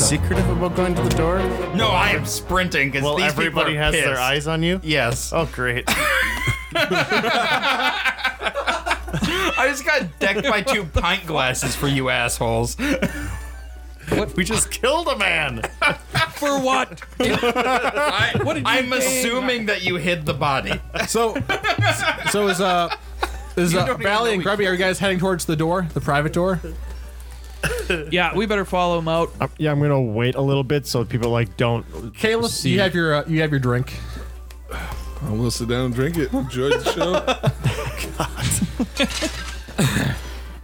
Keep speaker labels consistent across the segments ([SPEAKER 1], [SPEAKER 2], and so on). [SPEAKER 1] Secretive about going to the door?
[SPEAKER 2] No, I am sprinting because
[SPEAKER 1] Well,
[SPEAKER 2] these
[SPEAKER 1] everybody
[SPEAKER 2] people are
[SPEAKER 1] has
[SPEAKER 2] pissed.
[SPEAKER 1] their eyes on you?
[SPEAKER 2] Yes,
[SPEAKER 1] Oh, great.
[SPEAKER 2] I just got decked by two pint glasses for you assholes.
[SPEAKER 1] we just killed a man.
[SPEAKER 3] For what?
[SPEAKER 2] I,
[SPEAKER 3] What did you
[SPEAKER 2] I'm
[SPEAKER 3] gain?
[SPEAKER 2] assuming that you hid the body.
[SPEAKER 3] So, so is uh, is uh,
[SPEAKER 2] don't even
[SPEAKER 3] Valley
[SPEAKER 2] know
[SPEAKER 3] and
[SPEAKER 2] we-
[SPEAKER 3] Grubby? Are you guys heading towards the door, the private door?
[SPEAKER 4] Yeah, we better follow him out.
[SPEAKER 1] Uh, yeah, I'm gonna wait a little bit so people like don't.
[SPEAKER 3] Caleb,
[SPEAKER 1] See.
[SPEAKER 3] you have your uh, you have your drink.
[SPEAKER 5] I'm gonna sit down and drink it. Enjoy the show.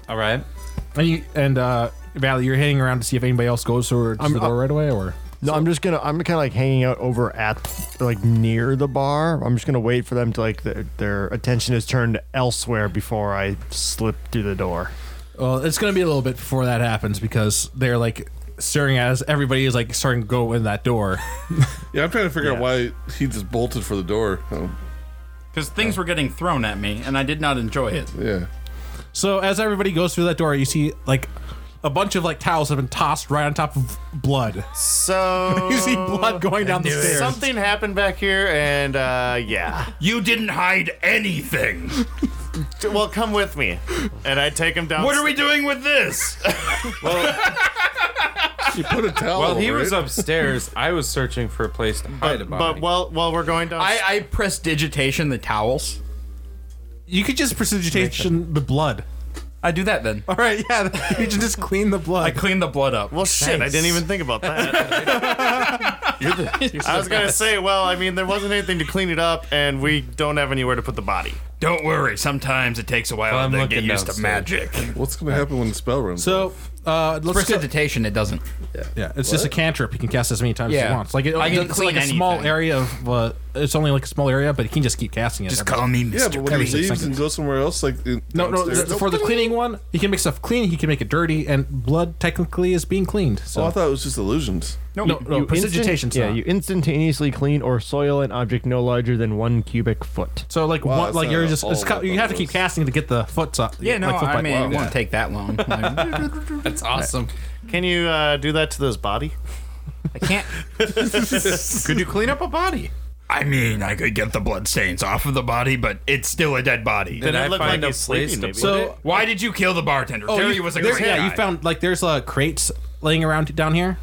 [SPEAKER 2] All right.
[SPEAKER 3] And you and uh, Valley, you're heading around to see if anybody else goes or to
[SPEAKER 1] I'm-
[SPEAKER 3] the door right away, or
[SPEAKER 1] No, I'm just gonna. I'm kind of like hanging out over at like near the bar. I'm just gonna wait for them to like their, their attention is turned elsewhere before I slip through the door.
[SPEAKER 3] well, it's gonna be a little bit before that happens because they're like staring at us. Everybody is like starting to go in that door.
[SPEAKER 5] Yeah, I'm trying to figure
[SPEAKER 1] Yeah.
[SPEAKER 5] out why he just bolted for the door. Oh,
[SPEAKER 2] Because things were getting thrown at me, and I did not enjoy it.
[SPEAKER 5] yeah.
[SPEAKER 3] So as everybody goes through that door, you see like a bunch of like towels have been tossed right on top of blood.
[SPEAKER 1] So
[SPEAKER 3] You see blood going down the stairs.
[SPEAKER 1] Something happened back here, and uh, yeah.
[SPEAKER 2] You didn't hide anything.
[SPEAKER 1] Well, come with me, and I take him down.
[SPEAKER 2] What are we doing with this?
[SPEAKER 5] You put a towel.
[SPEAKER 6] Well, he
[SPEAKER 5] over
[SPEAKER 6] was
[SPEAKER 5] it.
[SPEAKER 6] upstairs. I was searching for a place to hide a
[SPEAKER 1] But
[SPEAKER 6] body.
[SPEAKER 1] while while we're going down,
[SPEAKER 2] I, I press digitation the towels.
[SPEAKER 3] You could just precipitation the blood.
[SPEAKER 2] I do that then.
[SPEAKER 3] All right, yeah, you can just clean the blood.
[SPEAKER 2] I clean the blood up.
[SPEAKER 1] well, shit, I didn't even think about that. I was gonna say, well, I mean, there wasn't anything to clean it up, and we don't have anywhere to put the body.
[SPEAKER 2] Don't worry. Sometimes it takes a while
[SPEAKER 6] I'm
[SPEAKER 2] to get
[SPEAKER 6] looking
[SPEAKER 2] used to
[SPEAKER 6] downstairs.
[SPEAKER 2] magic.
[SPEAKER 5] What's gonna happen when the spell runs?
[SPEAKER 3] so uh, let's go.
[SPEAKER 2] Precipitation, it doesn't.
[SPEAKER 3] Yeah, it's just a cantrip. You can cast as many times as
[SPEAKER 2] Yeah.
[SPEAKER 3] you want. Like it,
[SPEAKER 2] I can
[SPEAKER 3] it's
[SPEAKER 2] clean
[SPEAKER 3] like a small
[SPEAKER 2] anything.
[SPEAKER 3] area of. Uh, it's only like a small area, but you can just keep casting it.
[SPEAKER 2] Just
[SPEAKER 3] every-
[SPEAKER 2] call me
[SPEAKER 5] Yeah,
[SPEAKER 2] Mr.
[SPEAKER 5] but when he
[SPEAKER 2] Clean.
[SPEAKER 5] leaves and goes somewhere else, like in-
[SPEAKER 3] No, no.
[SPEAKER 5] downstairs-
[SPEAKER 3] th- For the cleaning one, he can make stuff clean. He can make it dirty, and blood technically is being cleaned. So
[SPEAKER 5] Oh, I thought it was just illusions.
[SPEAKER 3] no, no, no, precipitation's
[SPEAKER 1] yeah,
[SPEAKER 3] not.
[SPEAKER 1] you instantaneously clean or soil an object no larger than one cubic foot.
[SPEAKER 3] so like,
[SPEAKER 5] Wow,
[SPEAKER 3] one,
[SPEAKER 5] that's
[SPEAKER 3] like
[SPEAKER 5] not
[SPEAKER 3] you're
[SPEAKER 5] a
[SPEAKER 3] just it's,
[SPEAKER 5] ball
[SPEAKER 3] co-
[SPEAKER 5] with
[SPEAKER 3] you have to
[SPEAKER 5] those.
[SPEAKER 3] keep casting to get the foot. So,
[SPEAKER 2] Yeah, no,
[SPEAKER 3] like, foot
[SPEAKER 2] I
[SPEAKER 3] bite.
[SPEAKER 2] mean, it won't take that long. I
[SPEAKER 6] That's awesome.
[SPEAKER 1] Can you uh, do that to this body?
[SPEAKER 2] can't.
[SPEAKER 6] Could you clean up a body?
[SPEAKER 2] I mean, I could get the blood stains off of the body, but it's still a dead body.
[SPEAKER 6] Did
[SPEAKER 1] it
[SPEAKER 6] I
[SPEAKER 1] looked
[SPEAKER 6] find
[SPEAKER 1] like
[SPEAKER 6] a
[SPEAKER 1] he's
[SPEAKER 6] place
[SPEAKER 1] sleeping,
[SPEAKER 6] to
[SPEAKER 1] maybe.
[SPEAKER 6] put
[SPEAKER 3] So-
[SPEAKER 6] it?
[SPEAKER 2] Why did you kill the bartender? Terry
[SPEAKER 3] Oh, you-
[SPEAKER 2] was a
[SPEAKER 3] there's-
[SPEAKER 2] great
[SPEAKER 3] yeah,
[SPEAKER 2] guy.
[SPEAKER 3] you found like there's uh, crates laying around down here.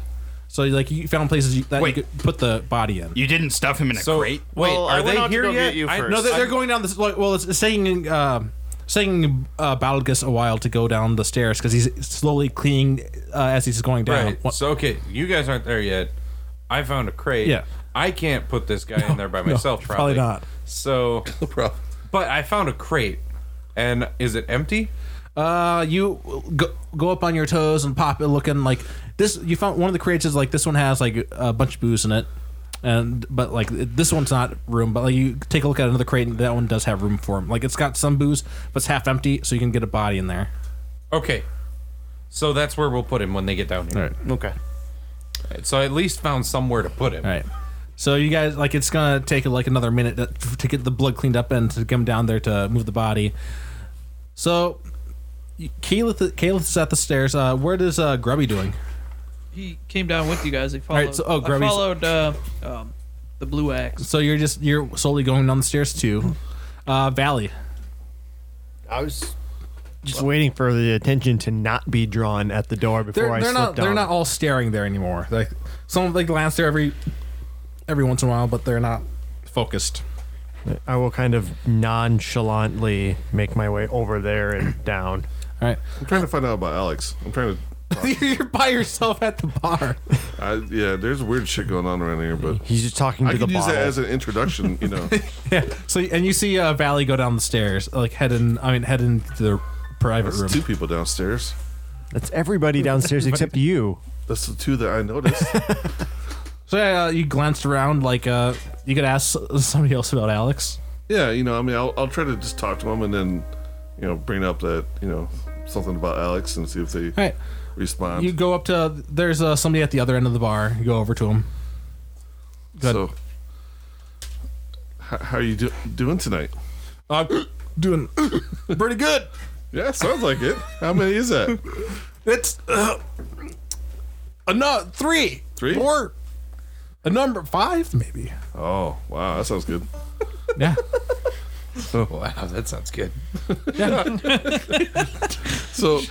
[SPEAKER 3] So like you found places you, that
[SPEAKER 2] Wait.
[SPEAKER 3] you could put the body in.
[SPEAKER 2] You didn't stuff him in a
[SPEAKER 6] So,
[SPEAKER 2] crate.
[SPEAKER 6] wait,
[SPEAKER 1] Well, I
[SPEAKER 6] are
[SPEAKER 1] went
[SPEAKER 6] they
[SPEAKER 1] out to
[SPEAKER 6] here
[SPEAKER 1] go
[SPEAKER 6] yet?
[SPEAKER 1] get you
[SPEAKER 6] I-
[SPEAKER 1] first.
[SPEAKER 3] No, they're, they're going down this. Like, well, it's, it's taking uh, it's taking uh, Balgus a while to go down the stairs because he's slowly cleaning uh, as he's going down.
[SPEAKER 6] Right.
[SPEAKER 3] What-
[SPEAKER 6] So okay, you guys aren't there yet. I found a crate.
[SPEAKER 3] Yeah.
[SPEAKER 6] I can't put this guy in there by
[SPEAKER 3] no,
[SPEAKER 6] myself.
[SPEAKER 3] probably
[SPEAKER 6] probably.
[SPEAKER 3] not.
[SPEAKER 6] So,
[SPEAKER 5] No problem.
[SPEAKER 6] but I found a crate, and is it empty?
[SPEAKER 3] Uh, you go, go up on your toes and pop it, looking like this. You found one of the crates is like this one has like a bunch of booze in it, and but like this one's not room. But like you take a look at another crate and that one does have room for him. Like it's got some booze, but it's half empty, so you can get a body in there.
[SPEAKER 6] Okay. So that's where we'll put him when they get down here.
[SPEAKER 1] Okay.
[SPEAKER 6] So I at least found somewhere to put him.
[SPEAKER 3] All right. So you guys like it's gonna take like another minute to, to get the blood cleaned up and to come down there to move the body. So, you- Caleth, Caleth is at the stairs. Uh, where does uh, Grubby doing?
[SPEAKER 4] He came down with you guys. He followed.
[SPEAKER 3] right, so- oh,
[SPEAKER 4] I
[SPEAKER 3] Grubby's-
[SPEAKER 4] followed uh, um, the blue axe.
[SPEAKER 3] So you're just you're slowly going down the stairs too. Uh, Valley.
[SPEAKER 1] I was just waiting for the attention to not be drawn at the door before
[SPEAKER 3] They're,
[SPEAKER 1] I
[SPEAKER 3] they're
[SPEAKER 1] slipped
[SPEAKER 3] not they're
[SPEAKER 1] on.
[SPEAKER 3] not all staring there anymore. Like some they glance there every every once in a while, but they're not focused.
[SPEAKER 1] I will kind of nonchalantly make my way over there and down.
[SPEAKER 3] All right.
[SPEAKER 5] I'm trying to find out about Alex. I'm trying to.
[SPEAKER 3] you're by yourself at the bar.
[SPEAKER 5] I, yeah, there's weird shit going on around here, but
[SPEAKER 1] He's just talking to
[SPEAKER 5] I
[SPEAKER 1] the
[SPEAKER 5] could use
[SPEAKER 1] bottle.
[SPEAKER 5] that as an introduction. You know,
[SPEAKER 3] yeah. So and you see uh, Valley go down the stairs, like heading. I mean, heading to the private room.
[SPEAKER 5] there's two people downstairs.
[SPEAKER 1] That's everybody downstairs except you.
[SPEAKER 5] That's the two that I noticed.
[SPEAKER 3] So uh, you glanced around, like uh, you could ask somebody else about Alex.
[SPEAKER 5] yeah, you know, I mean, I'll, I'll try to just talk to them and then, you know, bring up that you know something about Alex and see if they
[SPEAKER 3] All right.
[SPEAKER 5] respond.
[SPEAKER 3] You go up to there's uh, somebody at the other end of the bar. You go over to him.
[SPEAKER 5] so, How, how are you do, doing tonight?
[SPEAKER 3] I'm doing pretty good.
[SPEAKER 5] Yeah, sounds like it. How many is that?
[SPEAKER 3] It's uh, a no three,
[SPEAKER 5] Three?
[SPEAKER 3] four, a number five maybe.
[SPEAKER 5] Oh, wow, that sounds good.
[SPEAKER 3] Yeah,
[SPEAKER 6] Oh, wow, that sounds good.
[SPEAKER 5] So,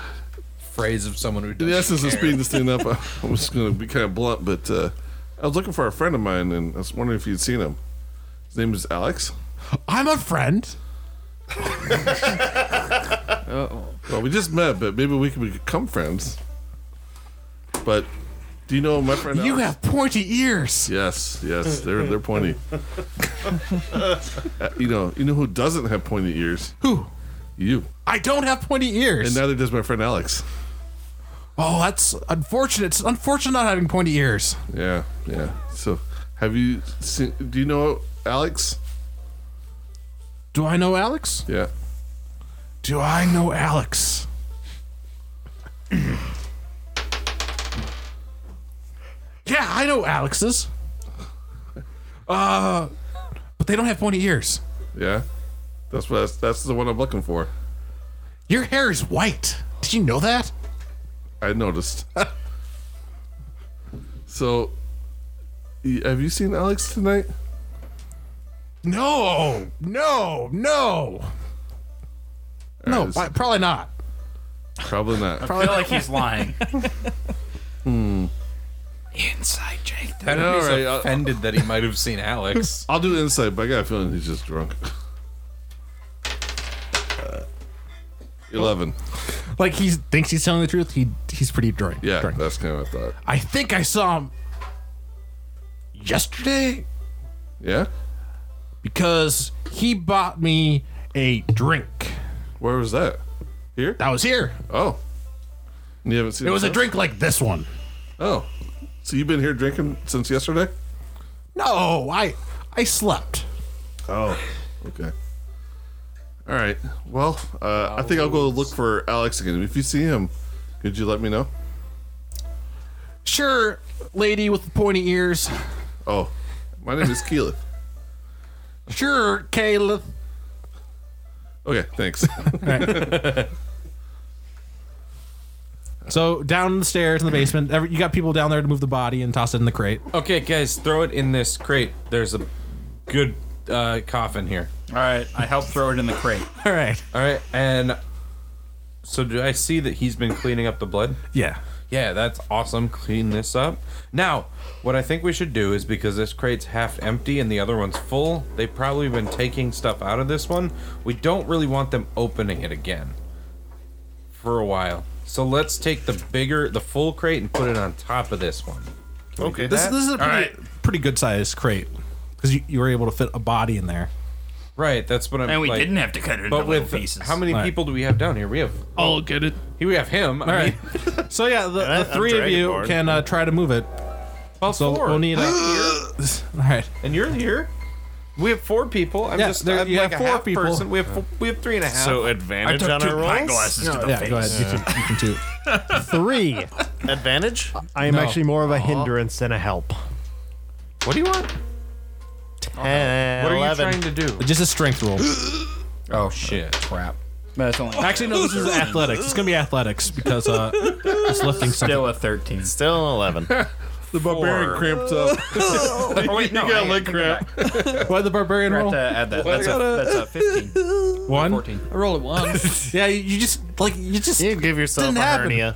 [SPEAKER 6] Phrase of someone who
[SPEAKER 5] in the
[SPEAKER 6] does.
[SPEAKER 5] essence of speeding this thing up, I, I was going to be kind of blunt, but uh, I was looking for a friend of mine, and I was wondering if you'd seen him. His name is Alex.
[SPEAKER 3] I'm a friend.
[SPEAKER 5] Well, we just met, but maybe we can become friends. But do you know my friend?
[SPEAKER 3] You
[SPEAKER 5] Alex?
[SPEAKER 3] have pointy ears.
[SPEAKER 5] Yes, yes, they're they're pointy. Uh, you know, you know who doesn't have pointy ears?
[SPEAKER 3] Who?
[SPEAKER 5] You.
[SPEAKER 3] I don't have pointy ears.
[SPEAKER 5] And neither does my friend Alex.
[SPEAKER 3] oh, that's unfortunate. It's unfortunate not having pointy ears.
[SPEAKER 5] Yeah, yeah. So, have you seen? Do you know Alex?
[SPEAKER 3] Do I know Alex?
[SPEAKER 5] Yeah.
[SPEAKER 3] Do I know Alex? yeah, I know Alex's. Uh, but they don't have pointy ears.
[SPEAKER 5] Yeah, that's what that's, that's the one I'm looking for.
[SPEAKER 3] Your hair is white. Did you know that?
[SPEAKER 5] I noticed. so, y- have you seen Alex tonight?
[SPEAKER 3] No, no, no, no.
[SPEAKER 5] Alright,
[SPEAKER 3] why- Probably not.
[SPEAKER 5] probably not.
[SPEAKER 2] I feel like he's lying.
[SPEAKER 6] Inside Jake. That
[SPEAKER 5] Yeah,
[SPEAKER 6] he's
[SPEAKER 5] all right, I'll-
[SPEAKER 6] offended that he might have seen Alex.
[SPEAKER 5] I'll do insight, but I got a feeling he's just drunk. Eleven.
[SPEAKER 3] Like he thinks he's telling the truth. He he's pretty drunk.
[SPEAKER 5] Yeah,
[SPEAKER 3] drunk.
[SPEAKER 5] that's kind of what I thought.
[SPEAKER 3] I think I saw him yesterday
[SPEAKER 5] Yeah,
[SPEAKER 3] because he bought me a drink.
[SPEAKER 5] where was that? Here?
[SPEAKER 3] That was here.
[SPEAKER 5] Oh, And you haven't seen.
[SPEAKER 3] It was a
[SPEAKER 5] since?
[SPEAKER 3] drink like this one.
[SPEAKER 5] Oh, so you've been here drinking since yesterday?
[SPEAKER 3] No, I I slept.
[SPEAKER 5] Oh, okay. All right. Well, uh, I think I'll go look for Alex again. If you see him, could you let me know?
[SPEAKER 3] Sure, lady with the pointy ears.
[SPEAKER 5] Oh, my name is Keelith.
[SPEAKER 3] Sure, Caleb.
[SPEAKER 5] Okay, thanks.
[SPEAKER 3] So down the stairs in the basement, every, you got people down there to move the body and toss it in the crate.
[SPEAKER 6] Okay, guys, throw it in this crate. There's a good uh, coffin here.
[SPEAKER 2] All right, I helped throw it in the crate.
[SPEAKER 3] All right.
[SPEAKER 6] All right, and so do I see that he's been cleaning up the blood?
[SPEAKER 3] Yeah.
[SPEAKER 6] Yeah, that's awesome. Clean this up. Now, what I think we should do is because this crate's half empty and the other one's full, they've probably been taking stuff out of this one. We don't really want them opening it again for a while. So let's take the bigger, the full crate and put it on top of this one.
[SPEAKER 5] okay.
[SPEAKER 3] This, this is a pretty,
[SPEAKER 2] right.
[SPEAKER 3] pretty good sized crate because you, you were able to fit a body in there.
[SPEAKER 6] Right, that's what I'm.
[SPEAKER 2] And we
[SPEAKER 6] like-
[SPEAKER 2] didn't have to cut it into
[SPEAKER 6] But
[SPEAKER 2] little
[SPEAKER 6] with
[SPEAKER 2] pieces.
[SPEAKER 6] how many
[SPEAKER 3] Right.
[SPEAKER 6] people do we have down here? We have
[SPEAKER 4] I'll get it.
[SPEAKER 6] here we have him. I mean,
[SPEAKER 3] So yeah, the,
[SPEAKER 1] I-
[SPEAKER 3] the
[SPEAKER 1] I'm
[SPEAKER 3] three of
[SPEAKER 1] dragging
[SPEAKER 3] you
[SPEAKER 1] forward.
[SPEAKER 3] can uh, try to move it.
[SPEAKER 6] well,
[SPEAKER 3] So
[SPEAKER 6] four.
[SPEAKER 3] we'll need a. All right.
[SPEAKER 6] and you're here. We have four people. I'm
[SPEAKER 3] Yeah,
[SPEAKER 6] just
[SPEAKER 3] there-
[SPEAKER 6] I'm
[SPEAKER 3] you
[SPEAKER 6] like
[SPEAKER 3] have
[SPEAKER 6] a
[SPEAKER 3] four
[SPEAKER 6] half
[SPEAKER 3] people.
[SPEAKER 6] person. We have fo- we have three and a half.
[SPEAKER 7] So
[SPEAKER 2] I
[SPEAKER 7] advantage
[SPEAKER 2] took
[SPEAKER 7] on
[SPEAKER 2] two
[SPEAKER 7] our
[SPEAKER 2] pint
[SPEAKER 7] rolls.
[SPEAKER 2] glasses to the
[SPEAKER 3] Yeah,
[SPEAKER 2] face.
[SPEAKER 3] go ahead. You can, you can do it.
[SPEAKER 1] Three.
[SPEAKER 7] Advantage.
[SPEAKER 1] I am actually more of a hindrance than a help.
[SPEAKER 6] what do you want?
[SPEAKER 1] And
[SPEAKER 6] What are
[SPEAKER 1] 11.
[SPEAKER 6] you trying to do?
[SPEAKER 3] Just a strength roll.
[SPEAKER 6] Oh shit! Crap.
[SPEAKER 2] That's only
[SPEAKER 3] Actually, no, this is athletics. It's gonna be athletics because uh, it's lifting something.
[SPEAKER 2] still a thirteen.
[SPEAKER 7] Still an eleven.
[SPEAKER 5] The barbarian
[SPEAKER 6] Four.
[SPEAKER 5] cramped
[SPEAKER 3] uh,
[SPEAKER 5] up.
[SPEAKER 2] Oh wait, no,
[SPEAKER 5] you got
[SPEAKER 2] I-
[SPEAKER 5] leg cramp.
[SPEAKER 3] Why the barbarian
[SPEAKER 2] I
[SPEAKER 3] roll?
[SPEAKER 2] have to
[SPEAKER 6] uh,
[SPEAKER 2] add that. That's a, that's a fifteen.
[SPEAKER 3] One.
[SPEAKER 2] Fourteen.
[SPEAKER 4] I roll it one.
[SPEAKER 3] Yeah, you- you just like you just.
[SPEAKER 7] You give yourself
[SPEAKER 3] Didn't
[SPEAKER 7] a
[SPEAKER 3] happen.
[SPEAKER 7] hernia.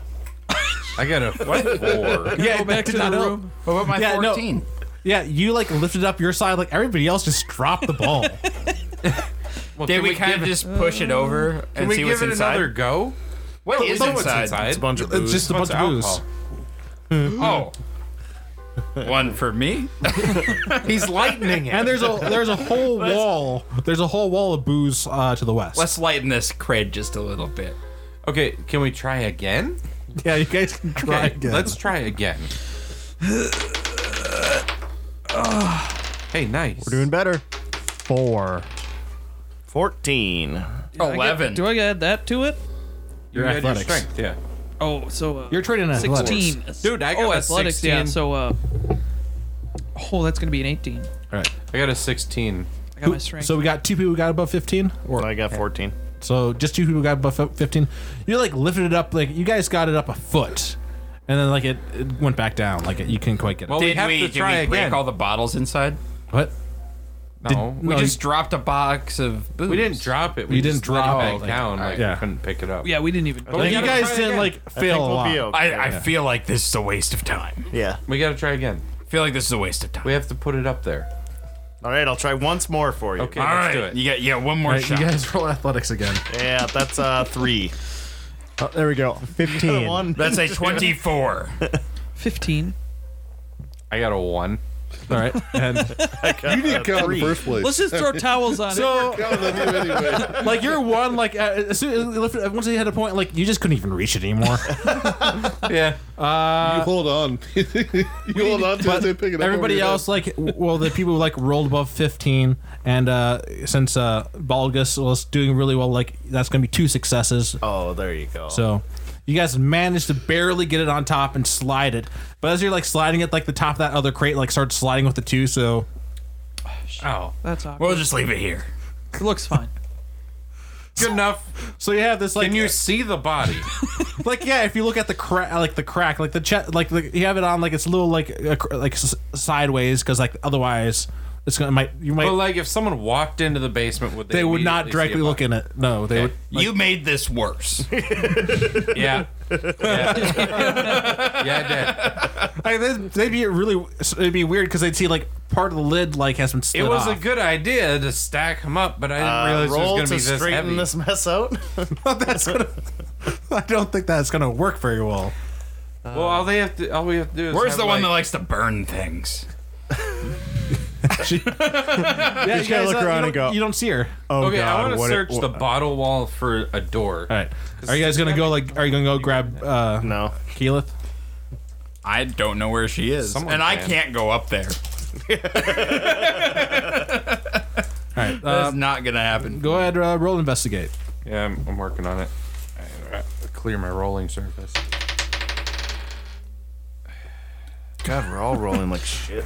[SPEAKER 6] I got a four.
[SPEAKER 3] yeah,
[SPEAKER 4] go
[SPEAKER 3] it
[SPEAKER 4] back
[SPEAKER 3] did
[SPEAKER 4] to
[SPEAKER 3] not
[SPEAKER 4] the
[SPEAKER 3] help.
[SPEAKER 4] room.
[SPEAKER 2] What about my
[SPEAKER 3] Yeah, no.
[SPEAKER 2] fourteen?
[SPEAKER 3] Yeah, you like lifted up your side like everybody else just dropped the ball.
[SPEAKER 6] Well,
[SPEAKER 2] Did
[SPEAKER 6] can
[SPEAKER 2] we, kind
[SPEAKER 6] give
[SPEAKER 2] of
[SPEAKER 6] it-
[SPEAKER 2] just push it over
[SPEAKER 6] Can
[SPEAKER 2] and
[SPEAKER 6] we
[SPEAKER 2] see
[SPEAKER 6] give
[SPEAKER 2] what's
[SPEAKER 6] it
[SPEAKER 2] inside?
[SPEAKER 6] another go?
[SPEAKER 2] What is
[SPEAKER 6] Well, no, what's
[SPEAKER 2] inside?
[SPEAKER 7] It's a bunch of
[SPEAKER 3] it's
[SPEAKER 7] booze.
[SPEAKER 3] just a bunch
[SPEAKER 6] Bunch
[SPEAKER 3] of
[SPEAKER 6] of
[SPEAKER 3] booze.
[SPEAKER 6] alcohol. Oh,
[SPEAKER 2] One for me.
[SPEAKER 6] Oh, he's lightning
[SPEAKER 3] And there's a there's a whole wall. There's a whole wall of booze uh, to the west.
[SPEAKER 2] Let's lighten this crate just a little bit.
[SPEAKER 6] Okay, can we try again?
[SPEAKER 3] yeah, you guys can try
[SPEAKER 6] Okay,
[SPEAKER 3] again.
[SPEAKER 6] Let's try again. hey, nice.
[SPEAKER 1] We're doing better. Four.
[SPEAKER 7] Fourteen.
[SPEAKER 2] Eleven.
[SPEAKER 4] Do I add that to it?
[SPEAKER 6] Your
[SPEAKER 3] athletics.
[SPEAKER 6] strength, yeah.
[SPEAKER 4] Oh, so uh,
[SPEAKER 3] You're trading an
[SPEAKER 4] sixteen.
[SPEAKER 6] Dude, I
[SPEAKER 4] oh,
[SPEAKER 6] got a
[SPEAKER 4] athletics. Yeah.
[SPEAKER 6] 16.
[SPEAKER 4] So, uh, oh, that's gonna be an eighteen.
[SPEAKER 6] All right, I got a 16.
[SPEAKER 4] I got my strength.
[SPEAKER 3] So we got two people who got above 15? Or
[SPEAKER 7] I got 14.
[SPEAKER 3] So just two people got above fif- 15. You like lifted it up, like you guys got it up a foot, and then like it, it went back down. Like it, you couldn't quite get it.
[SPEAKER 6] Well, we
[SPEAKER 2] Did
[SPEAKER 6] have
[SPEAKER 2] we,
[SPEAKER 6] to
[SPEAKER 2] did
[SPEAKER 6] try
[SPEAKER 2] we break
[SPEAKER 6] again.
[SPEAKER 2] all the bottles inside?
[SPEAKER 3] What?
[SPEAKER 6] no,
[SPEAKER 3] Did-
[SPEAKER 6] we,
[SPEAKER 3] no,
[SPEAKER 6] just,
[SPEAKER 2] Just dropped a box of booze.
[SPEAKER 6] we didn't drop it. We
[SPEAKER 3] You didn't
[SPEAKER 6] just let
[SPEAKER 3] drop
[SPEAKER 6] it back
[SPEAKER 3] it, like-
[SPEAKER 6] down. Like
[SPEAKER 3] Yeah.
[SPEAKER 6] we couldn't pick it up.
[SPEAKER 4] yeah, we didn't even.
[SPEAKER 6] we
[SPEAKER 3] Oh, you
[SPEAKER 6] gotta
[SPEAKER 3] guys
[SPEAKER 6] try
[SPEAKER 3] didn't
[SPEAKER 6] again.
[SPEAKER 3] like fail a lot.
[SPEAKER 2] I, I feel like this is a waste of time.
[SPEAKER 7] Yeah.
[SPEAKER 6] We got to try again.
[SPEAKER 2] I feel like this is a waste of time.
[SPEAKER 6] We have to put it up there.
[SPEAKER 7] All right, I'll try once more for you.
[SPEAKER 6] Okay,
[SPEAKER 2] All
[SPEAKER 6] let's
[SPEAKER 2] right,
[SPEAKER 6] do it.
[SPEAKER 2] you got yeah one more
[SPEAKER 3] Right, you
[SPEAKER 2] shot.
[SPEAKER 3] guys roll athletics again.
[SPEAKER 7] Yeah, that's uh three.
[SPEAKER 1] Oh, there we go. 15.
[SPEAKER 7] One.
[SPEAKER 2] That's a twenty-four.
[SPEAKER 4] Fifteen.
[SPEAKER 6] I got a one.
[SPEAKER 3] All right, and
[SPEAKER 5] You didn't
[SPEAKER 7] uh,
[SPEAKER 5] count in the first place.
[SPEAKER 4] Let's just throw towels on it.
[SPEAKER 3] so
[SPEAKER 5] count on you anyway.
[SPEAKER 3] like you're one like uh, as soon as it lifted- uh, once you had a point, like you just couldn't even reach it anymore.
[SPEAKER 6] Yeah.
[SPEAKER 5] you hold on. you hold on to it. They pick it up.
[SPEAKER 3] Uh, Everybody
[SPEAKER 5] over your
[SPEAKER 3] else, like, w- well, the people who like rolled above 15, and uh, since uh, Balgus was doing really well, like, that's going to be two successes.
[SPEAKER 7] Oh, there you go.
[SPEAKER 3] So you guys managed to barely get it on top and slide it. But as you're like sliding it, like the top of that other crate like starts sliding with the two. So
[SPEAKER 6] oh,
[SPEAKER 4] That's awkward.
[SPEAKER 2] We'll just leave it here.
[SPEAKER 4] It looks fine.
[SPEAKER 6] good enough.
[SPEAKER 3] so you have this like
[SPEAKER 6] Can you see the body?
[SPEAKER 3] like yeah. If you look at the crack, like the crack, like the chest, like the, you have it on like it's a little like a, cr- like s- sideways because like otherwise it's gonna might you might
[SPEAKER 6] But like, if someone walked into the basement, would they?
[SPEAKER 3] they would not
[SPEAKER 6] immediately see
[SPEAKER 3] directly
[SPEAKER 6] a
[SPEAKER 3] look in it. No, they would.
[SPEAKER 2] you made this worse.
[SPEAKER 6] body? Yeah. Yeah. yeah, it
[SPEAKER 3] Like, they'd, they'd be really it'd be weird because they'd see like part of the lid like has been
[SPEAKER 6] did.
[SPEAKER 3] split
[SPEAKER 6] It was a
[SPEAKER 3] off.
[SPEAKER 6] good idea to stack them up, but
[SPEAKER 7] Uh,
[SPEAKER 6] I didn't realize it
[SPEAKER 7] roll
[SPEAKER 6] was
[SPEAKER 7] to
[SPEAKER 6] going to be this
[SPEAKER 7] straighten
[SPEAKER 6] heavy.
[SPEAKER 7] this mess out.
[SPEAKER 3] I don't think that's gonna work very well.
[SPEAKER 6] well, all they have to, all we have to do is.
[SPEAKER 2] Where's
[SPEAKER 6] have,
[SPEAKER 2] the one that
[SPEAKER 6] like,
[SPEAKER 2] likes to burn things?
[SPEAKER 3] Yeah, you,
[SPEAKER 1] gotta
[SPEAKER 3] guys, uh,
[SPEAKER 1] look
[SPEAKER 3] you
[SPEAKER 1] around and
[SPEAKER 3] don't-
[SPEAKER 1] go,
[SPEAKER 3] You don't see her.
[SPEAKER 1] Oh,
[SPEAKER 6] Okay,
[SPEAKER 1] God.
[SPEAKER 6] I want to
[SPEAKER 1] what it-
[SPEAKER 6] search the
[SPEAKER 1] what-
[SPEAKER 6] bottle wall for a door.
[SPEAKER 3] All right. Are you guys gonna go like? Are you gonna go grab uh,
[SPEAKER 7] no.
[SPEAKER 3] Keyleth?
[SPEAKER 2] I don't know where she is,
[SPEAKER 6] Someone
[SPEAKER 2] and I
[SPEAKER 6] can.
[SPEAKER 2] can't go up there.
[SPEAKER 3] All right.
[SPEAKER 2] That's
[SPEAKER 3] Uh,
[SPEAKER 2] not gonna happen.
[SPEAKER 3] go ahead. Uh, roll investigate.
[SPEAKER 6] Yeah, I'm, I'm working on it. I- I clear my rolling surface.
[SPEAKER 7] God, we're all rolling like shit.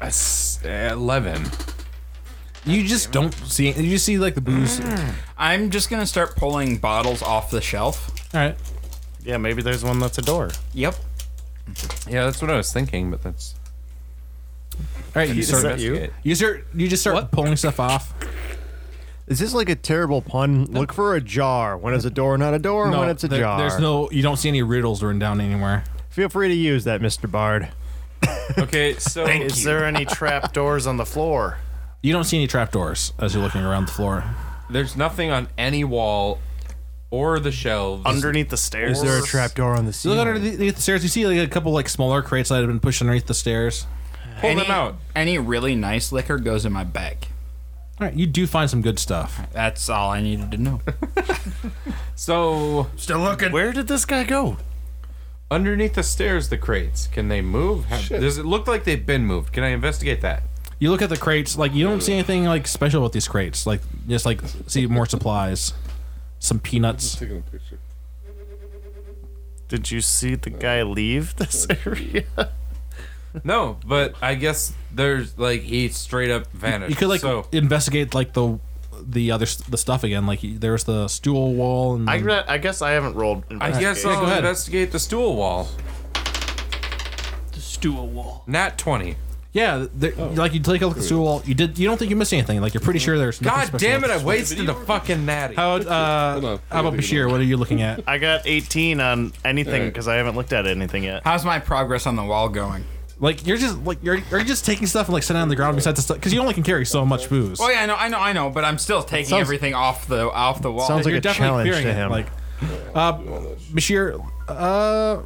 [SPEAKER 6] A s- Eleven.
[SPEAKER 3] You just don't see. You just see like the booze. All
[SPEAKER 2] I'm just gonna start pulling bottles off the shelf.
[SPEAKER 3] right.
[SPEAKER 7] Yeah, maybe there's one that's a door.
[SPEAKER 2] Yep.
[SPEAKER 6] Yeah, that's what I was thinking, but that's.
[SPEAKER 3] All right. You
[SPEAKER 7] Is
[SPEAKER 3] start.
[SPEAKER 7] that you?
[SPEAKER 6] investigate.
[SPEAKER 3] You start. You just start pulling stuff off.
[SPEAKER 1] Is this like a terrible pun? Look for a jar. When it's a door, not a door. when it's a
[SPEAKER 3] there-
[SPEAKER 1] jar.
[SPEAKER 3] There's no. You don't see any riddles written down anywhere.
[SPEAKER 1] Feel free to use that, Mr. Bard.
[SPEAKER 6] Okay, so
[SPEAKER 2] Thank
[SPEAKER 7] Is
[SPEAKER 2] you.
[SPEAKER 7] there any trap doors on the floor?
[SPEAKER 3] You don't see any trapdoors as you're looking around the floor.
[SPEAKER 6] there's nothing on any wall or the shelves.
[SPEAKER 7] Underneath the stairs?
[SPEAKER 1] Is there a trap door on the
[SPEAKER 3] You
[SPEAKER 1] ceiling?
[SPEAKER 3] look underneath the stairs. You see like a couple like smaller crates that have been pushed underneath the stairs.
[SPEAKER 6] Pull them out.
[SPEAKER 2] Any really nice liquor goes in my bag.
[SPEAKER 3] All right. You do find some good stuff.
[SPEAKER 2] That's all I needed to know.
[SPEAKER 6] So
[SPEAKER 2] Still looking.
[SPEAKER 7] Where did this guy go?
[SPEAKER 6] underneath the stairs, the crates. Can they move? Have, does it look like they've been moved? Can I investigate that?
[SPEAKER 3] You look at the crates. Like you don't see anything like special about these crates. Like just like see more supplies, some peanuts.
[SPEAKER 5] Taking a picture.
[SPEAKER 7] Did you see the guy leave this area?
[SPEAKER 6] No, but I guess there's like he straight up vanished.
[SPEAKER 3] You could like
[SPEAKER 6] so
[SPEAKER 3] investigate like the the other s- the stuff again. Like there's the stool wall and
[SPEAKER 7] I, re- I guess I haven't rolled.
[SPEAKER 6] I guess
[SPEAKER 7] investigation.
[SPEAKER 6] I'll
[SPEAKER 3] go ahead.
[SPEAKER 6] investigate the stool wall.
[SPEAKER 4] The stool wall.
[SPEAKER 6] Nat twenty.
[SPEAKER 3] yeah, there,
[SPEAKER 5] Oh.
[SPEAKER 3] like you take a look at the stool wall. You did you don't think you missed anything. Like you're pretty sure there's. nothing
[SPEAKER 6] God
[SPEAKER 3] special
[SPEAKER 6] damn it!
[SPEAKER 3] about
[SPEAKER 6] I wasted a fucking natty.
[SPEAKER 3] How about, uh,
[SPEAKER 5] Mm-hmm. Hold on.
[SPEAKER 3] how about Bashir? What are you looking at?
[SPEAKER 7] I got 18 on anything
[SPEAKER 5] Alright.
[SPEAKER 7] because I haven't looked at anything yet.
[SPEAKER 2] How's my progress on the wall going?
[SPEAKER 3] Like you're just like you're, you're just taking stuff and like sitting on the ground beside the stuff because you only can carry so much booze.
[SPEAKER 2] Oh yeah, I know, I know, I know, but I'm still taking
[SPEAKER 1] Sounds-
[SPEAKER 2] everything off the off the wall.
[SPEAKER 1] Sounds like
[SPEAKER 3] you're
[SPEAKER 1] a challenge
[SPEAKER 3] clearing
[SPEAKER 1] to
[SPEAKER 3] it,
[SPEAKER 1] him.
[SPEAKER 3] Like uh, Bashir, uh,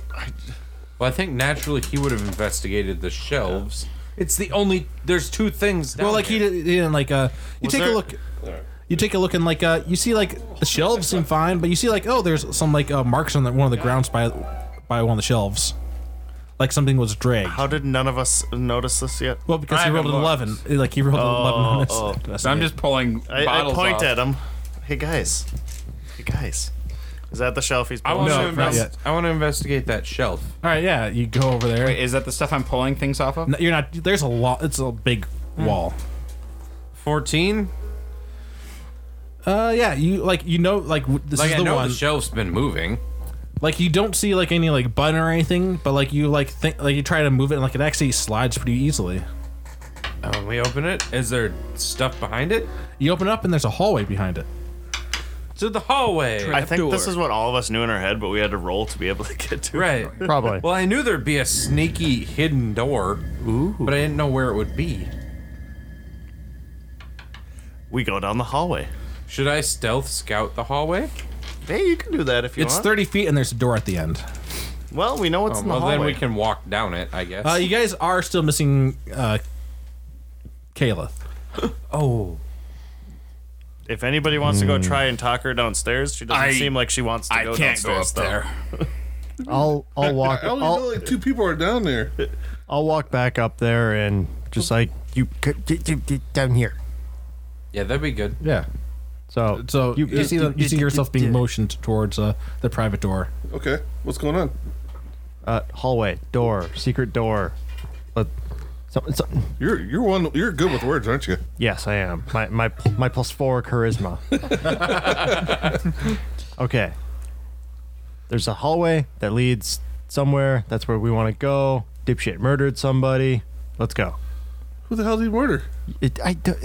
[SPEAKER 6] Well, I think naturally he would have investigated the shelves. It's the only. There's two things. Down
[SPEAKER 3] well, like he
[SPEAKER 6] there.
[SPEAKER 3] did he didn't like uh, you
[SPEAKER 7] Was
[SPEAKER 3] take a
[SPEAKER 7] there-
[SPEAKER 3] look. You take a look and like uh, you see like the shelves seem fine, but you see like oh, there's some like uh, marks on the, one of the grounds by by one of the shelves, like something was dragged.
[SPEAKER 7] How did none of us notice this yet?
[SPEAKER 3] Well, because he
[SPEAKER 2] I
[SPEAKER 3] rolled an
[SPEAKER 2] haven't
[SPEAKER 3] eleven, like he rolled an eleven on his.
[SPEAKER 7] oh.
[SPEAKER 2] so I'm just pulling
[SPEAKER 7] I, I
[SPEAKER 2] bottles
[SPEAKER 7] point
[SPEAKER 2] off.
[SPEAKER 7] at him. Hey guys. Hey guys. Is that the shelf he's
[SPEAKER 6] I
[SPEAKER 7] pulling?
[SPEAKER 6] want
[SPEAKER 3] No,
[SPEAKER 6] to
[SPEAKER 3] not yet.
[SPEAKER 6] invest. I want to investigate that shelf.
[SPEAKER 3] all right. Yeah, you go over there.
[SPEAKER 2] Wait, is that the stuff I'm pulling things off of?
[SPEAKER 3] No, you're not. There's a lot. It's a big wall.
[SPEAKER 6] Fourteen.
[SPEAKER 3] Uh, yeah, you like you know like w- this
[SPEAKER 6] Like
[SPEAKER 3] is
[SPEAKER 6] I
[SPEAKER 3] the
[SPEAKER 6] know
[SPEAKER 3] one.
[SPEAKER 6] the shelf's been moving.
[SPEAKER 3] like you don't see like any like button or anything, but like you like think like you try to move it and like it actually slides pretty easily.
[SPEAKER 6] Uh, When we open it, is there stuff behind it?
[SPEAKER 3] You open up and there's a hallway behind it.
[SPEAKER 6] To the hallway.
[SPEAKER 7] I think
[SPEAKER 4] Door.
[SPEAKER 7] this is what all of us knew in our head, but we had to roll to be able to get to it.
[SPEAKER 6] right.
[SPEAKER 1] Probably.
[SPEAKER 6] Well, I knew there'd be a sneaky hidden door, but I didn't know where it would be.
[SPEAKER 7] We go down the hallway.
[SPEAKER 6] Should I stealth scout the hallway?
[SPEAKER 7] Hey, you can do that if you
[SPEAKER 3] It's
[SPEAKER 7] want.
[SPEAKER 3] thirty feet and there's a door at the end.
[SPEAKER 7] Well, we know
[SPEAKER 3] Oh,
[SPEAKER 7] what's in the
[SPEAKER 6] well,
[SPEAKER 7] hallway.
[SPEAKER 6] then we can walk down it, I guess.
[SPEAKER 3] Uh, you guys are still missing uh, Kayla.
[SPEAKER 6] oh,
[SPEAKER 7] If anybody wants
[SPEAKER 3] Hmm.
[SPEAKER 7] to go try and talk her downstairs, she doesn't
[SPEAKER 2] I-
[SPEAKER 7] seem like she wants to
[SPEAKER 2] I
[SPEAKER 7] go
[SPEAKER 2] can't go up
[SPEAKER 7] downstairs. though.
[SPEAKER 2] there.
[SPEAKER 1] I'll I'll walk
[SPEAKER 5] I only know
[SPEAKER 1] I'll,
[SPEAKER 5] like two people are down there.
[SPEAKER 1] I'll walk back up there and just like you could get, get- get down here.
[SPEAKER 6] yeah, that'd be good.
[SPEAKER 3] Yeah.
[SPEAKER 1] So
[SPEAKER 3] So you, you see them, you see yourself being
[SPEAKER 1] moved.
[SPEAKER 3] motioned towards uh, the private door.
[SPEAKER 5] Okay, what's going on?
[SPEAKER 1] Uh, hallway door secret door. But so, so,
[SPEAKER 5] You're you're one. You're good with words, aren't you?
[SPEAKER 1] yes, I am. My my my plus four charisma. okay. There's a hallway that leads somewhere. That's where we want to go. Dipshit murdered somebody. Let's go.
[SPEAKER 5] Who the hell did he murder?
[SPEAKER 1] It, I, don't-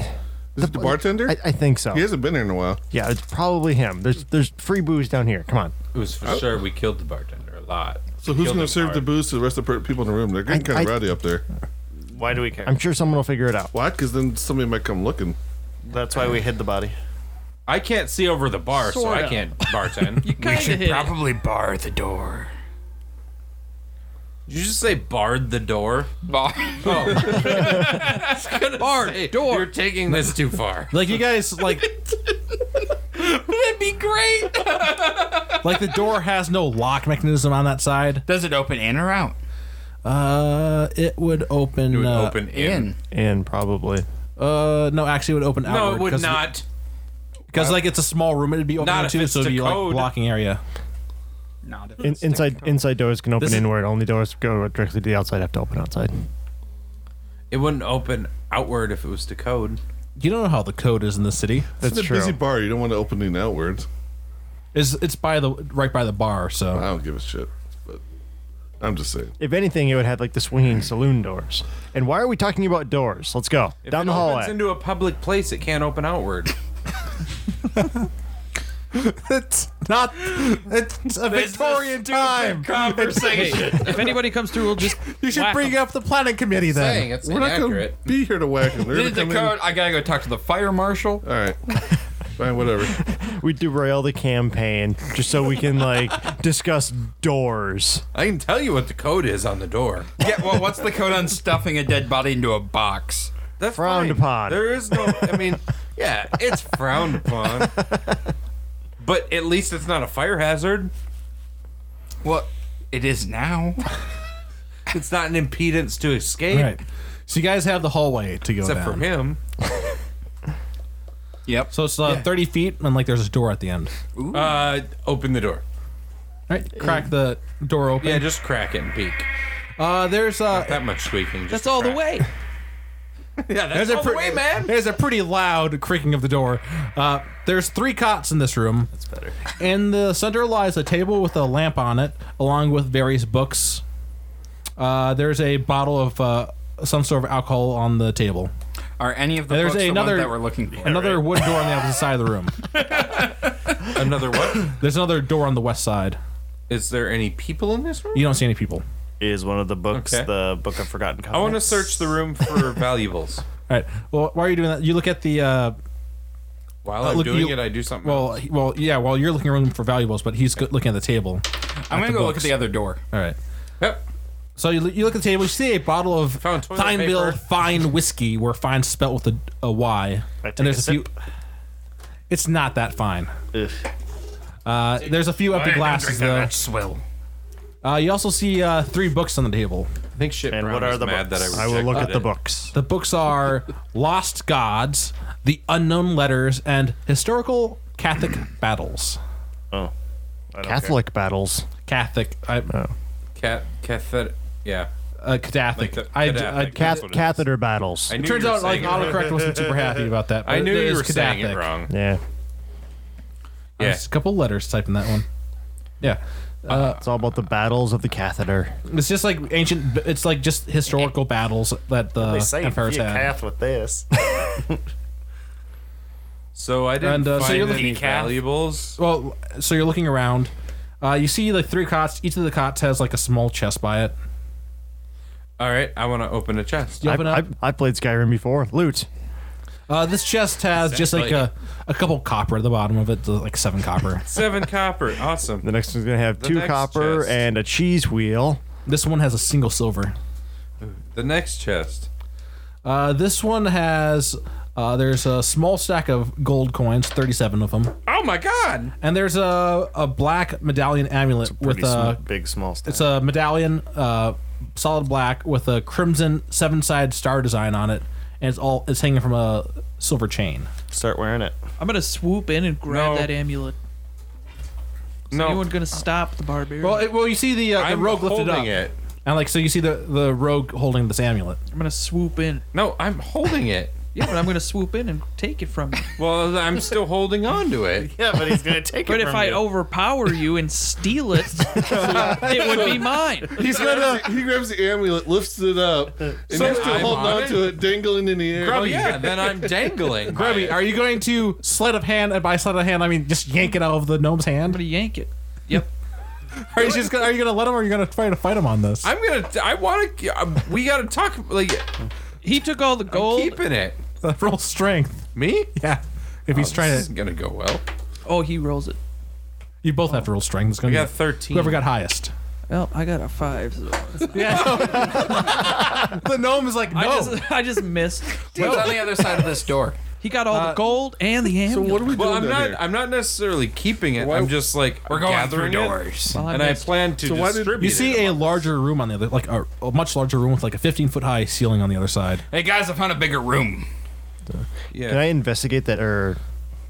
[SPEAKER 5] Is it the bartender?
[SPEAKER 1] I, I think so.
[SPEAKER 5] he hasn't been here in a while.
[SPEAKER 1] Yeah, it's probably him. There's there's free booze down here. Come on.
[SPEAKER 6] It was for sure we killed the bartender a lot.
[SPEAKER 5] So who's
[SPEAKER 6] Killed
[SPEAKER 5] going to
[SPEAKER 6] him
[SPEAKER 5] serve the
[SPEAKER 6] hard.
[SPEAKER 5] booze to the rest of the per- people in the room? They're getting
[SPEAKER 1] I-
[SPEAKER 5] kind of
[SPEAKER 1] I-
[SPEAKER 5] rowdy up there.
[SPEAKER 7] Why do we care?
[SPEAKER 1] I'm sure someone will figure it out.
[SPEAKER 5] Why? Because then somebody might come looking.
[SPEAKER 7] That's why we hid the body.
[SPEAKER 6] I can't see over the bar, so I
[SPEAKER 4] Sorta.
[SPEAKER 6] can't bartend. you,
[SPEAKER 4] Kinda hit it.
[SPEAKER 2] Probably bar the door.
[SPEAKER 6] you just say barred the door?
[SPEAKER 2] Bar.
[SPEAKER 6] Oh,
[SPEAKER 4] Bar door.
[SPEAKER 6] you're taking this too far.
[SPEAKER 3] Like you guys like
[SPEAKER 2] That'd be great.
[SPEAKER 3] like the door has no lock mechanism on that side.
[SPEAKER 2] Does it open in or out?
[SPEAKER 3] Uh, it would open.
[SPEAKER 6] It would
[SPEAKER 3] uh,
[SPEAKER 6] open in.
[SPEAKER 1] And probably.
[SPEAKER 3] Uh, no, actually, it would open outward.
[SPEAKER 6] No, it would not.
[SPEAKER 3] Because like it's a small room, it'd be open
[SPEAKER 6] Not if
[SPEAKER 3] too,
[SPEAKER 6] it's
[SPEAKER 3] so it'd
[SPEAKER 6] to
[SPEAKER 3] be like
[SPEAKER 6] code.
[SPEAKER 3] blocking area.
[SPEAKER 2] Not
[SPEAKER 1] In, inside inside doors can open
[SPEAKER 3] This is-
[SPEAKER 1] inward. Only doors go directly to the outside have to open outside.
[SPEAKER 6] It wouldn't open outward if it was to code.
[SPEAKER 3] You don't know how the code is in the city.
[SPEAKER 1] That's
[SPEAKER 5] it's a
[SPEAKER 1] true.
[SPEAKER 5] busy bar. You don't want to open it outwards.
[SPEAKER 3] Is it's by the right by the bar, so
[SPEAKER 5] I don't give a shit. But I'm just saying.
[SPEAKER 1] If anything, it would have like the
[SPEAKER 3] Mm.
[SPEAKER 1] swinging saloon doors. And why are we talking about doors? Let's go
[SPEAKER 6] If
[SPEAKER 1] down
[SPEAKER 6] it
[SPEAKER 1] the hallway.
[SPEAKER 6] opens into a public place, it can't open outward.
[SPEAKER 3] it's not. It's a Victorian time.
[SPEAKER 2] conversation.
[SPEAKER 4] if anybody comes through, we'll just.
[SPEAKER 3] You should
[SPEAKER 4] whack
[SPEAKER 3] bring
[SPEAKER 4] 'em.
[SPEAKER 3] up the planning committee then.
[SPEAKER 6] Dang, it's
[SPEAKER 5] We're not going
[SPEAKER 6] inaccurate.
[SPEAKER 5] to be here to whack them. They're
[SPEAKER 2] This is
[SPEAKER 5] going
[SPEAKER 2] the
[SPEAKER 5] to come
[SPEAKER 2] code. I gotta go talk to the fire marshal.
[SPEAKER 5] in. All right. Fine, whatever.
[SPEAKER 1] we derail the campaign just so we can like discuss doors.
[SPEAKER 6] I can tell you what the code is on the door.
[SPEAKER 2] Yeah. Well, what's the code on stuffing a dead body into a box?
[SPEAKER 6] That's
[SPEAKER 1] Frowned
[SPEAKER 6] fine.
[SPEAKER 1] upon.
[SPEAKER 6] There is no. I mean, yeah, it's frowned upon. But at least it's not a fire hazard.
[SPEAKER 2] Well, it is now.
[SPEAKER 6] It's not an impedance to escape,
[SPEAKER 3] All right. So you guys have the hallway to go
[SPEAKER 6] except
[SPEAKER 3] down.
[SPEAKER 6] for him.
[SPEAKER 2] Yep.
[SPEAKER 3] So it's uh, thirty feet, and like there's a door at the end.
[SPEAKER 6] Uh, open the door.
[SPEAKER 3] All right, crack the door open.
[SPEAKER 6] Yeah, just crack it and peek.
[SPEAKER 3] uh, there's uh,
[SPEAKER 6] That much squeaking. just
[SPEAKER 4] That's all the
[SPEAKER 6] crack.
[SPEAKER 4] way.
[SPEAKER 6] Yeah, that's
[SPEAKER 3] there's a
[SPEAKER 6] all the
[SPEAKER 3] pretty
[SPEAKER 6] way, man.
[SPEAKER 3] There's a pretty loud creaking of the door. Uh, there's three cots in this room. That's better. In the center lies a table with a lamp on it, along with various books. Uh, there's a bottle of uh, some sort of alcohol on the table.
[SPEAKER 2] Are any of the
[SPEAKER 3] There's
[SPEAKER 2] books
[SPEAKER 3] another-
[SPEAKER 2] the ones that we're looking for?
[SPEAKER 3] Another wood door on the opposite side of the room.
[SPEAKER 6] Another what?
[SPEAKER 3] There's another door on the west side.
[SPEAKER 6] Is there any people in this room?
[SPEAKER 3] You don't see any people.
[SPEAKER 7] Is one of the books
[SPEAKER 6] Okay.
[SPEAKER 7] the Book of Forgotten Covenants?
[SPEAKER 6] I want to search the room for valuables.
[SPEAKER 3] All right. Well, while you're doing that, you look at the. Uh,
[SPEAKER 6] While
[SPEAKER 3] Uh,
[SPEAKER 6] I'm
[SPEAKER 3] look,
[SPEAKER 6] Oh, doing
[SPEAKER 3] you-
[SPEAKER 6] it, I do something.
[SPEAKER 3] well, he- well, yeah. While you're looking around for valuables, but he's go- looking at the table.
[SPEAKER 2] I'm gonna
[SPEAKER 3] the
[SPEAKER 2] go look
[SPEAKER 3] books.
[SPEAKER 2] at the other door.
[SPEAKER 3] All right.
[SPEAKER 6] Yep.
[SPEAKER 3] So you, you look at the table. You see a bottle of
[SPEAKER 6] Found toilet
[SPEAKER 3] Fineville
[SPEAKER 6] paper.
[SPEAKER 3] Fine whiskey, where Fine's spelt with a, a Y.
[SPEAKER 7] take
[SPEAKER 3] and there's
[SPEAKER 7] a
[SPEAKER 3] few. It's not that fine.
[SPEAKER 7] Ugh.
[SPEAKER 3] Uh, there's a few empty glasses though.
[SPEAKER 2] swill.
[SPEAKER 3] Uh, you also see uh, three books on the table.
[SPEAKER 6] I think shit.
[SPEAKER 7] And
[SPEAKER 6] Brown
[SPEAKER 7] what are
[SPEAKER 6] is
[SPEAKER 7] the
[SPEAKER 6] mad
[SPEAKER 7] books?
[SPEAKER 6] That I,
[SPEAKER 1] I will look at
[SPEAKER 6] rejected
[SPEAKER 1] the
[SPEAKER 6] it.
[SPEAKER 1] books.
[SPEAKER 3] The books are Lost Gods, The Unknown Letters, and Historical Catholic Battles.
[SPEAKER 7] Oh. I don't care.
[SPEAKER 1] Catholic battles.
[SPEAKER 3] Catholic. I,
[SPEAKER 6] Cat, catheter. Yeah.
[SPEAKER 3] uh, cataphic.
[SPEAKER 6] Like the
[SPEAKER 3] I, I,
[SPEAKER 6] cataphic.
[SPEAKER 3] cat-
[SPEAKER 1] Cath- catheter battles.
[SPEAKER 6] I
[SPEAKER 3] it
[SPEAKER 6] knew
[SPEAKER 3] turns
[SPEAKER 6] you were
[SPEAKER 3] out like
[SPEAKER 6] saying it wrong.
[SPEAKER 3] autocorrect wasn't super happy about that.
[SPEAKER 6] I
[SPEAKER 3] but
[SPEAKER 6] knew
[SPEAKER 3] it
[SPEAKER 6] you
[SPEAKER 3] is
[SPEAKER 6] were saying it
[SPEAKER 3] cataphic.
[SPEAKER 6] wrong.
[SPEAKER 1] Yeah,
[SPEAKER 3] Yeah.
[SPEAKER 6] Yeah.
[SPEAKER 3] Just a couple letters typing that one. Yeah.
[SPEAKER 1] it's all about the battles of the catheter.
[SPEAKER 3] It's just like ancient. It's like just historical battles that the
[SPEAKER 7] They say
[SPEAKER 3] emperors
[SPEAKER 7] via
[SPEAKER 3] had.
[SPEAKER 7] cath with this.
[SPEAKER 6] So I didn't
[SPEAKER 3] And, uh, so
[SPEAKER 6] find
[SPEAKER 3] you're looking
[SPEAKER 6] any
[SPEAKER 7] at Kath.
[SPEAKER 6] valuables.
[SPEAKER 3] Well, so you're looking around. Uh, you see like three cots. Each of the cots has like a small chest by it.
[SPEAKER 6] All right, I want to open a chest.
[SPEAKER 3] You
[SPEAKER 1] I,
[SPEAKER 3] open up.
[SPEAKER 1] I, I played Skyrim before. Loot.
[SPEAKER 3] uh, this chest has just like a, a couple copper at the bottom of it, like seven copper.
[SPEAKER 6] Seven copper, awesome.
[SPEAKER 1] The next one's gonna have
[SPEAKER 6] The
[SPEAKER 1] two
[SPEAKER 6] next
[SPEAKER 1] copper
[SPEAKER 6] chest.
[SPEAKER 1] and a cheese wheel.
[SPEAKER 3] this one has a single silver.
[SPEAKER 6] The next chest.
[SPEAKER 3] Uh, this one has uh, there's a small stack of gold coins, thirty-seven of them,
[SPEAKER 6] Oh my god!
[SPEAKER 3] and there's a, a black medallion amulet with
[SPEAKER 7] Pretty sm-
[SPEAKER 3] a
[SPEAKER 7] big small stack.
[SPEAKER 3] it's a medallion, uh, solid black with a crimson seven-sided star design on it, and it's all it's hanging from a silver chain.
[SPEAKER 7] Start wearing it.
[SPEAKER 4] I'm gonna swoop in and grab
[SPEAKER 6] No.
[SPEAKER 4] that amulet. Is
[SPEAKER 6] No.
[SPEAKER 4] anyone gonna stop the barbarian?
[SPEAKER 3] Well, it, well, you see the, uh, the
[SPEAKER 6] I'm
[SPEAKER 3] rogue lifted
[SPEAKER 6] holding
[SPEAKER 3] up,
[SPEAKER 6] it.
[SPEAKER 3] and like so you see the the rogue holding this amulet.
[SPEAKER 4] I'm gonna swoop in.
[SPEAKER 6] No, I'm holding it.
[SPEAKER 4] Yeah, but I'm gonna swoop in and take it from you.
[SPEAKER 6] Well, I'm still holding on to it.
[SPEAKER 7] Yeah, but he's gonna take it.
[SPEAKER 4] But if
[SPEAKER 7] from
[SPEAKER 4] I
[SPEAKER 7] you.
[SPEAKER 4] overpower you and steal it, it would be mine.
[SPEAKER 5] He's grabs, he grabs the amulet, lifts it up, and
[SPEAKER 6] So
[SPEAKER 5] he's still
[SPEAKER 6] I'm
[SPEAKER 5] holding
[SPEAKER 6] on
[SPEAKER 5] on to it, dangling in the air.
[SPEAKER 6] Well, yeah, then I'm dangling. by
[SPEAKER 3] Grubby,
[SPEAKER 6] it.
[SPEAKER 3] are you going to sleight of hand? And by sleight of hand, I mean just yank it out of the gnome's
[SPEAKER 4] I'm
[SPEAKER 3] hand.
[SPEAKER 4] gonna yank it. Yep.
[SPEAKER 3] Are you just gonna, are you gonna let him, or are you gonna try to fight him on this?
[SPEAKER 6] I'm gonna. I want to. We gotta talk. Like
[SPEAKER 4] He took all the gold.
[SPEAKER 6] keeping it.
[SPEAKER 3] Roll strength.
[SPEAKER 6] Me?
[SPEAKER 3] Yeah, if he's trying
[SPEAKER 6] This
[SPEAKER 3] to.
[SPEAKER 6] isn't gonna go well.
[SPEAKER 4] Oh, he rolls it.
[SPEAKER 3] You both have to roll strength. It's gonna
[SPEAKER 6] I
[SPEAKER 3] be
[SPEAKER 6] got 13.
[SPEAKER 3] whoever got highest.
[SPEAKER 4] Well, I got a five. So
[SPEAKER 3] Yeah. the gnome is like, no.
[SPEAKER 4] I just, I just missed.
[SPEAKER 2] What's on the other side of this door?
[SPEAKER 4] He got all the gold and the
[SPEAKER 5] So
[SPEAKER 4] amulet.
[SPEAKER 5] what are we doing
[SPEAKER 6] Well, I'm
[SPEAKER 5] down
[SPEAKER 6] not.
[SPEAKER 5] here?
[SPEAKER 6] I'm not necessarily keeping it.
[SPEAKER 5] Why-
[SPEAKER 6] I'm just like we're
[SPEAKER 2] going
[SPEAKER 6] gathering
[SPEAKER 2] through
[SPEAKER 6] it,
[SPEAKER 2] doors.
[SPEAKER 4] Well, I
[SPEAKER 6] and I
[SPEAKER 4] missed.
[SPEAKER 6] plan to
[SPEAKER 5] So why did-
[SPEAKER 6] distribute.
[SPEAKER 3] you
[SPEAKER 6] it
[SPEAKER 3] see a
[SPEAKER 6] among-
[SPEAKER 3] larger room on the other, like a, a much larger room with like a 15 foot high ceiling on the other side.
[SPEAKER 2] Hey guys, I found a bigger room.
[SPEAKER 1] Can I
[SPEAKER 6] Yeah.
[SPEAKER 1] investigate that? er,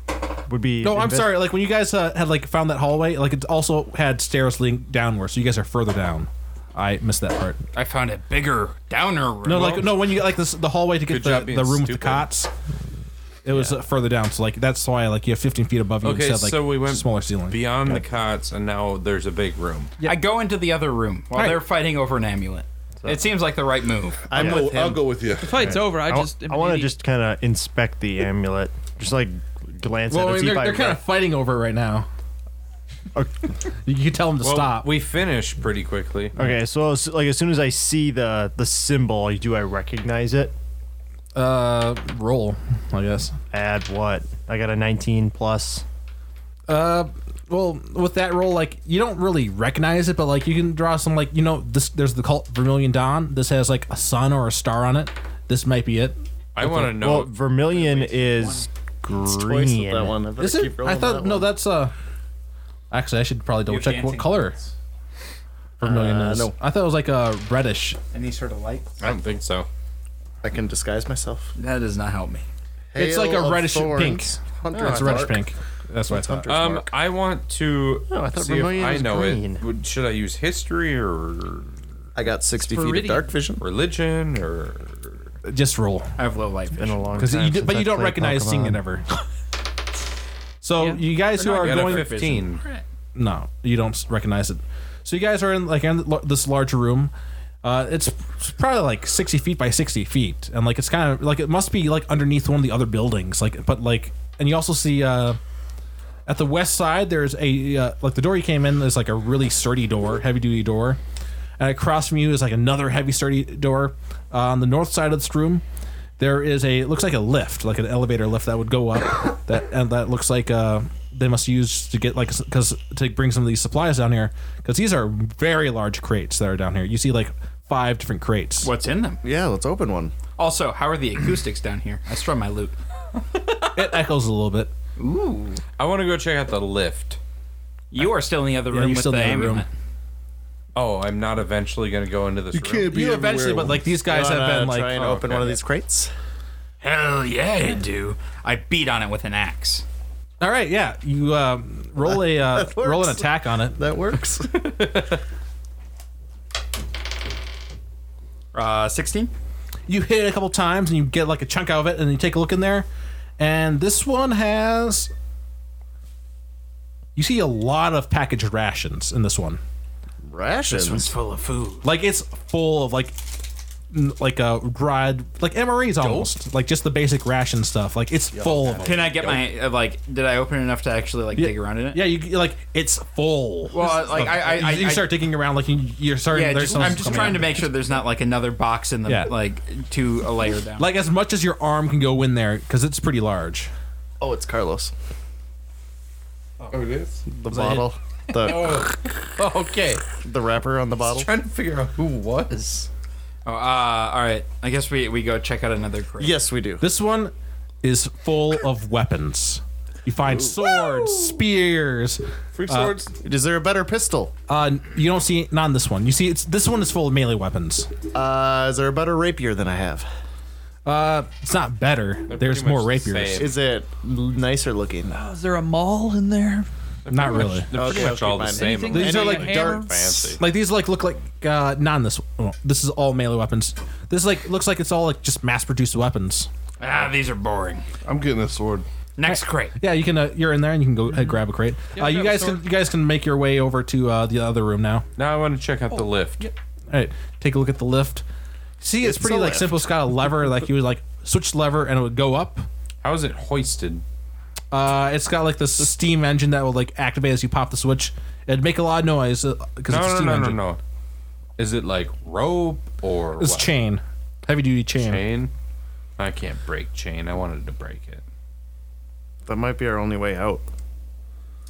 [SPEAKER 1] Or would be
[SPEAKER 3] No, I'm
[SPEAKER 1] inve-
[SPEAKER 3] sorry. Like when you guys uh, had like found that hallway, like it also had stairs leading downward, so you guys are further down. I missed that part.
[SPEAKER 2] I found a bigger downer room.
[SPEAKER 3] No, like no, when you like this, the hallway to get
[SPEAKER 6] Good
[SPEAKER 3] the,
[SPEAKER 6] job
[SPEAKER 3] the
[SPEAKER 6] being
[SPEAKER 3] room with the
[SPEAKER 6] stupid.
[SPEAKER 3] cots. It was uh, further down, so like that's why like you have 15 feet above you
[SPEAKER 6] Okay,
[SPEAKER 3] instead like
[SPEAKER 6] so we went
[SPEAKER 3] smaller ceiling.
[SPEAKER 6] beyond the cots, and now there's a big room.
[SPEAKER 2] I go into the other room while
[SPEAKER 3] Right.
[SPEAKER 2] they're fighting over an amulet. It seems like the right move.
[SPEAKER 5] I'm
[SPEAKER 1] Yeah.
[SPEAKER 5] go- I'll go with you.
[SPEAKER 4] Fight's over. I
[SPEAKER 1] I,
[SPEAKER 4] just. am an
[SPEAKER 1] want to
[SPEAKER 4] idiot.
[SPEAKER 1] just kind of inspect the amulet, just like glance
[SPEAKER 3] well,
[SPEAKER 1] at
[SPEAKER 3] I
[SPEAKER 1] it.
[SPEAKER 3] mean,
[SPEAKER 1] see
[SPEAKER 3] they're,
[SPEAKER 1] if I
[SPEAKER 3] they're kind of fighting over it right now. you can tell them to
[SPEAKER 6] Well,
[SPEAKER 3] stop.
[SPEAKER 6] We finish pretty quickly.
[SPEAKER 1] Okay, so as- like as soon as I see the the symbol, like, do I recognize it?
[SPEAKER 3] Uh, roll, I guess.
[SPEAKER 1] Add what? I got a 19 plus.
[SPEAKER 3] Uh, well, with that roll, like you don't really recognize it, but like you can draw some, like you know, this there's the cult Vermilion Dawn. This has like a sun or a star on it. This might be it.
[SPEAKER 6] I want to know.
[SPEAKER 1] Well, vermilion is
[SPEAKER 7] Oh. It's twice with
[SPEAKER 1] green.
[SPEAKER 7] that one. I better
[SPEAKER 3] Is it?
[SPEAKER 7] keep rolling
[SPEAKER 3] I thought
[SPEAKER 7] that
[SPEAKER 3] no.
[SPEAKER 7] one.
[SPEAKER 3] That's uh. Actually, I should probably double check what
[SPEAKER 2] dancing
[SPEAKER 3] color Vermilion
[SPEAKER 7] Uh,
[SPEAKER 3] is.
[SPEAKER 7] no.
[SPEAKER 3] I thought it was like a reddish.
[SPEAKER 2] Any sort of light?
[SPEAKER 6] I don't think so.
[SPEAKER 7] I can disguise myself.
[SPEAKER 2] That does not help me.
[SPEAKER 3] It's like
[SPEAKER 5] Hail
[SPEAKER 3] a
[SPEAKER 5] of
[SPEAKER 3] reddish pink.
[SPEAKER 5] thorns.
[SPEAKER 7] Hunter
[SPEAKER 3] It's a reddish pink. That's what I thought.
[SPEAKER 7] Hunter's
[SPEAKER 6] Um,
[SPEAKER 7] mark.
[SPEAKER 6] I want to
[SPEAKER 1] No, I thought
[SPEAKER 6] see if
[SPEAKER 1] vermilion
[SPEAKER 6] I
[SPEAKER 1] was
[SPEAKER 6] know
[SPEAKER 1] green.
[SPEAKER 6] it. Would, should I use history or
[SPEAKER 7] I got 60 feet
[SPEAKER 4] Viridian.
[SPEAKER 7] of dark vision.
[SPEAKER 6] religion or?
[SPEAKER 3] Just roll.
[SPEAKER 2] I have low light vision.
[SPEAKER 1] Been a long
[SPEAKER 3] Because
[SPEAKER 1] time
[SPEAKER 3] you, do,
[SPEAKER 1] since
[SPEAKER 3] but
[SPEAKER 1] I
[SPEAKER 3] you don't
[SPEAKER 1] played
[SPEAKER 3] recognize seeing it
[SPEAKER 1] Pokemon.
[SPEAKER 3] ever. so
[SPEAKER 4] Yeah.
[SPEAKER 3] you guys who
[SPEAKER 6] I
[SPEAKER 3] are
[SPEAKER 6] got
[SPEAKER 3] going
[SPEAKER 6] a fifteen.
[SPEAKER 3] no, you don't s- recognize it. So you guys are in like in l- this large room. Uh, it's probably like sixty feet by sixty feet, and like it's kind of like it must be like underneath one of the other buildings. Like, but like, and you also see uh, at the west side there's a uh, like the door you came in is like a really sturdy door, heavy duty door, and across from you is like another heavy sturdy door. Uh, on the north side of this room, there is a looks like a lift, like an elevator lift that would go up. that and that looks like uh, they must use to get like because to bring some of these supplies down here because these are very large crates that are down here. You see like five different crates.
[SPEAKER 2] What's in them?
[SPEAKER 7] Yeah, let's open one.
[SPEAKER 2] Also, how are the acoustics down here? I strum my loot.
[SPEAKER 3] It echoes a little bit.
[SPEAKER 6] I want to go check out the lift.
[SPEAKER 2] You are still in the other
[SPEAKER 3] you're
[SPEAKER 2] room with
[SPEAKER 3] still
[SPEAKER 2] the
[SPEAKER 3] in the other room.
[SPEAKER 2] amulet.
[SPEAKER 6] Oh, I'm not eventually going to go into this
[SPEAKER 5] You
[SPEAKER 6] room.
[SPEAKER 5] can't be
[SPEAKER 3] You eventually,
[SPEAKER 5] everywhere.
[SPEAKER 3] but like these guys have been
[SPEAKER 7] uh, try
[SPEAKER 3] like
[SPEAKER 7] and
[SPEAKER 6] oh,
[SPEAKER 7] open
[SPEAKER 6] okay.
[SPEAKER 7] one of these crates.
[SPEAKER 2] Hell yeah, you do. I beat on it with an axe.
[SPEAKER 3] all right, yeah. You um, roll a uh,
[SPEAKER 7] That works.
[SPEAKER 3] roll an attack on it.
[SPEAKER 7] That works.
[SPEAKER 2] Uh, 16?
[SPEAKER 3] you hit it a couple times and you get like a chunk out of it and you take a look in there and this one has you see a lot of packaged rations in this one
[SPEAKER 7] Rations.
[SPEAKER 2] full of food.
[SPEAKER 3] like it's full of like n- like a dried like MREs almost like just the basic ration stuff like it's full of
[SPEAKER 2] Can I get my uh, like? Did I open enough to actually like dig around in it?
[SPEAKER 3] yeah you you- like it's full
[SPEAKER 2] Well, like I, I, I,
[SPEAKER 3] you
[SPEAKER 2] I-
[SPEAKER 3] start digging around like you, you're starting
[SPEAKER 2] yeah,
[SPEAKER 3] there's
[SPEAKER 2] just,
[SPEAKER 3] some
[SPEAKER 2] I'm just
[SPEAKER 3] coming
[SPEAKER 2] trying
[SPEAKER 3] out.
[SPEAKER 2] to make sure there's not like another box in the
[SPEAKER 3] Yeah.
[SPEAKER 2] like to a layer down.
[SPEAKER 3] like as much as your arm can go in there because it's pretty large
[SPEAKER 7] Oh, it's Carlos.
[SPEAKER 6] Oh, it is.
[SPEAKER 7] The bottle.
[SPEAKER 3] Oh.
[SPEAKER 7] The,
[SPEAKER 6] Oh. okay.
[SPEAKER 7] the wrapper on the bottle.
[SPEAKER 6] Trying to figure out who was.
[SPEAKER 2] oh, uh, all right. I guess we we go check out another crate.
[SPEAKER 7] Yes, we do.
[SPEAKER 3] This one is full of weapons. You find swords, spears.
[SPEAKER 5] Free swords.
[SPEAKER 7] Is there a better pistol?
[SPEAKER 3] Uh, you don't see not in this one. You see, it's this one is full of melee weapons.
[SPEAKER 7] Uh, is there a better rapier than I have?
[SPEAKER 3] Uh, it's not better. There's
[SPEAKER 6] pretty
[SPEAKER 3] more
[SPEAKER 6] much the
[SPEAKER 3] rapiers.
[SPEAKER 6] same.
[SPEAKER 7] Is it nicer looking?
[SPEAKER 4] Is there a mall in there?
[SPEAKER 3] Not really.
[SPEAKER 6] They're pretty
[SPEAKER 7] Okay,
[SPEAKER 6] much
[SPEAKER 7] okay,
[SPEAKER 6] all the
[SPEAKER 7] fine.
[SPEAKER 6] same.
[SPEAKER 4] Anything
[SPEAKER 6] unless
[SPEAKER 3] These are
[SPEAKER 6] you
[SPEAKER 3] like
[SPEAKER 6] get
[SPEAKER 4] darts.
[SPEAKER 6] Fancy.
[SPEAKER 3] Like these, like look like uh, not in this. One. This is all melee weapons. This like looks like it's all like just mass-produced weapons.
[SPEAKER 2] Ah, these are boring.
[SPEAKER 5] I'm getting a sword.
[SPEAKER 2] Next crate.
[SPEAKER 3] Yeah, you can. Uh, you're in there, and you can go
[SPEAKER 6] Mm-hmm.
[SPEAKER 3] uh, grab a crate.
[SPEAKER 4] Yeah,
[SPEAKER 3] uh, you
[SPEAKER 4] grab a
[SPEAKER 3] guys
[SPEAKER 4] sword.
[SPEAKER 3] can. You guys can make your way over to uh, the other room now.
[SPEAKER 6] Now I want to check out the lift.
[SPEAKER 3] All right, take a look at the lift. See, it's,
[SPEAKER 7] It's
[SPEAKER 3] pretty
[SPEAKER 7] a
[SPEAKER 3] like
[SPEAKER 7] lift.
[SPEAKER 3] simple. It's got a lever. Like you would like switch lever and it would go up.
[SPEAKER 6] How is it hoisted?
[SPEAKER 3] Uh, it's got like this steam engine that will like activate as you pop the switch. It'd make a lot of noise because it's
[SPEAKER 6] No,
[SPEAKER 3] a
[SPEAKER 6] no,
[SPEAKER 3] steam
[SPEAKER 6] no, no,
[SPEAKER 3] engine.
[SPEAKER 6] no. Is it like rope or
[SPEAKER 3] It's
[SPEAKER 6] what?
[SPEAKER 3] chain, heavy duty chain.
[SPEAKER 6] Chain? I can't break chain. I wanted to break it.
[SPEAKER 7] That might be our only way out.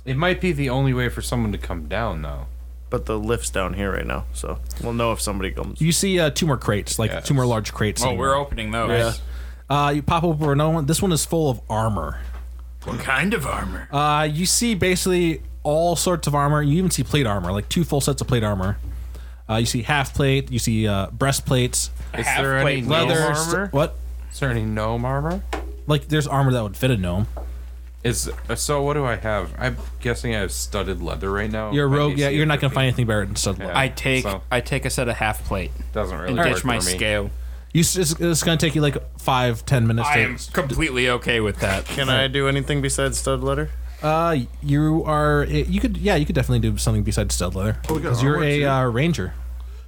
[SPEAKER 6] It might be the only way for someone to come down, though.
[SPEAKER 7] But the lift's down here right now, so we'll know if somebody comes.
[SPEAKER 3] You see uh, two more crates, like
[SPEAKER 6] Yes.
[SPEAKER 3] two more large crates.
[SPEAKER 2] Oh,
[SPEAKER 3] sitting
[SPEAKER 2] we're
[SPEAKER 3] there.
[SPEAKER 2] opening those.
[SPEAKER 3] Uh, you pop over another one. This one is full of armor.
[SPEAKER 2] What kind of armor?
[SPEAKER 3] Uh, you see basically all sorts of armor. You even see plate armor, like two full sets of plate armor. Uh, you see half plate. You see uh, breastplates,
[SPEAKER 6] Is there
[SPEAKER 2] Half-plate
[SPEAKER 6] any gnome
[SPEAKER 3] leather.
[SPEAKER 6] armor?
[SPEAKER 3] what?
[SPEAKER 6] Is there any gnome armor?
[SPEAKER 3] Like there's armor that would fit a gnome.
[SPEAKER 6] Is uh, so? What do I have? I'm guessing I have studded leather right now.
[SPEAKER 3] You're a
[SPEAKER 6] My
[SPEAKER 3] rogue.
[SPEAKER 6] AC
[SPEAKER 3] Yeah, you're
[SPEAKER 6] is
[SPEAKER 3] not gonna
[SPEAKER 6] 15.
[SPEAKER 3] find anything better than subtle.
[SPEAKER 6] Yeah.
[SPEAKER 2] I take
[SPEAKER 6] so-
[SPEAKER 2] I take a set of half plate
[SPEAKER 6] Doesn't really
[SPEAKER 2] and
[SPEAKER 6] work
[SPEAKER 2] ditch my
[SPEAKER 6] for me.
[SPEAKER 2] scale.
[SPEAKER 3] You s- it's, it's gonna take you like five, ten minutes.
[SPEAKER 2] I
[SPEAKER 3] to,
[SPEAKER 2] am completely okay with that.
[SPEAKER 7] Can I do anything besides stud letter?
[SPEAKER 3] Uh, you are. You could. Yeah, you could definitely do something besides stud leather
[SPEAKER 5] Oh, we got
[SPEAKER 3] because you're
[SPEAKER 5] armor,
[SPEAKER 3] a
[SPEAKER 5] too.
[SPEAKER 3] uh, ranger.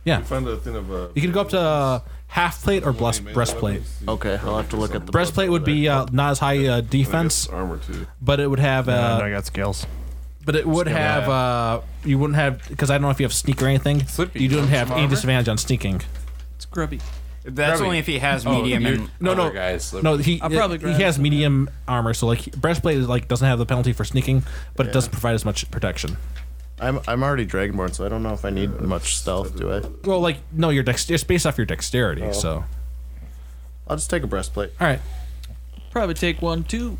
[SPEAKER 3] Yeah,
[SPEAKER 5] Find a thing of a.
[SPEAKER 3] you could go up to uh, half plate or bless,
[SPEAKER 5] melee
[SPEAKER 3] breastplate.
[SPEAKER 5] weapons.
[SPEAKER 7] Okay, I'll have to look at the
[SPEAKER 3] Breastplate would be uh, not as high uh,
[SPEAKER 5] I guess
[SPEAKER 3] defense,
[SPEAKER 5] Armor too.
[SPEAKER 3] but it would have.
[SPEAKER 1] I
[SPEAKER 3] Uh,
[SPEAKER 1] got skills.
[SPEAKER 3] but it would have. Uh, you wouldn't have because I don't know if you have sneak or anything.
[SPEAKER 6] Slippy,
[SPEAKER 3] You don't have
[SPEAKER 6] some
[SPEAKER 3] any
[SPEAKER 6] armor?
[SPEAKER 3] disadvantage on sneaking.
[SPEAKER 4] It's grubby.
[SPEAKER 2] That's only if he
[SPEAKER 3] Oh,
[SPEAKER 2] has medium.
[SPEAKER 6] you're-
[SPEAKER 2] and,
[SPEAKER 3] No, no,
[SPEAKER 6] Other guys.
[SPEAKER 3] No, he uh,
[SPEAKER 4] I'll probably
[SPEAKER 3] he
[SPEAKER 4] grab
[SPEAKER 3] has
[SPEAKER 4] it.
[SPEAKER 3] medium armor, so like breastplate is like doesn't have the penalty for sneaking, but it doesn't provide as much protection.
[SPEAKER 7] I'm I'm already dragonborn, so I don't know if I need much stealth. Do I?
[SPEAKER 3] Well, like no, your dex it's based off your
[SPEAKER 4] Oh.
[SPEAKER 3] dexterity. So all
[SPEAKER 7] I'll just take a breastplate.
[SPEAKER 3] right,
[SPEAKER 4] Probably take one too.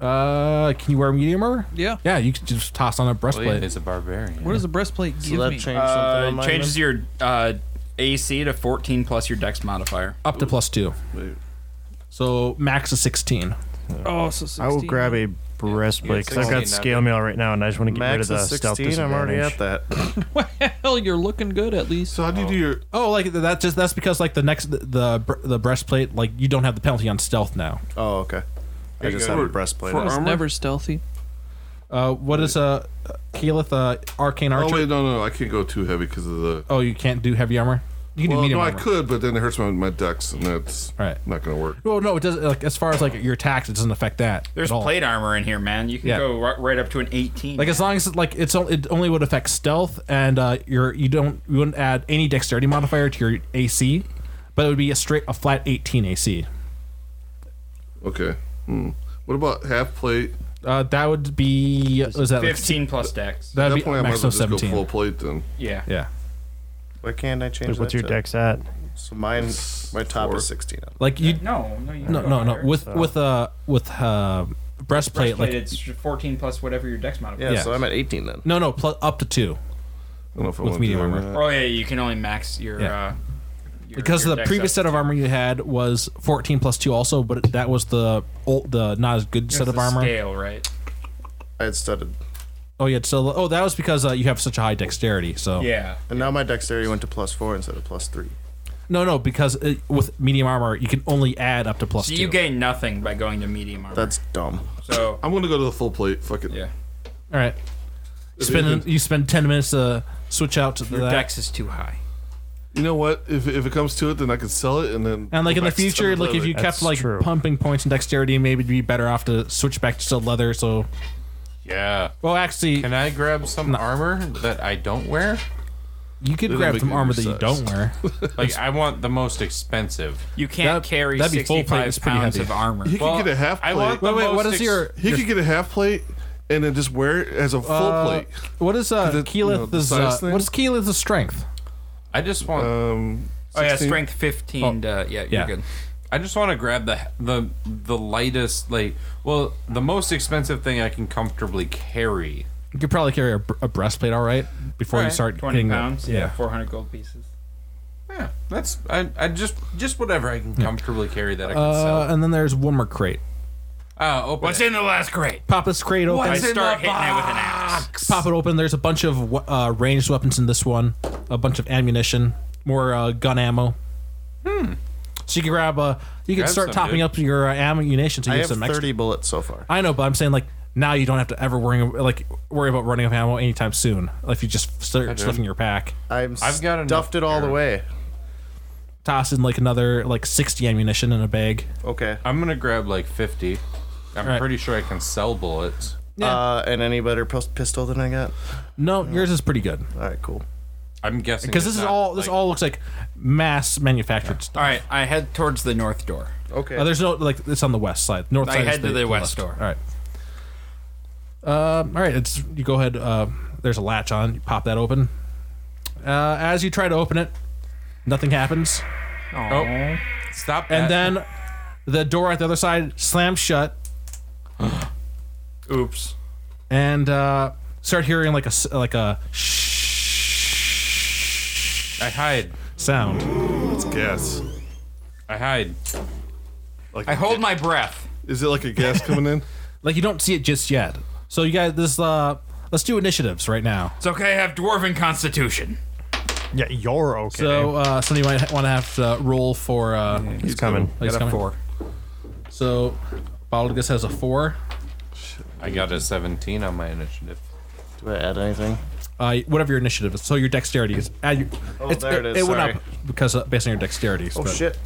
[SPEAKER 3] uh, can you wear medium armor?
[SPEAKER 4] Yeah.
[SPEAKER 3] Yeah, you could just toss on a
[SPEAKER 6] Well,
[SPEAKER 3] breastplate.
[SPEAKER 6] he's a barbarian.
[SPEAKER 4] What does the breastplate
[SPEAKER 7] So
[SPEAKER 4] give
[SPEAKER 7] that
[SPEAKER 4] me?
[SPEAKER 7] changes something.
[SPEAKER 2] Uh,
[SPEAKER 7] on mine
[SPEAKER 2] changes your uh, AC to 14 plus your Dex modifier.
[SPEAKER 3] Up to plus two,
[SPEAKER 5] Wait.
[SPEAKER 3] so max is sixteen.
[SPEAKER 4] oh, so 16.
[SPEAKER 1] I will grab a breastplate because I've got
[SPEAKER 6] 16,
[SPEAKER 1] scale mail right now, and I just want to
[SPEAKER 7] then?
[SPEAKER 1] get rid of
[SPEAKER 7] Max
[SPEAKER 1] the
[SPEAKER 7] is
[SPEAKER 1] stealth
[SPEAKER 7] 16. I'm already at
[SPEAKER 1] disadvantage.
[SPEAKER 7] that.
[SPEAKER 4] Hell, you're looking good at least.
[SPEAKER 5] So how do you do your?
[SPEAKER 3] Oh, like that's just that's because like the next the, the br- the breastplate like you don't have the penalty on stealth now.
[SPEAKER 7] Oh, okay. I
[SPEAKER 5] you
[SPEAKER 7] just
[SPEAKER 5] go.
[SPEAKER 7] have a
[SPEAKER 5] For-
[SPEAKER 7] breastplate.
[SPEAKER 5] for
[SPEAKER 4] I was
[SPEAKER 5] armor?
[SPEAKER 4] never stealthy.
[SPEAKER 3] Uh, what is uh, Keyleth uh, arcane
[SPEAKER 5] Oh
[SPEAKER 3] archer? Oh,
[SPEAKER 5] wait, no, no, I can't go too heavy because of the.
[SPEAKER 3] you can't do heavy armor. You can
[SPEAKER 5] Well,
[SPEAKER 3] do medium
[SPEAKER 5] no, I
[SPEAKER 3] armor.
[SPEAKER 5] could, but then it hurts my my dex, and that's
[SPEAKER 3] Right.
[SPEAKER 5] not gonna work.
[SPEAKER 3] Well, no, it doesn't. Like as far as like your attacks, it doesn't affect that.
[SPEAKER 2] There's
[SPEAKER 3] at all.
[SPEAKER 2] plate armor in here, man. You can
[SPEAKER 3] Yeah.
[SPEAKER 2] go right, right up to an 18.
[SPEAKER 3] Like as long as like it's only, it only would affect stealth and uh, your you don't you wouldn't add any dexterity modifier to your AC, but it would be a straight a flat eighteen AC.
[SPEAKER 5] Okay. Hmm. What about half plate?
[SPEAKER 3] Uh, that would be was that like,
[SPEAKER 2] 15 plus Dex.
[SPEAKER 5] At
[SPEAKER 3] that'd
[SPEAKER 5] that
[SPEAKER 3] be
[SPEAKER 5] point, I might as
[SPEAKER 3] max
[SPEAKER 5] well
[SPEAKER 3] of
[SPEAKER 5] just go full
[SPEAKER 3] seventeen.
[SPEAKER 5] plate then.
[SPEAKER 2] yeah.
[SPEAKER 3] Yeah,
[SPEAKER 7] Why can't I change
[SPEAKER 1] Like, what's
[SPEAKER 7] that
[SPEAKER 1] your
[SPEAKER 7] to-
[SPEAKER 1] dex at?
[SPEAKER 7] So mine, my top
[SPEAKER 5] Four.
[SPEAKER 7] is 16.
[SPEAKER 3] like you
[SPEAKER 2] No, no, you
[SPEAKER 3] no
[SPEAKER 2] can go
[SPEAKER 3] no no
[SPEAKER 2] higher.
[SPEAKER 3] with with uh with uh breastplate
[SPEAKER 2] Breastplate,
[SPEAKER 3] like
[SPEAKER 2] it's 14 plus whatever your Dex modifier.
[SPEAKER 7] Yeah,
[SPEAKER 3] Yeah.
[SPEAKER 7] so I'm at 18 then.
[SPEAKER 3] no no plus up to two
[SPEAKER 5] I don't know if I
[SPEAKER 3] With
[SPEAKER 5] want
[SPEAKER 3] medium
[SPEAKER 5] to do
[SPEAKER 3] armor.
[SPEAKER 5] that.
[SPEAKER 2] Oh yeah, you can only max your.
[SPEAKER 3] Yeah.
[SPEAKER 2] Uh, your
[SPEAKER 3] because
[SPEAKER 2] your
[SPEAKER 3] the
[SPEAKER 2] dex
[SPEAKER 3] previous
[SPEAKER 2] up
[SPEAKER 3] set
[SPEAKER 2] to
[SPEAKER 3] of armor you had was fourteen plus two also, but that was the old the not as good set
[SPEAKER 2] the
[SPEAKER 3] of armor.
[SPEAKER 2] Scale, right?
[SPEAKER 7] I had studded.
[SPEAKER 3] Oh yeah, so oh that was because uh, you have such a high dexterity. So
[SPEAKER 2] Yeah.
[SPEAKER 7] And now my dexterity went to plus 4 instead of plus 3.
[SPEAKER 3] No, no, because it, with medium armor, you can only add up to plus
[SPEAKER 2] So
[SPEAKER 3] two.
[SPEAKER 2] you gain nothing by going to medium armor.
[SPEAKER 7] That's dumb.
[SPEAKER 2] so
[SPEAKER 5] I'm gonna go to the full plate. Fuck it.
[SPEAKER 2] yeah.
[SPEAKER 3] All right. You spend, you spend 10 minutes to switch out to
[SPEAKER 2] Your
[SPEAKER 3] that.
[SPEAKER 2] dex is too high.
[SPEAKER 5] You know what? If, if it comes to it, then I can sell it and then.
[SPEAKER 3] And like
[SPEAKER 5] go
[SPEAKER 3] in the
[SPEAKER 5] back to
[SPEAKER 3] future,
[SPEAKER 5] selling
[SPEAKER 3] like if
[SPEAKER 5] leather.
[SPEAKER 3] you kept
[SPEAKER 1] That's
[SPEAKER 3] like
[SPEAKER 1] true.
[SPEAKER 3] pumping points and dexterity, maybe you'd be better off to switch back to leather. So,
[SPEAKER 6] Yeah.
[SPEAKER 3] well, actually,
[SPEAKER 6] Can I grab some armor that I don't wear?
[SPEAKER 3] you could
[SPEAKER 5] It'll
[SPEAKER 3] grab
[SPEAKER 5] make
[SPEAKER 3] some
[SPEAKER 5] it
[SPEAKER 3] armor that
[SPEAKER 5] your
[SPEAKER 3] you
[SPEAKER 5] size.
[SPEAKER 3] don't wear.
[SPEAKER 6] Like I want the most expensive.
[SPEAKER 2] You can't
[SPEAKER 3] That-
[SPEAKER 2] carry
[SPEAKER 3] that'd be full plate,
[SPEAKER 2] 65
[SPEAKER 3] it's pretty
[SPEAKER 2] pounds
[SPEAKER 3] heavy.
[SPEAKER 2] of armor.
[SPEAKER 5] He could get a half
[SPEAKER 6] I
[SPEAKER 5] plate.
[SPEAKER 6] want the
[SPEAKER 3] Wait, wait,
[SPEAKER 6] most
[SPEAKER 3] what is
[SPEAKER 6] ex-
[SPEAKER 3] your-
[SPEAKER 5] he could get a half plate and then just wear it as a full
[SPEAKER 3] Uh,
[SPEAKER 5] plate.
[SPEAKER 3] what is uh,
[SPEAKER 5] The- you know,
[SPEAKER 3] Keyleth?
[SPEAKER 5] the
[SPEAKER 3] is,
[SPEAKER 5] size
[SPEAKER 3] uh,
[SPEAKER 5] thing?
[SPEAKER 3] what is Keyleth's strength?
[SPEAKER 6] I just want.
[SPEAKER 5] Um,
[SPEAKER 2] oh yeah,
[SPEAKER 5] 16.
[SPEAKER 2] strength 15. uh, yeah, you're
[SPEAKER 3] Oh. yeah.
[SPEAKER 2] good.
[SPEAKER 6] I just want to grab the the the lightest, like, well, the most expensive thing I can comfortably carry.
[SPEAKER 3] You could probably carry a, br- a breastplate, all right, before you
[SPEAKER 6] Alright,
[SPEAKER 3] start
[SPEAKER 2] 20
[SPEAKER 3] hitting the-
[SPEAKER 2] pounds.
[SPEAKER 3] yeah.
[SPEAKER 2] 400 gold pieces.
[SPEAKER 6] Yeah, that's I, I just just whatever I can comfortably carry that I can
[SPEAKER 3] Uh,
[SPEAKER 6] sell.
[SPEAKER 3] and then there's one more crate.
[SPEAKER 6] Uh, open
[SPEAKER 2] What's
[SPEAKER 6] it.
[SPEAKER 2] in the last crate?
[SPEAKER 3] Pop this crate open.
[SPEAKER 2] I
[SPEAKER 6] What's in
[SPEAKER 2] start
[SPEAKER 6] the
[SPEAKER 2] hitting it with an axe.
[SPEAKER 3] Pop it open. There's a bunch of we- uh, ranged weapons in this one, a bunch of ammunition, more uh, gun ammo. Hmm. So you can grab Uh, you can
[SPEAKER 6] Grab
[SPEAKER 3] start
[SPEAKER 6] some,
[SPEAKER 3] topping
[SPEAKER 6] dude.
[SPEAKER 3] up your uh, ammunition to
[SPEAKER 7] I
[SPEAKER 3] get
[SPEAKER 7] have
[SPEAKER 3] some extra.
[SPEAKER 7] 30 bullets so far.
[SPEAKER 3] I know, but I'm saying like now you don't have to ever worry like worry about running out of ammo anytime soon. Like if you just start stuffing your pack,
[SPEAKER 7] I'm
[SPEAKER 6] I've got enough
[SPEAKER 7] stuffed it all the
[SPEAKER 6] here.
[SPEAKER 7] way.
[SPEAKER 3] toss in like another like 60 ammunition in a bag.
[SPEAKER 7] Okay.
[SPEAKER 6] I'm gonna grab like fifty. I'm
[SPEAKER 3] Alright.
[SPEAKER 6] pretty sure I can sell bullets.
[SPEAKER 7] Uh, and any better pis- pistol than I got?
[SPEAKER 3] No, yours is pretty good
[SPEAKER 7] All right, cool.
[SPEAKER 6] I'm guessing
[SPEAKER 3] because
[SPEAKER 6] it's
[SPEAKER 3] this is
[SPEAKER 6] not,
[SPEAKER 3] all this
[SPEAKER 6] like-
[SPEAKER 3] all looks like mass manufactured stuff.
[SPEAKER 2] All right, I head towards the north door.
[SPEAKER 7] Okay.
[SPEAKER 3] Uh, there's no like it's on the west side. North
[SPEAKER 2] I
[SPEAKER 3] side. is
[SPEAKER 2] head to the west door.
[SPEAKER 3] All right. Um, all right. It's you go ahead. Uh, there's a latch on. You pop that open. Uh, as you try to open it, nothing happens.
[SPEAKER 6] Oh, stop.
[SPEAKER 3] And
[SPEAKER 2] Uh,
[SPEAKER 6] that.
[SPEAKER 3] then the door at the other side slams shut.
[SPEAKER 2] Oops.
[SPEAKER 3] and uh, start hearing like a s- like a shh
[SPEAKER 6] I hide.
[SPEAKER 3] sound.
[SPEAKER 5] It's gas.
[SPEAKER 6] I hide.
[SPEAKER 5] Like
[SPEAKER 2] I hold my breath.
[SPEAKER 5] Is it like a gas coming in?
[SPEAKER 3] Like you don't see it just yet. So you guys, this uh, let's do initiatives right now.
[SPEAKER 2] It's okay, I have dwarven constitution.
[SPEAKER 1] Yeah, you're okay.
[SPEAKER 3] So uh, somebody might want to have to roll for. Uh,
[SPEAKER 1] Oh, he's coming.
[SPEAKER 3] like, coming. So Baldigus has a four.
[SPEAKER 6] I got a 17 on my initiative.
[SPEAKER 7] Do I add anything?
[SPEAKER 3] Uh, whatever your initiative is. So your dexterity is. Add your,
[SPEAKER 7] Oh, there it is,
[SPEAKER 3] It went
[SPEAKER 7] sorry.
[SPEAKER 3] up because uh, based on your dexterity.
[SPEAKER 7] Oh, shit.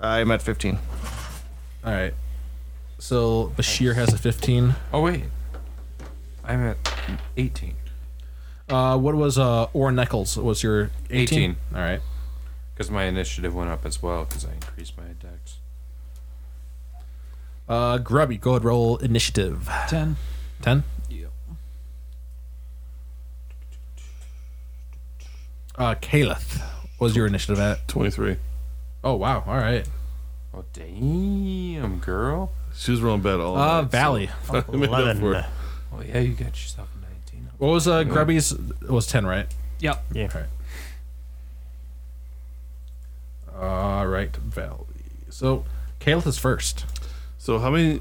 [SPEAKER 7] I'm at 15.
[SPEAKER 3] All right. So Bashir has a fifteen.
[SPEAKER 6] Oh wait, I'm at 18.
[SPEAKER 3] Uh, what was uh, Or Nichols? Was your
[SPEAKER 6] 18.
[SPEAKER 3] All right.
[SPEAKER 6] Because my initiative went up as well because I increased my attacks.
[SPEAKER 3] Uh, Grubby, go ahead, roll initiative.
[SPEAKER 4] 10.
[SPEAKER 3] 10? Uh, Caleth was your initiative at.
[SPEAKER 5] Twenty-three.
[SPEAKER 3] Oh, wow. All right.
[SPEAKER 6] Oh damn, girl.
[SPEAKER 5] She was rolling bad all
[SPEAKER 3] Uh,
[SPEAKER 5] night, so
[SPEAKER 3] Valley.
[SPEAKER 5] I made up for it.
[SPEAKER 6] Oh yeah, you got yourself a 19.
[SPEAKER 3] What was uh, Grubby's? It was 10, right?
[SPEAKER 4] Yep.
[SPEAKER 1] Yeah.
[SPEAKER 3] All right. All right, Valley. So, Caleth is first.
[SPEAKER 5] So how many?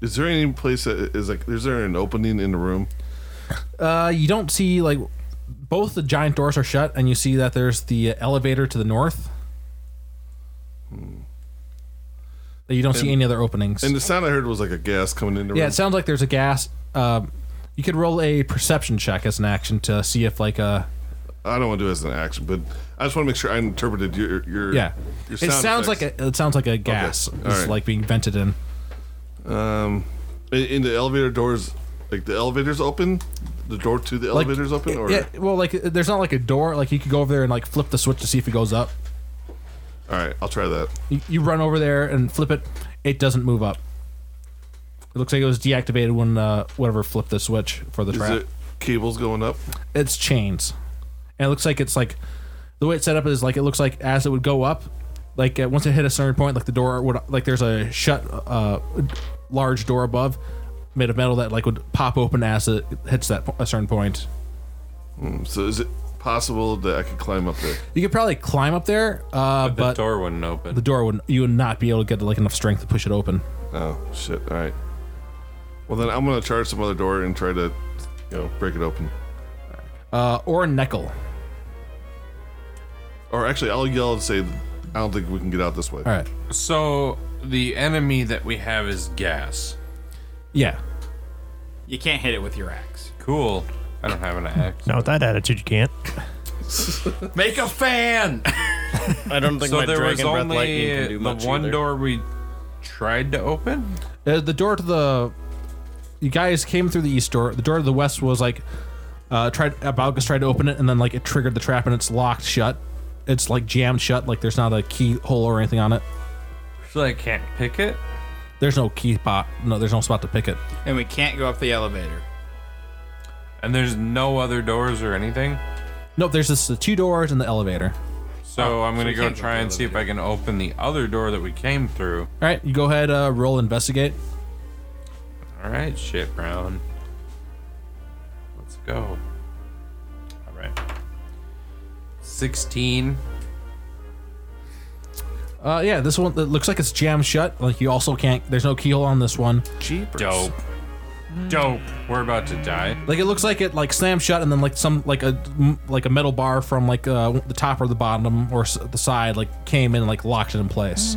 [SPEAKER 5] Is there any place that is like? Is there an opening in the room?
[SPEAKER 3] Uh, you don't see, like, both the giant doors are shut, and you see that there's the elevator to the north. That You don't see any other openings.
[SPEAKER 5] And the sound I heard was like a gas coming in the
[SPEAKER 3] Yeah,
[SPEAKER 5] room.
[SPEAKER 3] it sounds like there's a gas. Um, you could roll a perception check as an action to see if like uh, a
[SPEAKER 5] I don't want to do it as an action, but I just want to make sure I interpreted your your
[SPEAKER 3] yeah.
[SPEAKER 5] Your
[SPEAKER 3] it sounds like
[SPEAKER 5] effects.
[SPEAKER 3] a it sounds like a gas
[SPEAKER 5] all
[SPEAKER 3] is
[SPEAKER 5] right.
[SPEAKER 3] like being vented in.
[SPEAKER 5] um in, in the elevator doors like the elevators open, the door to the
[SPEAKER 3] Like,
[SPEAKER 5] elevators open, or
[SPEAKER 3] yeah, well, like there's not like a door. Like you could go over there and like flip the switch to see if it goes up.
[SPEAKER 5] all right, I'll try that.
[SPEAKER 3] You, you run over there and flip it. It doesn't move up. It looks like it was deactivated when uh, whatever flipped the switch for the
[SPEAKER 5] Is
[SPEAKER 3] trap.
[SPEAKER 5] it cables going up?
[SPEAKER 3] it's chains and it looks like it's like the way it's set up is like it looks like as it would go up like uh, once it hit a certain point like the door would like there's a shut uh large door above made of metal that like would pop open as it hits that po- a certain point
[SPEAKER 5] So is it possible that I could climb up there?
[SPEAKER 3] you could probably climb up there uh
[SPEAKER 6] The
[SPEAKER 3] but the door,
[SPEAKER 6] door wouldn't open.
[SPEAKER 3] would you would not be able to get like enough strength to push it open
[SPEAKER 5] Oh shit! All right. Well then, I'm gonna charge some other door and try to, you know, break it open.
[SPEAKER 3] uh or neckle
[SPEAKER 5] Or actually, I'll yell and say, I don't think we can get out this way.
[SPEAKER 3] All right.
[SPEAKER 6] So the enemy that we have is gas.
[SPEAKER 3] Yeah.
[SPEAKER 2] You can't hit it with your axe.
[SPEAKER 6] Cool. I don't have an axe.
[SPEAKER 1] Now with that attitude, you can't.
[SPEAKER 2] Make a fan.
[SPEAKER 7] I don't think
[SPEAKER 6] So
[SPEAKER 7] my
[SPEAKER 6] there was
[SPEAKER 7] dragon breath lightning
[SPEAKER 6] only
[SPEAKER 7] can do
[SPEAKER 6] the
[SPEAKER 7] much
[SPEAKER 6] one
[SPEAKER 7] either.
[SPEAKER 6] door we tried to open.
[SPEAKER 3] Uh, the door to the you guys came through the east door. The door to the west was like uh tried Abalgus tried to open it and then like it triggered the trap and it's locked shut. It's like jammed shut, like there's not a keyhole or anything on it.
[SPEAKER 6] So I can't pick it.
[SPEAKER 3] There's no key spot. No, there's no spot to pick it.
[SPEAKER 2] and we can't go up the elevator.
[SPEAKER 6] And there's no other doors or anything.
[SPEAKER 3] Nope, there's just the two doors and the elevator.
[SPEAKER 7] Oh,
[SPEAKER 6] So I'm gonna
[SPEAKER 2] we
[SPEAKER 6] go
[SPEAKER 2] can't go
[SPEAKER 6] try
[SPEAKER 2] up
[SPEAKER 6] and
[SPEAKER 2] the
[SPEAKER 6] see if I can open the other door that we came through.
[SPEAKER 3] All right, you go ahead, uh, roll investigate.
[SPEAKER 6] All right, shit, Brown. Let's go. All right. 16.
[SPEAKER 3] Uh, yeah, this one it looks like it's jammed shut. Like you also can't. There's no keyhole on this one.
[SPEAKER 7] Jeepers.
[SPEAKER 6] Dope. Dope. We're about to die.
[SPEAKER 3] Like it looks like it like slammed shut, and then like some like a m- like a metal bar from like uh, the top or the bottom or s- the side like came in and, like locked it in place.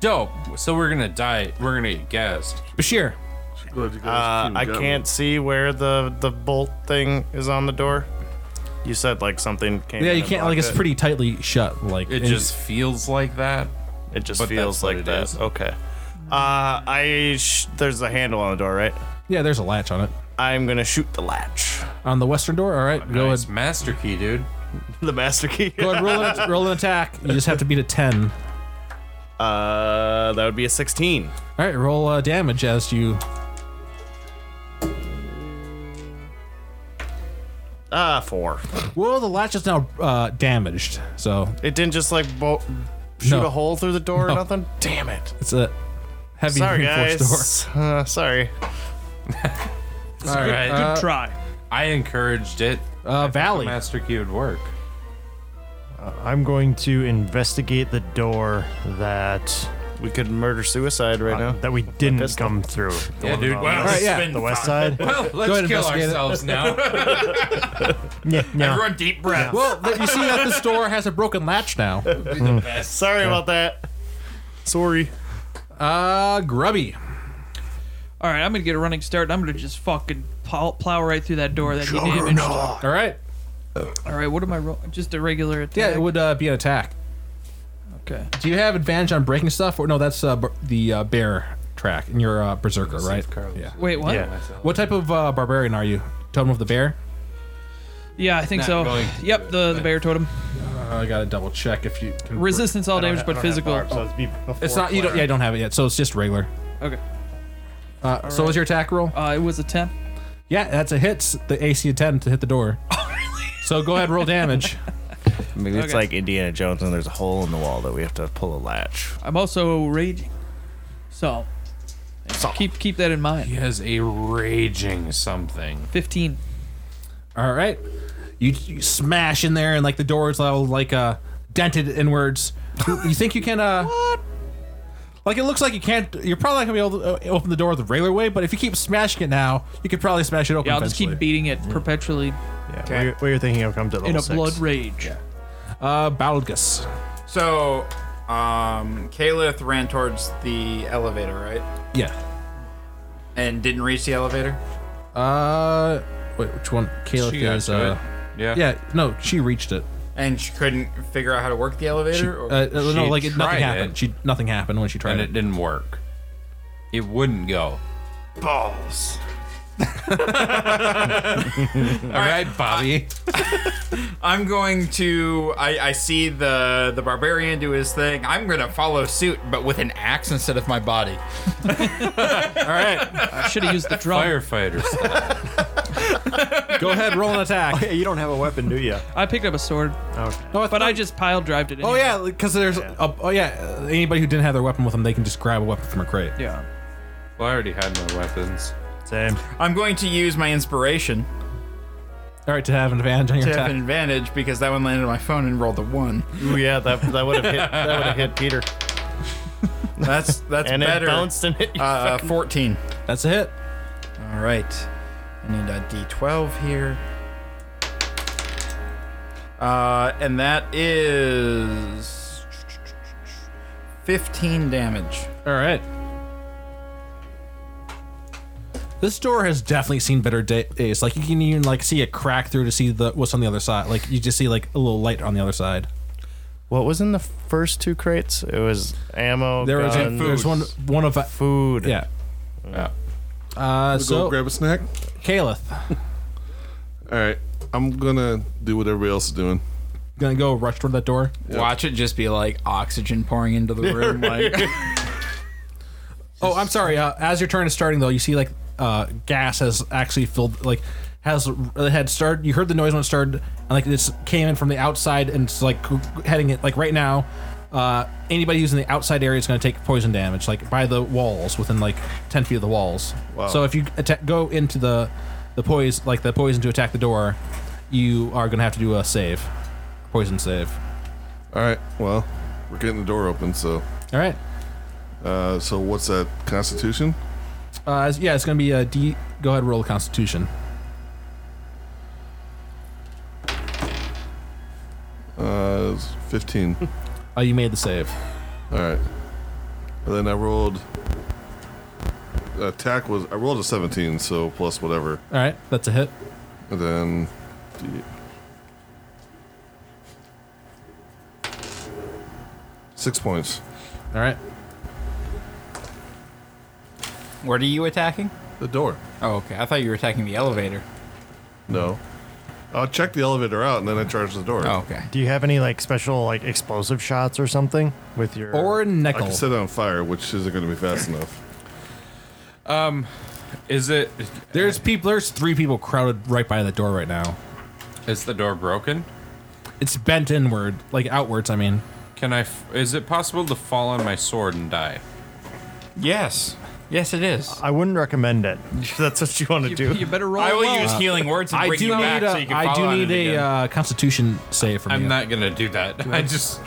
[SPEAKER 6] Dope. So we're gonna die. We're gonna get gassed.
[SPEAKER 3] Bashir,
[SPEAKER 5] Glad you guys
[SPEAKER 7] Uh,
[SPEAKER 5] came and
[SPEAKER 7] I
[SPEAKER 5] got me.
[SPEAKER 7] can't see where the the bolt thing is on the door. You said like something came.
[SPEAKER 3] yeah,
[SPEAKER 7] in
[SPEAKER 3] you
[SPEAKER 7] and
[SPEAKER 3] can't like
[SPEAKER 7] blocked
[SPEAKER 3] it's
[SPEAKER 7] it.
[SPEAKER 3] pretty tightly shut. Like
[SPEAKER 6] It
[SPEAKER 3] and-
[SPEAKER 6] just feels like that.
[SPEAKER 7] It just
[SPEAKER 6] but
[SPEAKER 7] feels
[SPEAKER 6] that's what
[SPEAKER 7] like
[SPEAKER 6] it
[SPEAKER 7] that.
[SPEAKER 6] is.
[SPEAKER 7] Okay. Uh, I sh- there's a handle on the door, right?
[SPEAKER 3] yeah. There's a latch on it
[SPEAKER 7] I'm gonna shoot the latch.
[SPEAKER 3] on the western door. All right, go
[SPEAKER 6] Nice
[SPEAKER 3] ahead.
[SPEAKER 6] master key, dude.
[SPEAKER 7] The master key.
[SPEAKER 3] Go ahead, roll an, roll an attack. You just have to beat a ten.
[SPEAKER 7] Uh, that would be a 16.
[SPEAKER 3] All right, roll uh, damage as you.
[SPEAKER 7] Ah, four.
[SPEAKER 3] Well, the latch is now uh, damaged, so
[SPEAKER 7] It didn't just like bo- shoot
[SPEAKER 3] No.
[SPEAKER 7] a hole through the door
[SPEAKER 3] No.
[SPEAKER 7] or nothing. Damn it.
[SPEAKER 3] it's a heavy
[SPEAKER 7] Sorry,
[SPEAKER 3] reinforced
[SPEAKER 7] guys.
[SPEAKER 3] door.
[SPEAKER 7] Uh, sorry.
[SPEAKER 6] All right.
[SPEAKER 3] Uh,
[SPEAKER 4] Try.
[SPEAKER 6] I encouraged it.
[SPEAKER 3] Uh, Valley.
[SPEAKER 6] Master key would work.
[SPEAKER 1] I'm going to investigate the door that
[SPEAKER 7] We could murder suicide right now.
[SPEAKER 1] that we didn't
[SPEAKER 7] pistol.
[SPEAKER 1] come through. The
[SPEAKER 6] Yeah,
[SPEAKER 1] one
[SPEAKER 6] dude.
[SPEAKER 1] on
[SPEAKER 6] Wow.
[SPEAKER 1] the-
[SPEAKER 6] All right,
[SPEAKER 3] yeah.
[SPEAKER 1] The west side?
[SPEAKER 6] Well,
[SPEAKER 3] ahead
[SPEAKER 6] let's
[SPEAKER 3] and
[SPEAKER 6] kill
[SPEAKER 3] investigate it.
[SPEAKER 6] ourselves now.
[SPEAKER 1] yeah, yeah.
[SPEAKER 2] Everyone, deep breath.
[SPEAKER 3] Well, th- you see that this door has a broken latch now.
[SPEAKER 7] Sorry about that. Sorry.
[SPEAKER 3] Uh, Grubby.
[SPEAKER 4] All right, I'm gonna get a running start. and I'm gonna just fucking plow, plow right through that door that he damaged. All
[SPEAKER 3] All right.
[SPEAKER 4] right, what am I rolling? Just a regular attack.
[SPEAKER 3] Yeah, it would uh, be an attack.
[SPEAKER 4] Okay.
[SPEAKER 3] Do you have advantage on breaking stuff? Or no, that's uh, b- the uh, bear track, and you're uh, berserker, right? Yeah.
[SPEAKER 4] Wait, what? Yeah,
[SPEAKER 1] Yeah.
[SPEAKER 3] What type of uh, barbarian are you? Totem of the bear.
[SPEAKER 4] I think
[SPEAKER 6] Not
[SPEAKER 4] so.
[SPEAKER 6] going
[SPEAKER 4] Yep, the, the bear totem.
[SPEAKER 3] Uh, I gotta double check if you can.
[SPEAKER 4] Resistance all damage, but physical.
[SPEAKER 3] It's not. You don't. Yeah, I don't have it yet. So it's just regular.
[SPEAKER 4] Okay.
[SPEAKER 3] Uh, So is your attack roll?
[SPEAKER 4] Uh, it was a ten.
[SPEAKER 3] yeah, that's a hit. S- The AC of ten to hit the door. So go ahead, roll damage.
[SPEAKER 7] Maybe it's
[SPEAKER 4] Okay.
[SPEAKER 7] like Indiana Jones and there's a hole in the wall that we have to pull a latch.
[SPEAKER 4] I'm also raging, so, keep keep that in mind.
[SPEAKER 6] He has a raging something.
[SPEAKER 4] Fifteen.
[SPEAKER 3] All right. You, you smash in there, and like the door is all like uh, dented inwards. You you think you can? Uh, what? Like it looks like you can't. You're probably not gonna be able to uh, open the door the regular way, but if you keep smashing it now, you could probably smash it open.
[SPEAKER 4] Yeah, I'll just keep
[SPEAKER 3] eventually.
[SPEAKER 4] beating it perpetually
[SPEAKER 1] Yeah, what, you're, what you're thinking of comes at level
[SPEAKER 4] in a
[SPEAKER 1] six.
[SPEAKER 4] blood rage.
[SPEAKER 3] Uh, Balgus.
[SPEAKER 2] So, um, Kalith ran towards the elevator, right?
[SPEAKER 3] Yeah.
[SPEAKER 2] And didn't reach the elevator.
[SPEAKER 3] Uh, wait, which one? Caleb
[SPEAKER 6] She got
[SPEAKER 3] is.
[SPEAKER 6] to
[SPEAKER 3] Uh,
[SPEAKER 6] it. Yeah.
[SPEAKER 3] yeah. No, she reached it.
[SPEAKER 2] And she couldn't figure out how to work the elevator.
[SPEAKER 3] She,
[SPEAKER 2] or
[SPEAKER 3] uh, no,
[SPEAKER 6] She
[SPEAKER 3] like it,
[SPEAKER 6] tried
[SPEAKER 3] nothing happened.
[SPEAKER 6] it.
[SPEAKER 3] She nothing happened when she tried
[SPEAKER 6] And
[SPEAKER 3] it.
[SPEAKER 6] it didn't work. It wouldn't go.
[SPEAKER 2] balls.
[SPEAKER 6] All right, Bobby.
[SPEAKER 2] I'm going to. I, I see the the barbarian do his thing. I'm gonna follow suit, but with an axe instead of my body.
[SPEAKER 4] I should have used the drum.
[SPEAKER 6] Firefighter stuff.
[SPEAKER 3] Go ahead, roll an attack.
[SPEAKER 1] Hey, you don't have a weapon, do you?
[SPEAKER 4] I picked up a sword,
[SPEAKER 2] Oh.
[SPEAKER 3] No,
[SPEAKER 4] but I just pile drived it.
[SPEAKER 3] Oh
[SPEAKER 4] anyway.
[SPEAKER 3] yeah, because there's a- oh yeah, uh, anybody who didn't have their weapon with them, they can just grab a weapon from a crate.
[SPEAKER 4] Yeah.
[SPEAKER 6] Well, I already had my weapons.
[SPEAKER 1] Same.
[SPEAKER 2] I'm going to use my inspiration
[SPEAKER 3] All right, to have an advantage on your
[SPEAKER 2] to
[SPEAKER 3] attack.
[SPEAKER 2] have an advantage because that one landed on my phone and rolled a one.
[SPEAKER 7] Ooh, yeah, that, that would have hit that would have hit Peter.
[SPEAKER 2] That's that's
[SPEAKER 7] And
[SPEAKER 2] better.
[SPEAKER 7] it bounced and hit you.
[SPEAKER 2] uh, 14.
[SPEAKER 3] That's a hit.
[SPEAKER 2] All right. I need a D12 here. Uh, and that is 15 damage.
[SPEAKER 3] All right. This door has definitely seen better da- days. Like you can even like see a crack through to see the what's on the other side. Like you just see like a little light on the other side.
[SPEAKER 7] What was in the first two crates? It was ammo,
[SPEAKER 3] There was
[SPEAKER 7] guns,
[SPEAKER 3] there's one one of
[SPEAKER 7] food.
[SPEAKER 3] yeah. Uh,
[SPEAKER 5] We'll go
[SPEAKER 3] so
[SPEAKER 5] grab a snack.
[SPEAKER 3] Kaleth
[SPEAKER 5] All right, I'm gonna do what everybody else is doing.
[SPEAKER 3] gonna go rush toward that door.
[SPEAKER 2] Watch it just be like oxygen pouring into the room. like
[SPEAKER 3] Oh, I'm sorry. Uh, as your turn is starting, though, you see like uh, gas has actually filled, like has it had started. You heard the noise when it started, and like this came in from the outside, and it's like heading it like right now. Uh, anybody who's in the outside area is going to take poison damage, like by the walls, within like ten feet of the walls. So if you atta- go into the the poison, like the poison to attack the door, you are going to have to do a save, poison save.
[SPEAKER 5] All right, well, we're getting the door open, so
[SPEAKER 3] All right.
[SPEAKER 5] uh, so what's that? Constitution.
[SPEAKER 3] Uh, it's- yeah, it's going to be a D. Go ahead, roll a Constitution.
[SPEAKER 5] Uh, it's 15.
[SPEAKER 3] Uh, you made the save.
[SPEAKER 5] All right, and then I rolled. Attack was I rolled a 17, so plus whatever,
[SPEAKER 3] All right, that's a hit.
[SPEAKER 5] and then. D- Six points.
[SPEAKER 3] All right.
[SPEAKER 2] What are you attacking?
[SPEAKER 5] The door.
[SPEAKER 2] Oh, okay. I thought you were attacking the elevator.
[SPEAKER 5] No. I'll check the elevator out and then I charge the door.
[SPEAKER 2] Oh, okay.
[SPEAKER 1] Do you have any like special like explosive shots or something with your
[SPEAKER 3] Or
[SPEAKER 5] I
[SPEAKER 3] Nickel.
[SPEAKER 5] can set it on fire, which isn't going to be fast enough.
[SPEAKER 6] Is it?
[SPEAKER 3] there's people. There's three people crowded right by the door right now.
[SPEAKER 6] Is the door broken?
[SPEAKER 3] It's bent inward, like outwards. I mean,
[SPEAKER 6] Can I? F- is it possible to fall on my sword and die?
[SPEAKER 2] Yes. Yes, it is.
[SPEAKER 1] I wouldn't recommend it.
[SPEAKER 7] That's what you want to do.
[SPEAKER 4] You better roll.
[SPEAKER 2] I will
[SPEAKER 4] well.
[SPEAKER 2] use healing words and
[SPEAKER 3] I
[SPEAKER 2] bring
[SPEAKER 3] do
[SPEAKER 2] you
[SPEAKER 3] need
[SPEAKER 2] back
[SPEAKER 3] a,
[SPEAKER 2] so you can
[SPEAKER 3] I
[SPEAKER 2] follow
[SPEAKER 3] do
[SPEAKER 2] on
[SPEAKER 3] need
[SPEAKER 2] it
[SPEAKER 3] a
[SPEAKER 2] again.
[SPEAKER 3] uh, Constitution save from
[SPEAKER 6] I'm
[SPEAKER 3] you.
[SPEAKER 6] not gonna do that. I just.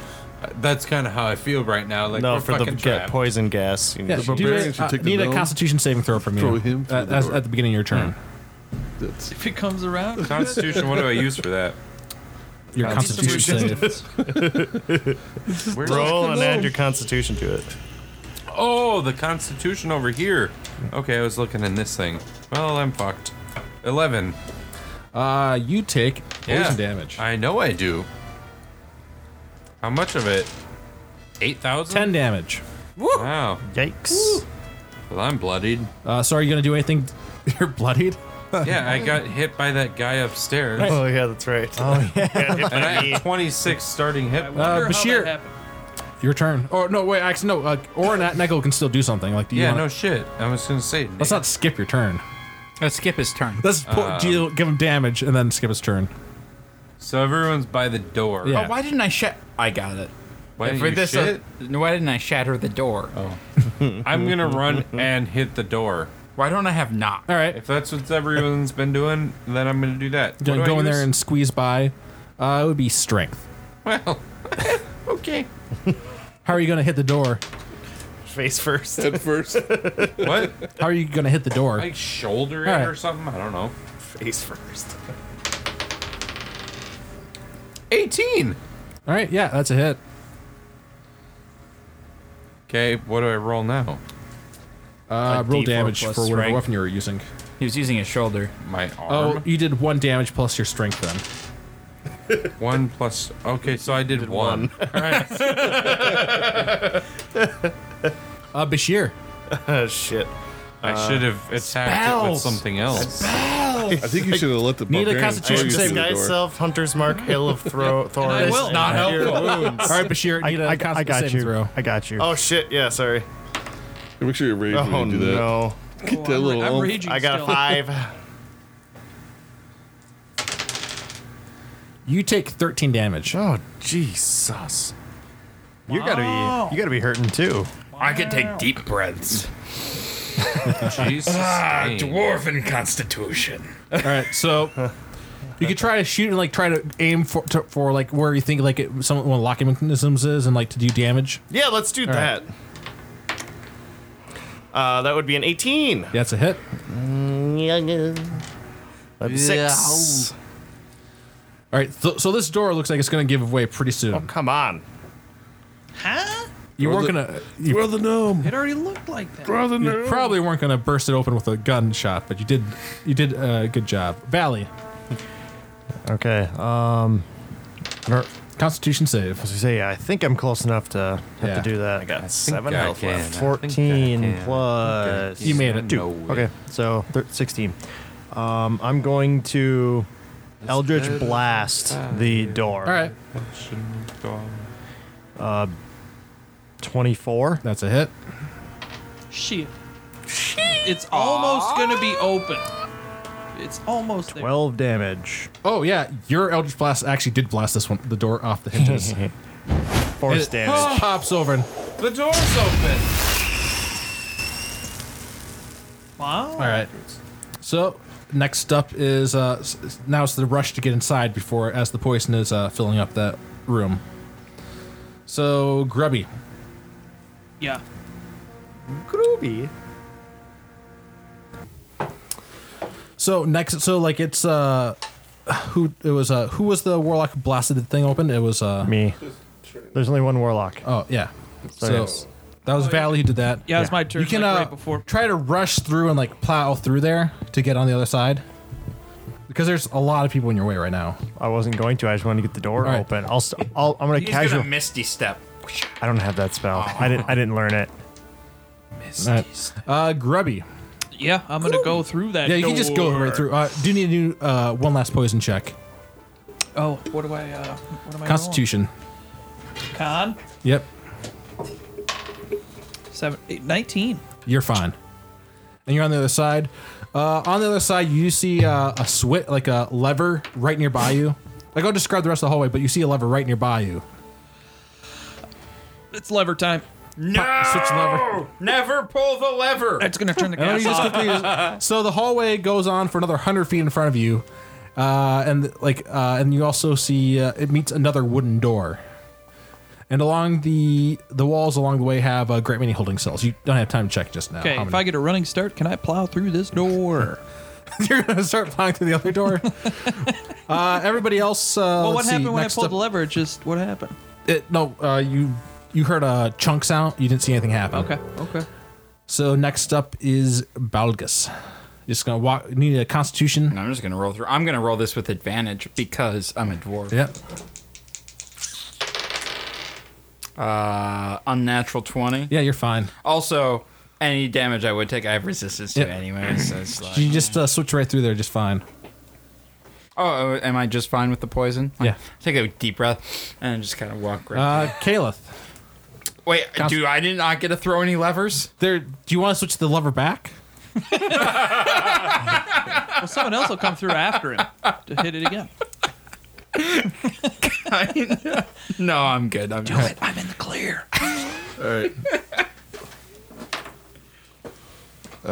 [SPEAKER 6] That's kind of how I feel right now. Like
[SPEAKER 7] no,
[SPEAKER 6] we're
[SPEAKER 7] for the
[SPEAKER 6] fucking
[SPEAKER 7] get
[SPEAKER 6] trapped.
[SPEAKER 7] poison gas. You
[SPEAKER 3] Yeah,
[SPEAKER 7] need
[SPEAKER 5] The
[SPEAKER 3] do
[SPEAKER 5] barbarian
[SPEAKER 3] a-
[SPEAKER 5] should
[SPEAKER 3] uh,
[SPEAKER 5] take the
[SPEAKER 3] need a
[SPEAKER 5] gnome.
[SPEAKER 3] Constitution saving throw from
[SPEAKER 5] Throw
[SPEAKER 3] you
[SPEAKER 5] him through
[SPEAKER 3] uh,
[SPEAKER 5] the
[SPEAKER 3] as-
[SPEAKER 5] door.
[SPEAKER 3] at the beginning of your turn.
[SPEAKER 5] That's,
[SPEAKER 4] If it comes around,
[SPEAKER 6] Constitution. what do I use for that?
[SPEAKER 3] Your Constitution
[SPEAKER 4] Constitution.
[SPEAKER 3] save.
[SPEAKER 6] Where's
[SPEAKER 7] roll and add your constitution to it.
[SPEAKER 6] Oh, the Constitution over here. Okay, I was looking in this thing. Well, I'm fucked. Eleven.
[SPEAKER 3] Uh, you take poison
[SPEAKER 6] Yeah,
[SPEAKER 3] damage.
[SPEAKER 6] I know I do. How much of it? Eight thousand.
[SPEAKER 3] Ten damage.
[SPEAKER 6] Wow.
[SPEAKER 1] Yikes.
[SPEAKER 6] Well, I'm bloodied.
[SPEAKER 3] Uh, so are you gonna do anything? You're bloodied.
[SPEAKER 6] yeah, I got hit by that guy upstairs.
[SPEAKER 7] Oh yeah, that's right.
[SPEAKER 1] Uh,
[SPEAKER 7] Oh yeah.
[SPEAKER 6] And I have 26 starting hit.
[SPEAKER 4] I wonder how
[SPEAKER 3] Bashir.
[SPEAKER 4] that happened.
[SPEAKER 3] Your turn. Oh no, wait. Actually, no. Uh, or that Nickel can still do something. Like, do you
[SPEAKER 6] yeah,
[SPEAKER 3] wanna-
[SPEAKER 6] no shit. I was gonna say.
[SPEAKER 3] Let's not skip your turn.
[SPEAKER 2] Let's Oh, skip his turn.
[SPEAKER 3] Let's po- deal, give him damage and then skip his turn.
[SPEAKER 6] So everyone's by the door.
[SPEAKER 3] Yeah.
[SPEAKER 2] Oh, why didn't I shut? I got it.
[SPEAKER 6] Why
[SPEAKER 2] If
[SPEAKER 6] didn't you
[SPEAKER 2] uh,
[SPEAKER 6] shit?
[SPEAKER 2] why didn't I shatter the door?
[SPEAKER 6] I'm gonna run and hit the door.
[SPEAKER 2] Why don't I have knock?
[SPEAKER 3] All right.
[SPEAKER 6] If that's what everyone's been doing, then I'm gonna do that.
[SPEAKER 3] Gonna
[SPEAKER 6] What do
[SPEAKER 3] go
[SPEAKER 6] I
[SPEAKER 3] in there
[SPEAKER 6] use?
[SPEAKER 3] and squeeze by. Uh, it would be strength.
[SPEAKER 6] Well, okay.
[SPEAKER 3] How are you gonna hit the door?
[SPEAKER 7] Face first.
[SPEAKER 5] at first.
[SPEAKER 6] What?
[SPEAKER 3] How are you gonna hit the door?
[SPEAKER 6] Like shoulder it
[SPEAKER 3] All right.
[SPEAKER 6] or something? I don't know.
[SPEAKER 7] Face first.
[SPEAKER 6] 18.
[SPEAKER 3] All right. Yeah, that's a hit.
[SPEAKER 6] Okay. What do I roll now?
[SPEAKER 3] Uh,
[SPEAKER 2] A
[SPEAKER 3] roll
[SPEAKER 2] D4
[SPEAKER 3] damage for
[SPEAKER 2] plus
[SPEAKER 3] whatever
[SPEAKER 2] strength.
[SPEAKER 3] weapon you were using.
[SPEAKER 2] He was using his shoulder.
[SPEAKER 6] My
[SPEAKER 3] Oh,
[SPEAKER 6] arm.
[SPEAKER 3] you did one damage plus your strength then.
[SPEAKER 6] One plus. Okay, so I did, one. All right.
[SPEAKER 3] Uh, Bashir.
[SPEAKER 7] Oh shit.
[SPEAKER 6] I should have attacked it with
[SPEAKER 7] spells.
[SPEAKER 6] something else.
[SPEAKER 5] I think you should have let the
[SPEAKER 3] Need a
[SPEAKER 5] barbarian
[SPEAKER 3] constitution
[SPEAKER 5] throw you
[SPEAKER 7] This
[SPEAKER 3] save.
[SPEAKER 5] through the
[SPEAKER 7] guy
[SPEAKER 5] door.
[SPEAKER 7] self Hunter's Mark Hill of Thro- Thorns.
[SPEAKER 4] I will.
[SPEAKER 7] not helpful.
[SPEAKER 3] All right, Bashir.
[SPEAKER 1] I,
[SPEAKER 3] Need a
[SPEAKER 1] I- I
[SPEAKER 3] constant
[SPEAKER 1] got
[SPEAKER 3] saving
[SPEAKER 1] you.
[SPEAKER 3] throw.
[SPEAKER 1] I got you.
[SPEAKER 7] Oh shit. Yeah. Sorry.
[SPEAKER 5] Make sure you're ready
[SPEAKER 7] Oh
[SPEAKER 5] when you do that.
[SPEAKER 7] no.
[SPEAKER 5] Get that
[SPEAKER 4] I'm,
[SPEAKER 5] little
[SPEAKER 4] I'm
[SPEAKER 5] ump.
[SPEAKER 4] raging
[SPEAKER 7] I got a
[SPEAKER 4] still.
[SPEAKER 7] five.
[SPEAKER 3] You take 13 damage.
[SPEAKER 1] Oh Jesus! You gotta be you gotta be hurting too.
[SPEAKER 2] I could take deep breaths. Ah,
[SPEAKER 6] Jesus. dang.
[SPEAKER 2] Dwarven constitution.
[SPEAKER 3] All right, so you could try to shoot and like try to aim for to, for like where you think like it, some one of the locking mechanisms is and like to do damage.
[SPEAKER 7] Yeah. Let's do that. Uh, that would be an 18.
[SPEAKER 3] That's a hit.
[SPEAKER 7] That's six.
[SPEAKER 3] All right, so so this door looks like it's going to give way pretty soon.
[SPEAKER 7] Oh, come on.
[SPEAKER 4] Huh?
[SPEAKER 3] you weren't
[SPEAKER 5] the-
[SPEAKER 3] going to. You
[SPEAKER 5] Throw the gnome.
[SPEAKER 4] It already looked like that.
[SPEAKER 5] Throw the
[SPEAKER 3] You
[SPEAKER 5] gnome.
[SPEAKER 3] probably weren't going to burst it open with a gunshot, but you did. You did a good job. Valley,
[SPEAKER 1] Okay. Um, or-
[SPEAKER 3] Constitution save.
[SPEAKER 1] as I say, I think I'm close enough to have
[SPEAKER 3] Yeah.
[SPEAKER 1] to do that.
[SPEAKER 7] I got seven
[SPEAKER 6] I
[SPEAKER 7] health
[SPEAKER 6] can.
[SPEAKER 7] left.
[SPEAKER 6] I
[SPEAKER 1] Fourteen
[SPEAKER 6] think I can.
[SPEAKER 1] plus.
[SPEAKER 3] You made it.
[SPEAKER 1] Two. Okay, so thir- 16. Um, I'm going to Eldritch Blast the door.
[SPEAKER 3] All right,
[SPEAKER 1] 24.
[SPEAKER 3] that's a hit.
[SPEAKER 4] Shit. It's almost gonna be open. It's almost there.
[SPEAKER 1] 12 damage.
[SPEAKER 3] Oh yeah, your Eldritch Blast actually did blast this one, the door off the hinges. And
[SPEAKER 1] Force
[SPEAKER 3] it
[SPEAKER 1] damage.
[SPEAKER 3] pops over and
[SPEAKER 6] The door's open.
[SPEAKER 4] Wow.
[SPEAKER 3] All right. So next up is uh, s- s- now it's the rush to get inside before as the poison is uh, filling up that room. So Grubby,
[SPEAKER 4] Yeah.
[SPEAKER 3] So next, so like it's uh, who it was uh, who was the warlock who blasted the thing open? It was uh,
[SPEAKER 1] Me. There's only one warlock.
[SPEAKER 3] oh yeah, so
[SPEAKER 1] yes.
[SPEAKER 3] that was Valley who did that.
[SPEAKER 4] Yeah, it's my turn.
[SPEAKER 3] you can
[SPEAKER 4] like,
[SPEAKER 3] uh,
[SPEAKER 4] right before.
[SPEAKER 3] try to rush through and like plow through there to get on the other side, because there's a lot of people in your way right now.
[SPEAKER 1] I wasn't going to. I just wanted to get the door
[SPEAKER 3] All right.
[SPEAKER 1] open. I'll, st- I'll I'm going to
[SPEAKER 2] He's
[SPEAKER 1] casual.
[SPEAKER 2] gonna misty step.
[SPEAKER 1] I don't have that spell. I didn't I didn't learn it.
[SPEAKER 3] All right. Uh, Grubby,
[SPEAKER 4] Yeah, I'm gonna go through that.
[SPEAKER 3] yeah, you can just go
[SPEAKER 4] door.
[SPEAKER 3] right through. Uh, do need to do uh, one last poison check.
[SPEAKER 4] Oh, what do I? Uh, what am I?
[SPEAKER 3] Constitution.
[SPEAKER 4] rolling? Con.
[SPEAKER 3] Yep,
[SPEAKER 4] Seven, eight, 19.
[SPEAKER 3] you're fine. And you're on the other side. Uh, on the other side, you see uh, a switch, like a lever right nearby you. Like I'll describe the rest of the hallway, but you see a lever right nearby you.
[SPEAKER 4] It's lever time.
[SPEAKER 2] No.
[SPEAKER 3] switch lever.
[SPEAKER 2] Never pull the lever.
[SPEAKER 4] It's gonna turn the
[SPEAKER 3] And
[SPEAKER 4] gas
[SPEAKER 3] then you just
[SPEAKER 4] off.
[SPEAKER 3] quickly so the hallway goes on for another hundred feet in front of you, uh, and like uh, and you also see uh, it meets another wooden door. And along the the walls along the way have a great many holding cells. You don't have time to check just now.
[SPEAKER 4] Okay,
[SPEAKER 3] how
[SPEAKER 4] if
[SPEAKER 3] many.
[SPEAKER 4] I get a running start, can I plow through this door?
[SPEAKER 3] you're gonna start flying through the other door. uh, everybody else. Uh,
[SPEAKER 4] Well,
[SPEAKER 3] let's
[SPEAKER 4] what
[SPEAKER 3] see,
[SPEAKER 4] happened when I
[SPEAKER 3] next
[SPEAKER 4] pulled
[SPEAKER 3] up-
[SPEAKER 4] the lever? It's Just what happened?
[SPEAKER 3] It, no, uh, you you heard a chunk sound. You didn't see anything happen.
[SPEAKER 4] Okay, okay.
[SPEAKER 3] So next up is Balgus. Just gonna walk. Need a Constitution.
[SPEAKER 2] I'm just gonna roll through. I'm gonna roll this with advantage because I'm a dwarf.
[SPEAKER 3] Yep.
[SPEAKER 2] Uh, unnatural twenty.
[SPEAKER 3] Yeah, you're fine.
[SPEAKER 2] Also, any damage I would take, I have resistance to
[SPEAKER 3] Yep.
[SPEAKER 2] anyway. So it's
[SPEAKER 4] Oh,
[SPEAKER 2] like,
[SPEAKER 3] You just uh, switch right through there, just fine.
[SPEAKER 2] oh, am I just fine with the poison?
[SPEAKER 3] Yeah.
[SPEAKER 2] Take a deep breath and just kind of walk right.
[SPEAKER 3] Uh, Kaleth,
[SPEAKER 2] Wait,
[SPEAKER 3] Cons-
[SPEAKER 2] do I did not get to throw any levers?
[SPEAKER 3] there. Do you want to switch the lever back?
[SPEAKER 4] Well, someone else will come through after him to hit it again.
[SPEAKER 2] No, I'm good. I'm good.
[SPEAKER 4] I'm in the clear.
[SPEAKER 5] All right.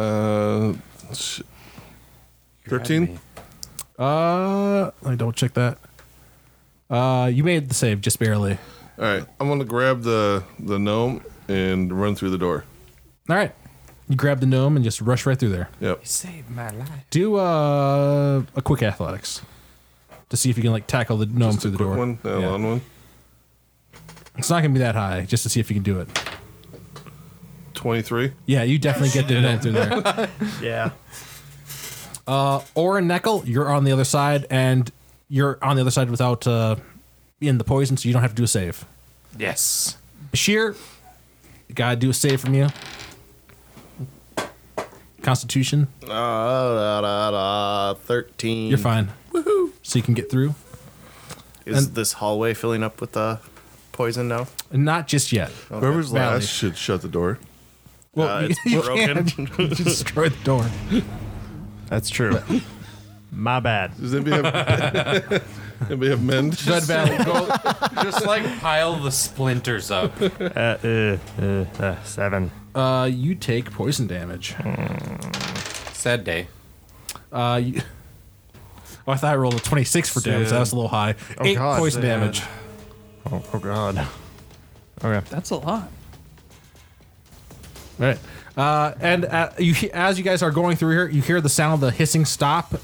[SPEAKER 5] uh, sh- thirteen.
[SPEAKER 3] Uh, let me double check that. Uh, you made the save just barely.
[SPEAKER 5] All right. I'm gonna grab the the gnome and run through the door.
[SPEAKER 3] All right, you grab the gnome and just rush right through there.
[SPEAKER 5] Yep.
[SPEAKER 6] Saved my life.
[SPEAKER 3] Do uh, a quick athletics to see if you can like tackle the gnome through the
[SPEAKER 5] Quick
[SPEAKER 3] door.
[SPEAKER 5] one, yeah,
[SPEAKER 3] Yeah.
[SPEAKER 5] long one.
[SPEAKER 3] It's not gonna be that high, just to see if you can do it.
[SPEAKER 5] Twenty-three.
[SPEAKER 3] Yeah, you definitely get the gnome through there. Uh,
[SPEAKER 1] Yeah.
[SPEAKER 3] Or Neckel, you're on the other side, and you're on the other side without uh, in the poison, so you don't have to do a save.
[SPEAKER 2] Yes.
[SPEAKER 3] Bashir, you gotta do a save from you. Constitution,
[SPEAKER 7] Uh, da, da, 13.
[SPEAKER 5] Mm.
[SPEAKER 3] you're fine. Woohoo! So you can get through.
[SPEAKER 7] Is this hallway filling up with uh, poison now?
[SPEAKER 3] Not just yet.
[SPEAKER 5] Whoever's
[SPEAKER 3] Valley.
[SPEAKER 5] last should Ah, shut the door.
[SPEAKER 3] Well,
[SPEAKER 7] Uh,
[SPEAKER 3] you-
[SPEAKER 7] it's
[SPEAKER 3] you
[SPEAKER 7] broken.
[SPEAKER 3] can't destroy the door.
[SPEAKER 1] That's true. My bad.
[SPEAKER 5] Does anybody have anybody have mend?
[SPEAKER 3] Good Valley, go.
[SPEAKER 6] Just like pile the splinters up.
[SPEAKER 1] Uh, uh, uh, uh, 7.
[SPEAKER 3] Uh, you take poison damage.
[SPEAKER 7] Oh.
[SPEAKER 6] Sad day.
[SPEAKER 3] Uh, you, oh, I thought I rolled a 26 for damage. That was a little high. Eight
[SPEAKER 1] God.
[SPEAKER 3] poison
[SPEAKER 1] Yeah.
[SPEAKER 3] damage.
[SPEAKER 1] Oh, oh god. Okay.
[SPEAKER 4] That's a lot.
[SPEAKER 3] All right. Uh, and uh, you, he- as you guys are going through here, you hear the sound of the hissing stop, pro-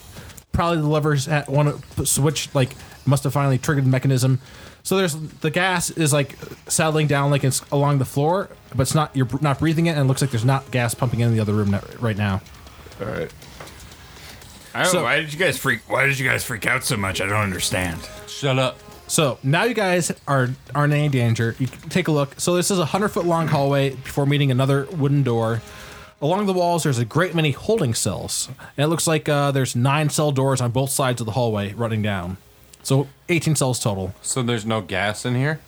[SPEAKER 3] probably the levers at one switch like must have finally triggered the mechanism. So there's the gas is like settling down like it's along the floor, but it's not you're not breathing it, and it looks like there's not gas pumping in the other room not- right now.
[SPEAKER 5] All right.
[SPEAKER 2] I don't,
[SPEAKER 3] So-
[SPEAKER 2] Oh, why did you guys freak? Why did you guys freak out so much? I don't understand.
[SPEAKER 6] Shut up.
[SPEAKER 3] So now you guys are aren't in any danger. You can take a look. So this is a hundred foot long hallway before meeting another wooden door. Along the walls, there's a great many holding cells, and it looks like uh, there's nine cell doors on both sides of the hallway running down. So 18 cells total.
[SPEAKER 6] So there's no gas in here?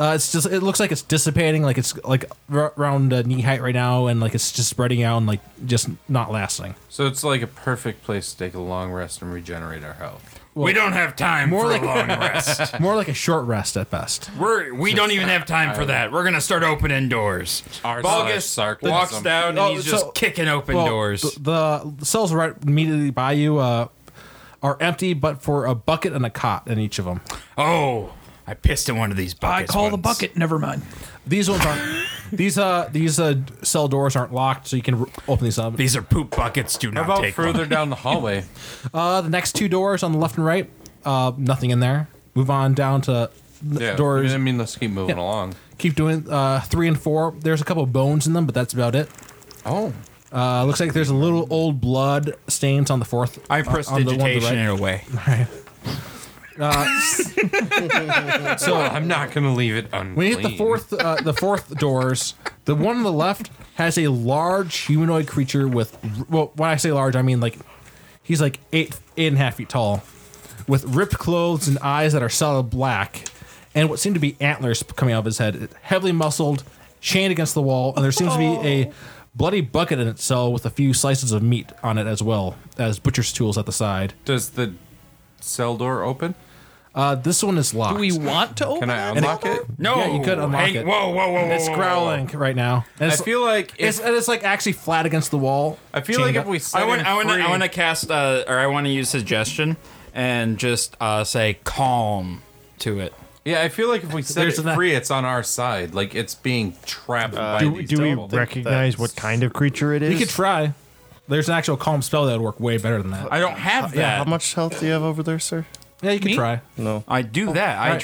[SPEAKER 3] Uh, it's just it looks like it's dissipating, like it's like r- around uh, knee height right now, and like it's just spreading out and like just not lasting.
[SPEAKER 6] So it's like a perfect place to take a long rest and regenerate our health.
[SPEAKER 2] we don't have time
[SPEAKER 3] more
[SPEAKER 2] for
[SPEAKER 3] like-
[SPEAKER 2] a long rest.
[SPEAKER 3] More like a short rest at best.
[SPEAKER 2] We're we don't even have time for that. We're gonna start opening doors.
[SPEAKER 6] Our
[SPEAKER 2] Bogus
[SPEAKER 6] slash sarcasm.
[SPEAKER 2] walks down and
[SPEAKER 3] Oh,
[SPEAKER 2] he's
[SPEAKER 3] so-
[SPEAKER 2] just kicking open
[SPEAKER 3] Well,
[SPEAKER 2] doors.
[SPEAKER 3] th- The, cells right immediately by you uh, are empty, but for a bucket and a cot in each of them.
[SPEAKER 2] oh, I pissed in one of these
[SPEAKER 4] I
[SPEAKER 2] buckets.
[SPEAKER 4] call the
[SPEAKER 2] once.
[SPEAKER 4] bucket. Never mind.
[SPEAKER 3] These ones aren't. these uh these uh cell doors aren't locked, so you can r open these up.
[SPEAKER 2] These are poop buckets. Do
[SPEAKER 6] How
[SPEAKER 2] not
[SPEAKER 6] about
[SPEAKER 2] take
[SPEAKER 6] further
[SPEAKER 2] Them.
[SPEAKER 6] down the hallway?
[SPEAKER 3] Uh, the next two doors on the left and right, uh, nothing in there. Move on down to the
[SPEAKER 6] Yeah.
[SPEAKER 3] doors.
[SPEAKER 6] I mean, let's keep moving
[SPEAKER 3] Yeah.
[SPEAKER 6] along.
[SPEAKER 3] Keep doing uh, three and four. There's a couple of bones in them, but that's about it.
[SPEAKER 6] Oh.
[SPEAKER 3] Uh, looks like there's a little old blood stains on the fourth.
[SPEAKER 2] I
[SPEAKER 3] on-
[SPEAKER 2] pressed
[SPEAKER 3] on the one to the
[SPEAKER 2] digitation away.
[SPEAKER 3] right.
[SPEAKER 6] So I'm not going to leave it unclean.
[SPEAKER 3] When you hit the fourth, uh, the fourth doors, the one on the left has a large humanoid creature with. Well, when I say large, I mean like he's like eight, eight and a half feet tall, with ripped clothes and eyes that are solid black, and what seem to be antlers coming out of his head. Heavily muscled, chained against the wall, and there seems to be a bloody bucket in its cell with a few slices of meat on it as well as butcher's tools at the side.
[SPEAKER 6] Does the cell door open?
[SPEAKER 3] Uh, this one is locked.
[SPEAKER 4] Do we want to open
[SPEAKER 6] Can I
[SPEAKER 4] that?
[SPEAKER 6] unlock it?
[SPEAKER 2] No,
[SPEAKER 3] Yeah, you could unlock
[SPEAKER 2] Hey,
[SPEAKER 3] it.
[SPEAKER 2] Whoa, whoa, whoa, whoa!
[SPEAKER 3] It's
[SPEAKER 2] whoa, whoa,
[SPEAKER 3] growling right now. And
[SPEAKER 6] I
[SPEAKER 3] it's-
[SPEAKER 6] feel like
[SPEAKER 3] It's,
[SPEAKER 6] if,
[SPEAKER 3] and it's like actually flat against the wall.
[SPEAKER 6] I feel like
[SPEAKER 3] chained
[SPEAKER 6] if
[SPEAKER 3] up.
[SPEAKER 6] we
[SPEAKER 2] whoa.
[SPEAKER 6] set
[SPEAKER 2] I want,
[SPEAKER 6] him
[SPEAKER 2] I want, to,
[SPEAKER 6] free-
[SPEAKER 2] I want to cast, uh, or I want to use suggestion and just uh, say calm to it.
[SPEAKER 6] Yeah, I feel like if we set
[SPEAKER 3] There's
[SPEAKER 6] it
[SPEAKER 3] an-
[SPEAKER 6] free, it's on our side. Like it's being trapped by
[SPEAKER 1] Do,
[SPEAKER 6] these
[SPEAKER 1] do we
[SPEAKER 6] people.
[SPEAKER 1] recognize what kind of creature it is?
[SPEAKER 3] we could try. There's an actual calm spell that would work way better than that.
[SPEAKER 2] I don't have
[SPEAKER 7] Yeah,
[SPEAKER 2] that.
[SPEAKER 7] how much health do you have over there, sir?
[SPEAKER 3] yeah, you could
[SPEAKER 4] Me?
[SPEAKER 3] try.
[SPEAKER 7] No.
[SPEAKER 2] I do that. I
[SPEAKER 3] right.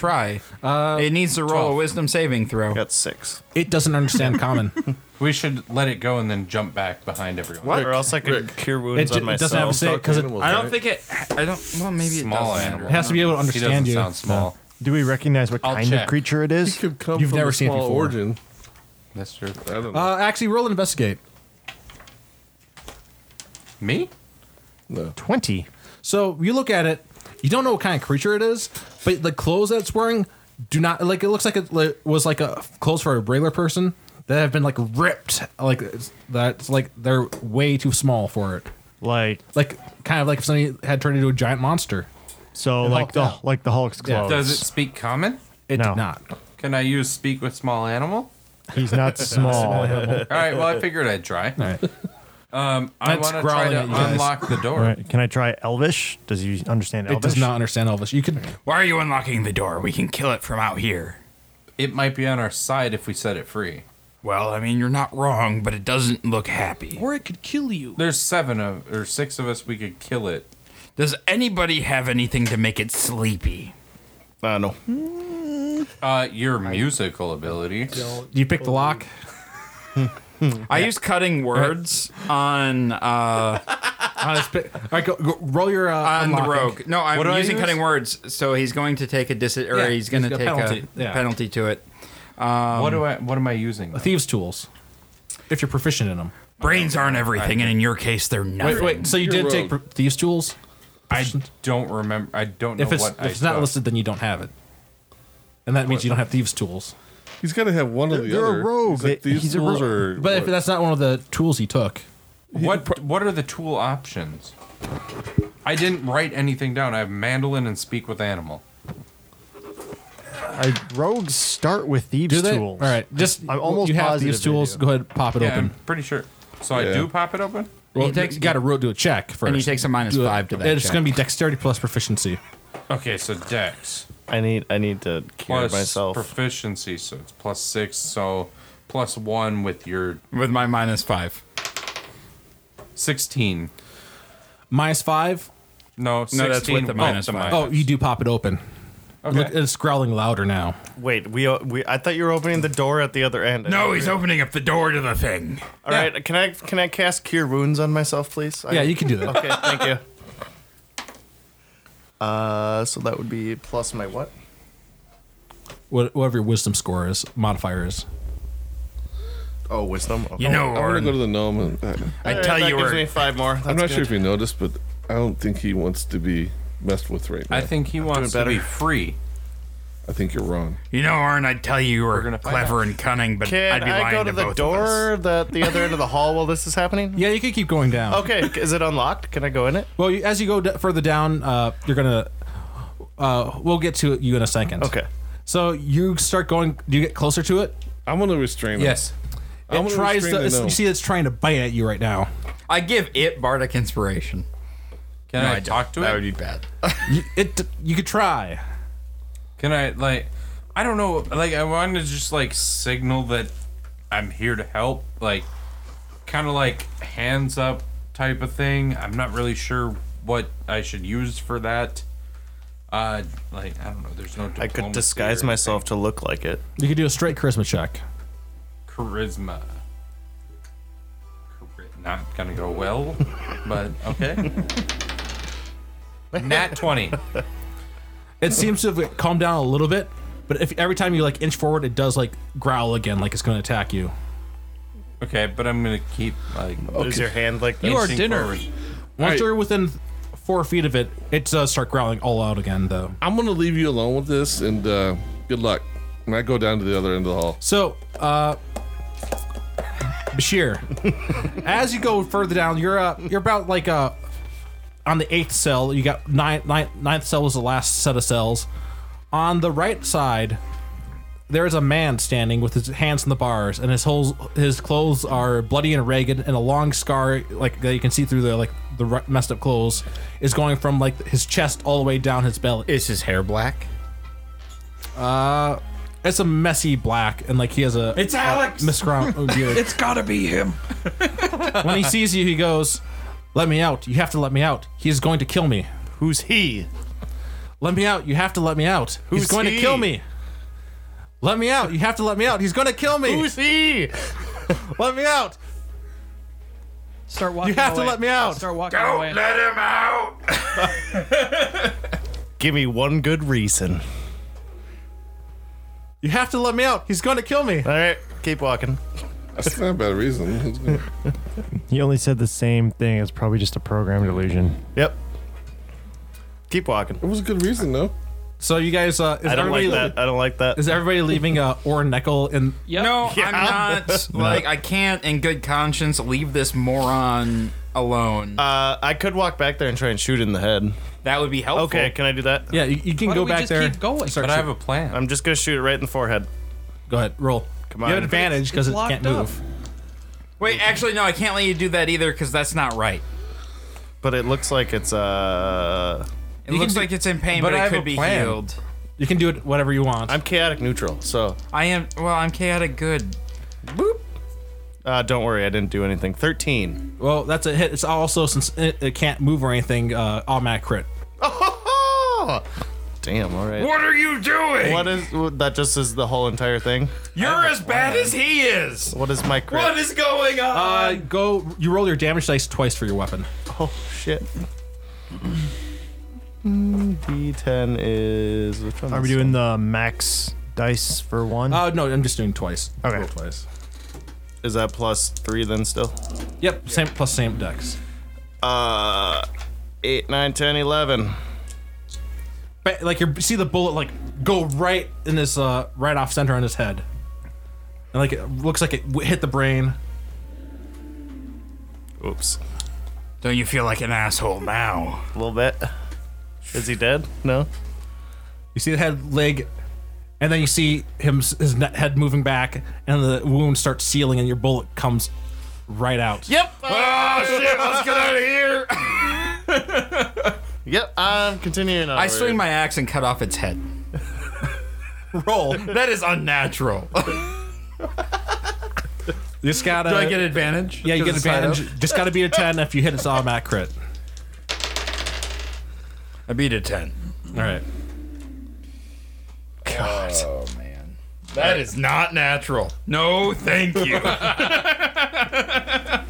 [SPEAKER 2] try. it needs to roll a
[SPEAKER 6] 12.
[SPEAKER 2] wisdom saving throw.
[SPEAKER 7] Got six.
[SPEAKER 3] It doesn't understand common.
[SPEAKER 6] We should let it go and then jump back behind everyone.
[SPEAKER 7] Or else I could cure
[SPEAKER 3] It,
[SPEAKER 7] wounds
[SPEAKER 3] ju-
[SPEAKER 7] on
[SPEAKER 3] it doesn't have a
[SPEAKER 7] myself.
[SPEAKER 3] say because it,
[SPEAKER 5] Animals,
[SPEAKER 2] I don't
[SPEAKER 5] right?
[SPEAKER 2] think it. I don't. Well, maybe
[SPEAKER 6] Small
[SPEAKER 2] it does
[SPEAKER 6] animal.
[SPEAKER 2] matter.
[SPEAKER 3] it has to be able to
[SPEAKER 6] He doesn't
[SPEAKER 3] understand you.
[SPEAKER 6] sound small.
[SPEAKER 1] Do we recognize what
[SPEAKER 6] I'll
[SPEAKER 1] kind
[SPEAKER 6] check.
[SPEAKER 1] of creature it
[SPEAKER 5] He
[SPEAKER 1] is?
[SPEAKER 5] could come
[SPEAKER 3] You've
[SPEAKER 5] from
[SPEAKER 3] never
[SPEAKER 5] a
[SPEAKER 3] seen it
[SPEAKER 5] small
[SPEAKER 3] before.
[SPEAKER 5] origin.
[SPEAKER 6] That's true.
[SPEAKER 5] I don't know.
[SPEAKER 3] Uh, actually, roll investigate.
[SPEAKER 6] Me?
[SPEAKER 5] no.
[SPEAKER 1] Twenty.
[SPEAKER 3] So you look at it, you don't know what kind of creature it is, but the clothes that it's wearing do not like. It looks like it li- was like a clothes for a regular person that have been like ripped, like it's- that's like they're way too small for it.
[SPEAKER 1] Like
[SPEAKER 3] Like kind of like if somebody had turned into a giant monster.
[SPEAKER 1] so,
[SPEAKER 3] It
[SPEAKER 1] like
[SPEAKER 3] hulked
[SPEAKER 1] the
[SPEAKER 3] out.
[SPEAKER 1] like the Hulk's
[SPEAKER 3] Yeah.
[SPEAKER 1] clothes.
[SPEAKER 6] Does it speak common?
[SPEAKER 3] It
[SPEAKER 1] No.
[SPEAKER 3] did not.
[SPEAKER 6] Can I use speak with small animal?
[SPEAKER 1] He's not small.
[SPEAKER 6] All right. Well, I figured I'd try.
[SPEAKER 3] All right.
[SPEAKER 6] I
[SPEAKER 3] That's
[SPEAKER 6] want to try
[SPEAKER 3] growling
[SPEAKER 6] to
[SPEAKER 3] at you guys.
[SPEAKER 6] unlock the door.
[SPEAKER 1] All right, Can I try Elvish? Does he understand Elvish?
[SPEAKER 3] It does not understand Elvish. You could
[SPEAKER 2] Why are you unlocking the door? We can kill it from out here.
[SPEAKER 6] It might be on our side if we set it free.
[SPEAKER 2] Well, I mean, you're not wrong, but it doesn't look happy.
[SPEAKER 4] Or it could kill you.
[SPEAKER 6] There's seven of or six of us. We could kill it.
[SPEAKER 2] Does anybody have anything to make it sleepy?
[SPEAKER 7] Uh, no.
[SPEAKER 6] Uh, your musical ability.
[SPEAKER 3] you pick the lock.
[SPEAKER 2] I use cutting words on uh,
[SPEAKER 3] On his pick. All right, go, go, roll your uh,
[SPEAKER 2] on the
[SPEAKER 3] unlocking.
[SPEAKER 2] rogue. No,
[SPEAKER 6] What do
[SPEAKER 2] I'm
[SPEAKER 6] I
[SPEAKER 2] using
[SPEAKER 6] use?
[SPEAKER 2] cutting words, so he's going to take a dis or
[SPEAKER 3] Yeah,
[SPEAKER 2] he's going to
[SPEAKER 3] he's got
[SPEAKER 2] take
[SPEAKER 3] penalty,
[SPEAKER 2] a
[SPEAKER 3] yeah.
[SPEAKER 2] penalty to it.
[SPEAKER 6] what do I? What am I using? though?
[SPEAKER 3] Thieves tools. If you're proficient in them.
[SPEAKER 2] Brains aren't everything, and in your case, they're nothing.
[SPEAKER 3] Wait, wait. So you
[SPEAKER 5] You're
[SPEAKER 3] did
[SPEAKER 5] rogue.
[SPEAKER 3] take pro- thieves tools?
[SPEAKER 6] I don't remember. I don't know
[SPEAKER 3] If it's
[SPEAKER 6] what.
[SPEAKER 3] if
[SPEAKER 6] I
[SPEAKER 3] it's not
[SPEAKER 6] took.
[SPEAKER 3] listed, then you don't have it. And that means you don't have thieves tools.
[SPEAKER 5] He's got to have one or the
[SPEAKER 1] You're a
[SPEAKER 5] other.
[SPEAKER 1] rogue.
[SPEAKER 5] He's like,
[SPEAKER 1] He's
[SPEAKER 5] these
[SPEAKER 1] a
[SPEAKER 5] tools
[SPEAKER 1] rogue.
[SPEAKER 5] are.
[SPEAKER 3] But if
[SPEAKER 5] what?
[SPEAKER 3] that's not one of the tools he took,
[SPEAKER 6] What what are the tool options? I didn't write anything down. I have mandolin and speak with animal.
[SPEAKER 1] I, rogues start with thieves
[SPEAKER 3] do they?
[SPEAKER 1] tools.
[SPEAKER 3] All right, just
[SPEAKER 1] I'm almost
[SPEAKER 3] you have
[SPEAKER 1] positive
[SPEAKER 3] thieves
[SPEAKER 1] they
[SPEAKER 3] tools.
[SPEAKER 1] do.
[SPEAKER 3] Go ahead, pop it
[SPEAKER 6] Yeah, I'm
[SPEAKER 3] open.
[SPEAKER 6] pretty sure. So I
[SPEAKER 5] Yeah.
[SPEAKER 6] do pop it open.
[SPEAKER 3] Well,
[SPEAKER 2] He takes-
[SPEAKER 3] you got to do a check first,
[SPEAKER 2] and he takes a minus
[SPEAKER 3] Do
[SPEAKER 2] five to that
[SPEAKER 3] It's
[SPEAKER 2] check.
[SPEAKER 3] going to be dexterity plus proficiency.
[SPEAKER 6] Okay, so dex
[SPEAKER 7] I need I need to cure
[SPEAKER 6] plus
[SPEAKER 7] myself.
[SPEAKER 6] proficiency, so it's plus six. So plus one with your
[SPEAKER 2] with my minus five.
[SPEAKER 6] sixteen.
[SPEAKER 3] Minus five.
[SPEAKER 6] No, 16.
[SPEAKER 2] that's with the minus
[SPEAKER 6] oh,
[SPEAKER 2] five.
[SPEAKER 3] Oh, you do pop it open.
[SPEAKER 6] Okay.
[SPEAKER 3] Oh, Look, it's growling louder now.
[SPEAKER 7] Wait, we we I thought you were opening the door at the other end.
[SPEAKER 2] No, he's opening up the door to the thing.
[SPEAKER 7] All right, can I can I cast cure wounds on myself, please? I-
[SPEAKER 3] Yeah, you can do that.
[SPEAKER 7] Okay, thank you. Uh, so that would be plus my what?
[SPEAKER 3] What- Whatever your wisdom score is, modifier is.
[SPEAKER 7] Oh, wisdom. Okay.
[SPEAKER 2] You know,
[SPEAKER 5] I'm gonna
[SPEAKER 2] Orin.
[SPEAKER 5] go to the gnome. And, I,
[SPEAKER 2] I
[SPEAKER 7] All right,
[SPEAKER 2] tell
[SPEAKER 7] that
[SPEAKER 2] you,
[SPEAKER 7] gives
[SPEAKER 2] we're
[SPEAKER 7] me five more.
[SPEAKER 5] I'm not sure if you noticed, but I don't think he wants to be messed with right now.
[SPEAKER 6] I think he wants to
[SPEAKER 7] better.
[SPEAKER 6] be free.
[SPEAKER 5] I think you're wrong.
[SPEAKER 2] You know, Arn, I'd tell you you were
[SPEAKER 6] gonna find
[SPEAKER 2] clever and cunning, but
[SPEAKER 7] Can
[SPEAKER 2] I'd be
[SPEAKER 7] I
[SPEAKER 2] lying
[SPEAKER 7] go
[SPEAKER 2] to,
[SPEAKER 7] to the
[SPEAKER 2] both of us.
[SPEAKER 7] door that the other end of the hall while this is happening?
[SPEAKER 3] Yeah, you can keep going down.
[SPEAKER 7] Okay, is it unlocked? Can I go in it?
[SPEAKER 3] Well, you, as you go d- further down, uh, you're gonna. Uh, we'll get to you in a second.
[SPEAKER 7] Okay.
[SPEAKER 3] So you start going. Do you get closer to it?
[SPEAKER 5] I'm gonna restrain him.
[SPEAKER 6] Yes.
[SPEAKER 5] I'm
[SPEAKER 3] it
[SPEAKER 5] gonna
[SPEAKER 3] tries to.
[SPEAKER 5] restrain the
[SPEAKER 3] it's-
[SPEAKER 5] gnome.
[SPEAKER 3] You see, it's trying to bite at you right now.
[SPEAKER 2] I give it bardic inspiration.
[SPEAKER 6] Can
[SPEAKER 2] No,
[SPEAKER 6] I,
[SPEAKER 2] I don't.
[SPEAKER 6] talk to
[SPEAKER 2] That
[SPEAKER 6] it?
[SPEAKER 2] would be bad.
[SPEAKER 3] You, it. You could try.
[SPEAKER 6] Can I like I don't know like I wanted to just like signal that I'm here to help like kind of like hands up type of thing. I'm not really sure what I should use for that. Uh like I don't know there's no
[SPEAKER 7] I could
[SPEAKER 6] diplomacy
[SPEAKER 7] disguise
[SPEAKER 6] or
[SPEAKER 7] myself to look like it.
[SPEAKER 3] You could do a straight charisma check.
[SPEAKER 6] charisma. Chari- Not gonna go well, but okay. Nat 20.
[SPEAKER 3] It seems to have calmed down a little bit, but if every time you like inch forward, it does like growl again, like it's going to attack you.
[SPEAKER 6] Okay, but I'm gonna keep like
[SPEAKER 1] Oh,
[SPEAKER 7] Is your hand like
[SPEAKER 4] You are
[SPEAKER 6] inching
[SPEAKER 4] dinner.
[SPEAKER 6] forward.
[SPEAKER 3] Once
[SPEAKER 5] Alright.
[SPEAKER 3] you're within four feet of it, it does start growling all out again, though.
[SPEAKER 5] I'm gonna leave you alone with this, and uh, good luck. And I go down to the other end of the hall.
[SPEAKER 3] So, uh, Bashir, as you go further down, you're uh, you're about like uh, on the eighth cell. You got nine, nine, ninth cell was the last set of cells. On the right side, there is a man standing with his hands in the bars, and his whole his clothes are bloody and ragged, and a long scar like that you can see through the like the ru- messed up clothes is going from like his chest all the way down his belly. Uh,
[SPEAKER 2] Is his hair black?
[SPEAKER 3] It's a messy black, and like he has a
[SPEAKER 4] It's Alex!
[SPEAKER 3] miscrown. Oh, dear.
[SPEAKER 4] It's gotta be him.
[SPEAKER 3] when he sees you, he goes, "Let me out! You have to let me out. He's going to kill me.
[SPEAKER 7] Who's he?
[SPEAKER 3] Let me out! You have to let me out.
[SPEAKER 7] Who's
[SPEAKER 3] He's going
[SPEAKER 7] he?
[SPEAKER 3] to kill me. Let me out! You have to let me out. He's going to kill me.
[SPEAKER 7] Who's he?
[SPEAKER 3] let me out!
[SPEAKER 4] Start walking.
[SPEAKER 3] You have to
[SPEAKER 4] away.
[SPEAKER 3] let me out."
[SPEAKER 4] Start walking away.
[SPEAKER 2] Let him out!
[SPEAKER 7] Give me one good reason.
[SPEAKER 3] You have to let me out. He's going to kill me."
[SPEAKER 7] All right, keep walking.
[SPEAKER 5] That's not a bad reason. It's gonna-
[SPEAKER 1] He only said the same thing. It's probably just a programmed illusion.
[SPEAKER 7] Yep. Keep walking.
[SPEAKER 5] It was a good reason, though.
[SPEAKER 3] So you guys, uh, is
[SPEAKER 7] I don't
[SPEAKER 3] everybody
[SPEAKER 7] like that. I don't like that.
[SPEAKER 3] is everybody leaving uh, Orin Neckel in?
[SPEAKER 4] Yep.
[SPEAKER 2] No,
[SPEAKER 7] Yeah.
[SPEAKER 2] I'm not. Like, I can't, in good conscience, leave this moron alone.
[SPEAKER 7] Uh, I could walk back there and try and shoot in the head.
[SPEAKER 2] that would be helpful.
[SPEAKER 7] Okay, can I do that?
[SPEAKER 3] Yeah, you, you can
[SPEAKER 4] Why
[SPEAKER 3] go
[SPEAKER 4] don't we
[SPEAKER 3] back
[SPEAKER 4] just
[SPEAKER 3] there.
[SPEAKER 4] keep going?
[SPEAKER 3] and start
[SPEAKER 6] But I have
[SPEAKER 3] shooting.
[SPEAKER 6] a plan.
[SPEAKER 7] I'm just gonna shoot it right in the forehead.
[SPEAKER 3] go ahead, roll. Come
[SPEAKER 7] on.
[SPEAKER 3] You have advantage because it
[SPEAKER 4] It's
[SPEAKER 3] can't
[SPEAKER 4] locked up.
[SPEAKER 3] move.
[SPEAKER 2] Wait, actually, no, I can't let you do that either because that's not right.
[SPEAKER 7] But it looks like it's uh,
[SPEAKER 2] It
[SPEAKER 3] You can
[SPEAKER 2] looks
[SPEAKER 3] do-
[SPEAKER 2] like it's in pain,
[SPEAKER 6] but
[SPEAKER 2] but,
[SPEAKER 6] I
[SPEAKER 2] it
[SPEAKER 6] have
[SPEAKER 2] could
[SPEAKER 6] a
[SPEAKER 2] be
[SPEAKER 6] plan.
[SPEAKER 2] healed.
[SPEAKER 3] You can do it whatever you want.
[SPEAKER 7] I'm chaotic neutral, so
[SPEAKER 2] I am. Well, I'm chaotic good.
[SPEAKER 7] uh, don't worry, I didn't do anything. Thirteen.
[SPEAKER 3] well, that's a hit. It's also since it, it can't move or anything, uh, automatic crit.
[SPEAKER 7] Oh, damn! All right.
[SPEAKER 2] What are you doing?
[SPEAKER 7] What is that? Just is the whole entire thing.
[SPEAKER 2] You're as bad as he is.
[SPEAKER 7] What is my crit?
[SPEAKER 2] What is going
[SPEAKER 3] Uh,
[SPEAKER 2] on?
[SPEAKER 3] go. You roll your damage dice twice for your weapon.
[SPEAKER 7] Oh shit. Mm, D10 is. Which one
[SPEAKER 1] Are we
[SPEAKER 7] is-
[SPEAKER 1] doing the max dice for one?
[SPEAKER 3] Uh, no, I'm just doing twice.
[SPEAKER 1] Okay.
[SPEAKER 3] Roll twice.
[SPEAKER 7] Is that plus three then still?
[SPEAKER 3] Yep. Same plus same dex.
[SPEAKER 7] Uh, eight, nine, ten, eleven.
[SPEAKER 3] But like you see the bullet like go right in his uh right off center on his head, and like it looks like it w- hit the brain.
[SPEAKER 7] Oops.
[SPEAKER 2] Don't you feel like an asshole now?
[SPEAKER 7] A little bit. Is he dead? No.
[SPEAKER 3] You see the head leg, and then you see him s- his ne- head moving back, and the wound starts sealing, and your bullet comes right out.
[SPEAKER 7] Yep.
[SPEAKER 2] Oh shit! Let's get out of here.
[SPEAKER 7] Yep. I'm continuing.
[SPEAKER 2] I swing my axe and cut off its head.
[SPEAKER 3] Roll.
[SPEAKER 2] That is unnatural.
[SPEAKER 3] You just gotta.
[SPEAKER 2] Do I get advantage?
[SPEAKER 3] Yeah, you get
[SPEAKER 2] Because it's tied up?
[SPEAKER 3] advantage. Just gotta be a ten if you hit its automatic crit.
[SPEAKER 2] I beat a ten.
[SPEAKER 3] All right.
[SPEAKER 2] Oh man, that is not natural. No, thank you. Uh,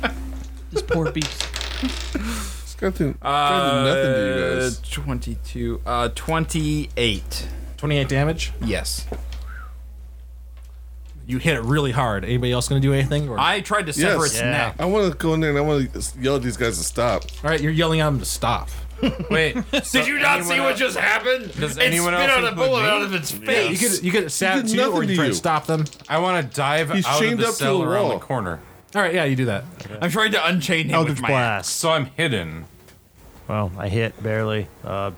[SPEAKER 4] This poor beast.
[SPEAKER 5] It's got to,
[SPEAKER 6] Uh,
[SPEAKER 5] got to do nothing to you guys.
[SPEAKER 2] Uh, Twenty-two. Uh, twenty-eight.
[SPEAKER 3] 28 damage.
[SPEAKER 2] Yes.
[SPEAKER 3] You hit it really hard. Anybody else going to do anything? Or?
[SPEAKER 2] I tried to sever
[SPEAKER 5] Yes.
[SPEAKER 2] its
[SPEAKER 5] Yeah.
[SPEAKER 2] neck.
[SPEAKER 5] I want to go in there and I want to yell at these guys to stop.
[SPEAKER 3] All right, you're yelling at him to stop.
[SPEAKER 6] Wait,
[SPEAKER 2] Did you not see what just happened?
[SPEAKER 6] Does
[SPEAKER 2] It
[SPEAKER 6] anyone
[SPEAKER 2] spit
[SPEAKER 6] else
[SPEAKER 2] out a
[SPEAKER 6] include
[SPEAKER 2] bullet
[SPEAKER 6] me?
[SPEAKER 2] out of its face.
[SPEAKER 3] You could you could stab
[SPEAKER 5] did
[SPEAKER 3] too, or
[SPEAKER 5] nothing
[SPEAKER 3] you
[SPEAKER 5] to
[SPEAKER 3] try
[SPEAKER 5] you.
[SPEAKER 3] to stop them.
[SPEAKER 6] I want to dive
[SPEAKER 5] He's
[SPEAKER 6] out of
[SPEAKER 5] chained
[SPEAKER 6] the
[SPEAKER 5] up to
[SPEAKER 6] cell
[SPEAKER 5] a
[SPEAKER 6] around the
[SPEAKER 5] wall.
[SPEAKER 6] corner,
[SPEAKER 3] All right, yeah, you do that.
[SPEAKER 2] I'm trying to unchain him
[SPEAKER 1] Eldritch
[SPEAKER 2] with my
[SPEAKER 1] Blast.
[SPEAKER 6] so I'm hidden.
[SPEAKER 1] Well, I hit barely. Uh,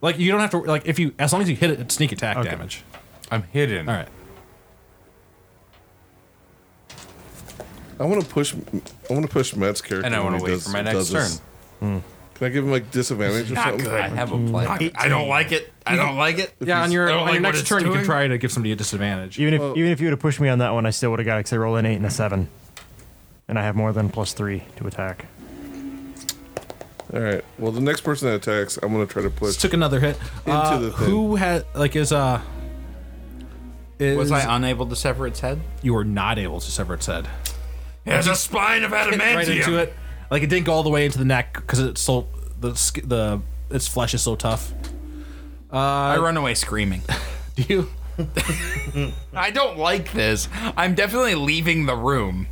[SPEAKER 3] Like you don't have to like if you as long as you hit it, it's sneak attack
[SPEAKER 1] Okay.
[SPEAKER 3] damage.
[SPEAKER 6] I'm hidden.
[SPEAKER 3] All right.
[SPEAKER 5] I want to push. I want to push Matt's character.
[SPEAKER 6] and I
[SPEAKER 5] when
[SPEAKER 6] want
[SPEAKER 5] he
[SPEAKER 6] to wait
[SPEAKER 5] does-
[SPEAKER 6] for my
[SPEAKER 5] does
[SPEAKER 6] next turn.
[SPEAKER 5] this. Can I give him like disadvantage or
[SPEAKER 2] Not
[SPEAKER 5] something?
[SPEAKER 2] good.
[SPEAKER 6] I have a plan.
[SPEAKER 2] axe. I don't like it. I don't like it.
[SPEAKER 3] Yeah, on your
[SPEAKER 2] I
[SPEAKER 6] Oh,
[SPEAKER 2] don't
[SPEAKER 3] on
[SPEAKER 2] like
[SPEAKER 3] your
[SPEAKER 2] what
[SPEAKER 3] next
[SPEAKER 2] it's
[SPEAKER 3] turn, you
[SPEAKER 2] doing.
[SPEAKER 3] can try to give somebody a disadvantage.
[SPEAKER 1] even if even if you would have pushed me on that one, I still would have got it because I rolled an eight and a seven, and I have more than plus three to attack.
[SPEAKER 5] All right. Well, the next person that attacks, I'm going to try to push.
[SPEAKER 3] Just took another hit. Uh,
[SPEAKER 5] the thing.
[SPEAKER 3] who had like is uh is
[SPEAKER 2] Was I unable to sever its head?
[SPEAKER 3] you were not able to sever its head
[SPEAKER 2] It has a spine of adamantium.
[SPEAKER 3] right into it. Like it didn't go all the way into the neck because it's so the sk- the its flesh is so tough.
[SPEAKER 2] I run away screaming.
[SPEAKER 3] Do you?
[SPEAKER 2] I don't like this. I'm definitely leaving the room.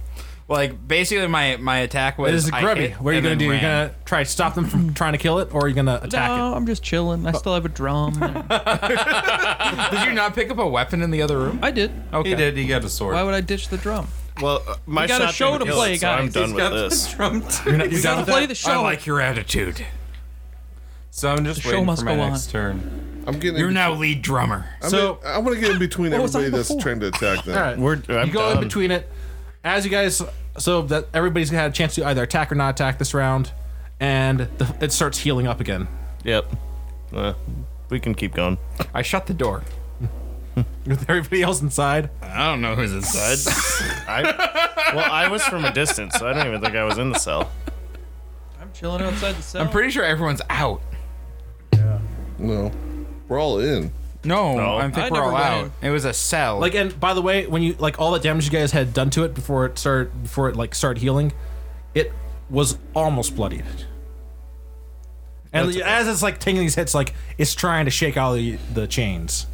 [SPEAKER 2] Like basically, my my attack was.
[SPEAKER 3] It is
[SPEAKER 2] I
[SPEAKER 3] grubby.
[SPEAKER 2] hit
[SPEAKER 3] What are you
[SPEAKER 2] and
[SPEAKER 3] gonna
[SPEAKER 2] then
[SPEAKER 3] do? You're
[SPEAKER 2] ran.
[SPEAKER 3] gonna try to stop them from trying to kill it, or you're gonna attack it?
[SPEAKER 4] No, I'm just chilling. I still have a drum.
[SPEAKER 2] Did you not pick up a weapon in the other room?
[SPEAKER 4] I did.
[SPEAKER 2] Okay.
[SPEAKER 6] He did. He got a sword.
[SPEAKER 4] Why would I ditch the drum?
[SPEAKER 7] Well, uh, my
[SPEAKER 4] got a
[SPEAKER 7] shot
[SPEAKER 4] show
[SPEAKER 7] didn't
[SPEAKER 4] to
[SPEAKER 7] kill
[SPEAKER 4] play,
[SPEAKER 7] it, so I'm
[SPEAKER 4] guys.
[SPEAKER 7] done with
[SPEAKER 6] Got the
[SPEAKER 7] this.
[SPEAKER 6] drum
[SPEAKER 3] You're
[SPEAKER 6] too.
[SPEAKER 3] not- you're down
[SPEAKER 4] Gotta
[SPEAKER 3] with
[SPEAKER 4] play
[SPEAKER 3] that?
[SPEAKER 4] the
[SPEAKER 2] I
[SPEAKER 4] show.
[SPEAKER 2] like your attitude.
[SPEAKER 6] So I'm just
[SPEAKER 4] The show
[SPEAKER 6] waiting
[SPEAKER 4] must
[SPEAKER 6] for my
[SPEAKER 4] go on.
[SPEAKER 6] next turn.
[SPEAKER 5] I'm getting.
[SPEAKER 2] You're now lead drummer.
[SPEAKER 5] I'm
[SPEAKER 3] So-
[SPEAKER 4] uh,
[SPEAKER 5] in- I want to get in between
[SPEAKER 6] Oh,
[SPEAKER 4] was I
[SPEAKER 5] everybody that's
[SPEAKER 4] before?
[SPEAKER 5] trying to attack them.
[SPEAKER 3] All right.
[SPEAKER 7] We're- I'm
[SPEAKER 3] you go in
[SPEAKER 7] done.
[SPEAKER 3] between it. As you guys, so that everybody's had a chance to either attack or not attack this round, and the, it starts healing up again.
[SPEAKER 7] Yep. Uh, we can keep going.
[SPEAKER 2] I shut the door.
[SPEAKER 3] With everybody else inside,
[SPEAKER 2] I don't know who's inside.
[SPEAKER 7] I, well, I was from a distance, so I don't even think I was in the cell.
[SPEAKER 4] I'm chilling outside the cell.
[SPEAKER 2] I'm pretty sure everyone's out.
[SPEAKER 5] No, we're all in.
[SPEAKER 2] No, I
[SPEAKER 4] I
[SPEAKER 2] think we're
[SPEAKER 4] never
[SPEAKER 2] all
[SPEAKER 4] went
[SPEAKER 2] out. It was a cell.
[SPEAKER 3] like, and by the way, when you like all the damage you guys had done to it before it started, before it like started healing, it was almost bloodied. And as it's like taking these hits, like it's trying to shake all the, the chains.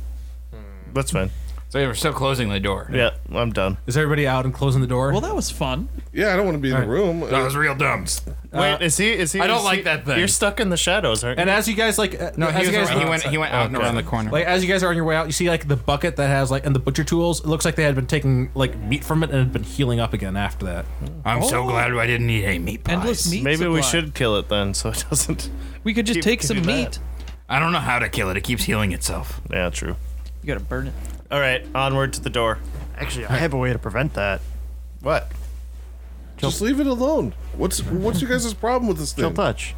[SPEAKER 7] That's fine.
[SPEAKER 2] so they were still closing the door.
[SPEAKER 7] Yeah, I'm done.
[SPEAKER 3] Is everybody out and closing the door?
[SPEAKER 4] well, that was fun.
[SPEAKER 5] Yeah, I don't want to be in the room. Uh,
[SPEAKER 2] That was real dumb.
[SPEAKER 7] Wait, is he? Is he?
[SPEAKER 2] I don't
[SPEAKER 7] is
[SPEAKER 2] like
[SPEAKER 7] he-
[SPEAKER 2] that thing.
[SPEAKER 7] You're stuck in the shadows, aren't you?
[SPEAKER 3] and as you guys like, uh,
[SPEAKER 2] No,
[SPEAKER 3] as
[SPEAKER 2] he,
[SPEAKER 3] you
[SPEAKER 2] was
[SPEAKER 3] guys
[SPEAKER 2] around- he went. He went out and around the corner.
[SPEAKER 3] Like as you guys are on your way out, you see like the bucket that has like and the butcher tools. It looks like they had been taking like meat from it and had been healing up again after that.
[SPEAKER 2] I'm
[SPEAKER 7] oh.
[SPEAKER 2] so glad I didn't eat any meat pies.
[SPEAKER 4] Endless meat.
[SPEAKER 7] Maybe we
[SPEAKER 4] supply.
[SPEAKER 7] should kill it then, so it doesn't.
[SPEAKER 4] We could just
[SPEAKER 7] keep-
[SPEAKER 4] take
[SPEAKER 7] could
[SPEAKER 4] some
[SPEAKER 7] do that.
[SPEAKER 4] meat.
[SPEAKER 2] I don't know how to kill it. It keeps healing itself.
[SPEAKER 7] Yeah, true.
[SPEAKER 4] You gotta burn it.
[SPEAKER 7] All right, onward to the door.
[SPEAKER 1] Actually, I have a way to prevent that.
[SPEAKER 7] What?
[SPEAKER 5] Just leave it alone. What's what's you guys' problem with this
[SPEAKER 1] Chill
[SPEAKER 5] thing?
[SPEAKER 1] touch.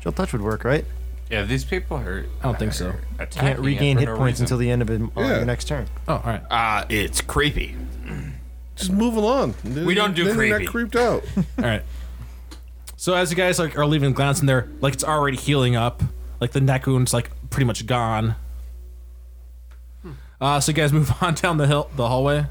[SPEAKER 1] Chill touch would work, right?
[SPEAKER 6] Yeah, these people hurt.
[SPEAKER 3] I don't think so.
[SPEAKER 1] Can't regain hit points until the end of it, uh,
[SPEAKER 5] Yeah.
[SPEAKER 1] your next turn.
[SPEAKER 3] Oh, all right.
[SPEAKER 2] Uh, it's creepy.
[SPEAKER 5] Just move along.
[SPEAKER 2] We don't do
[SPEAKER 5] then You're
[SPEAKER 2] creepy.
[SPEAKER 5] not creeped out.
[SPEAKER 3] All right. So as you guys like are leaving glance in there, like it's already healing up. Like the neck wound's like pretty much gone. Uh, so you guys move on down the hill, the hallway.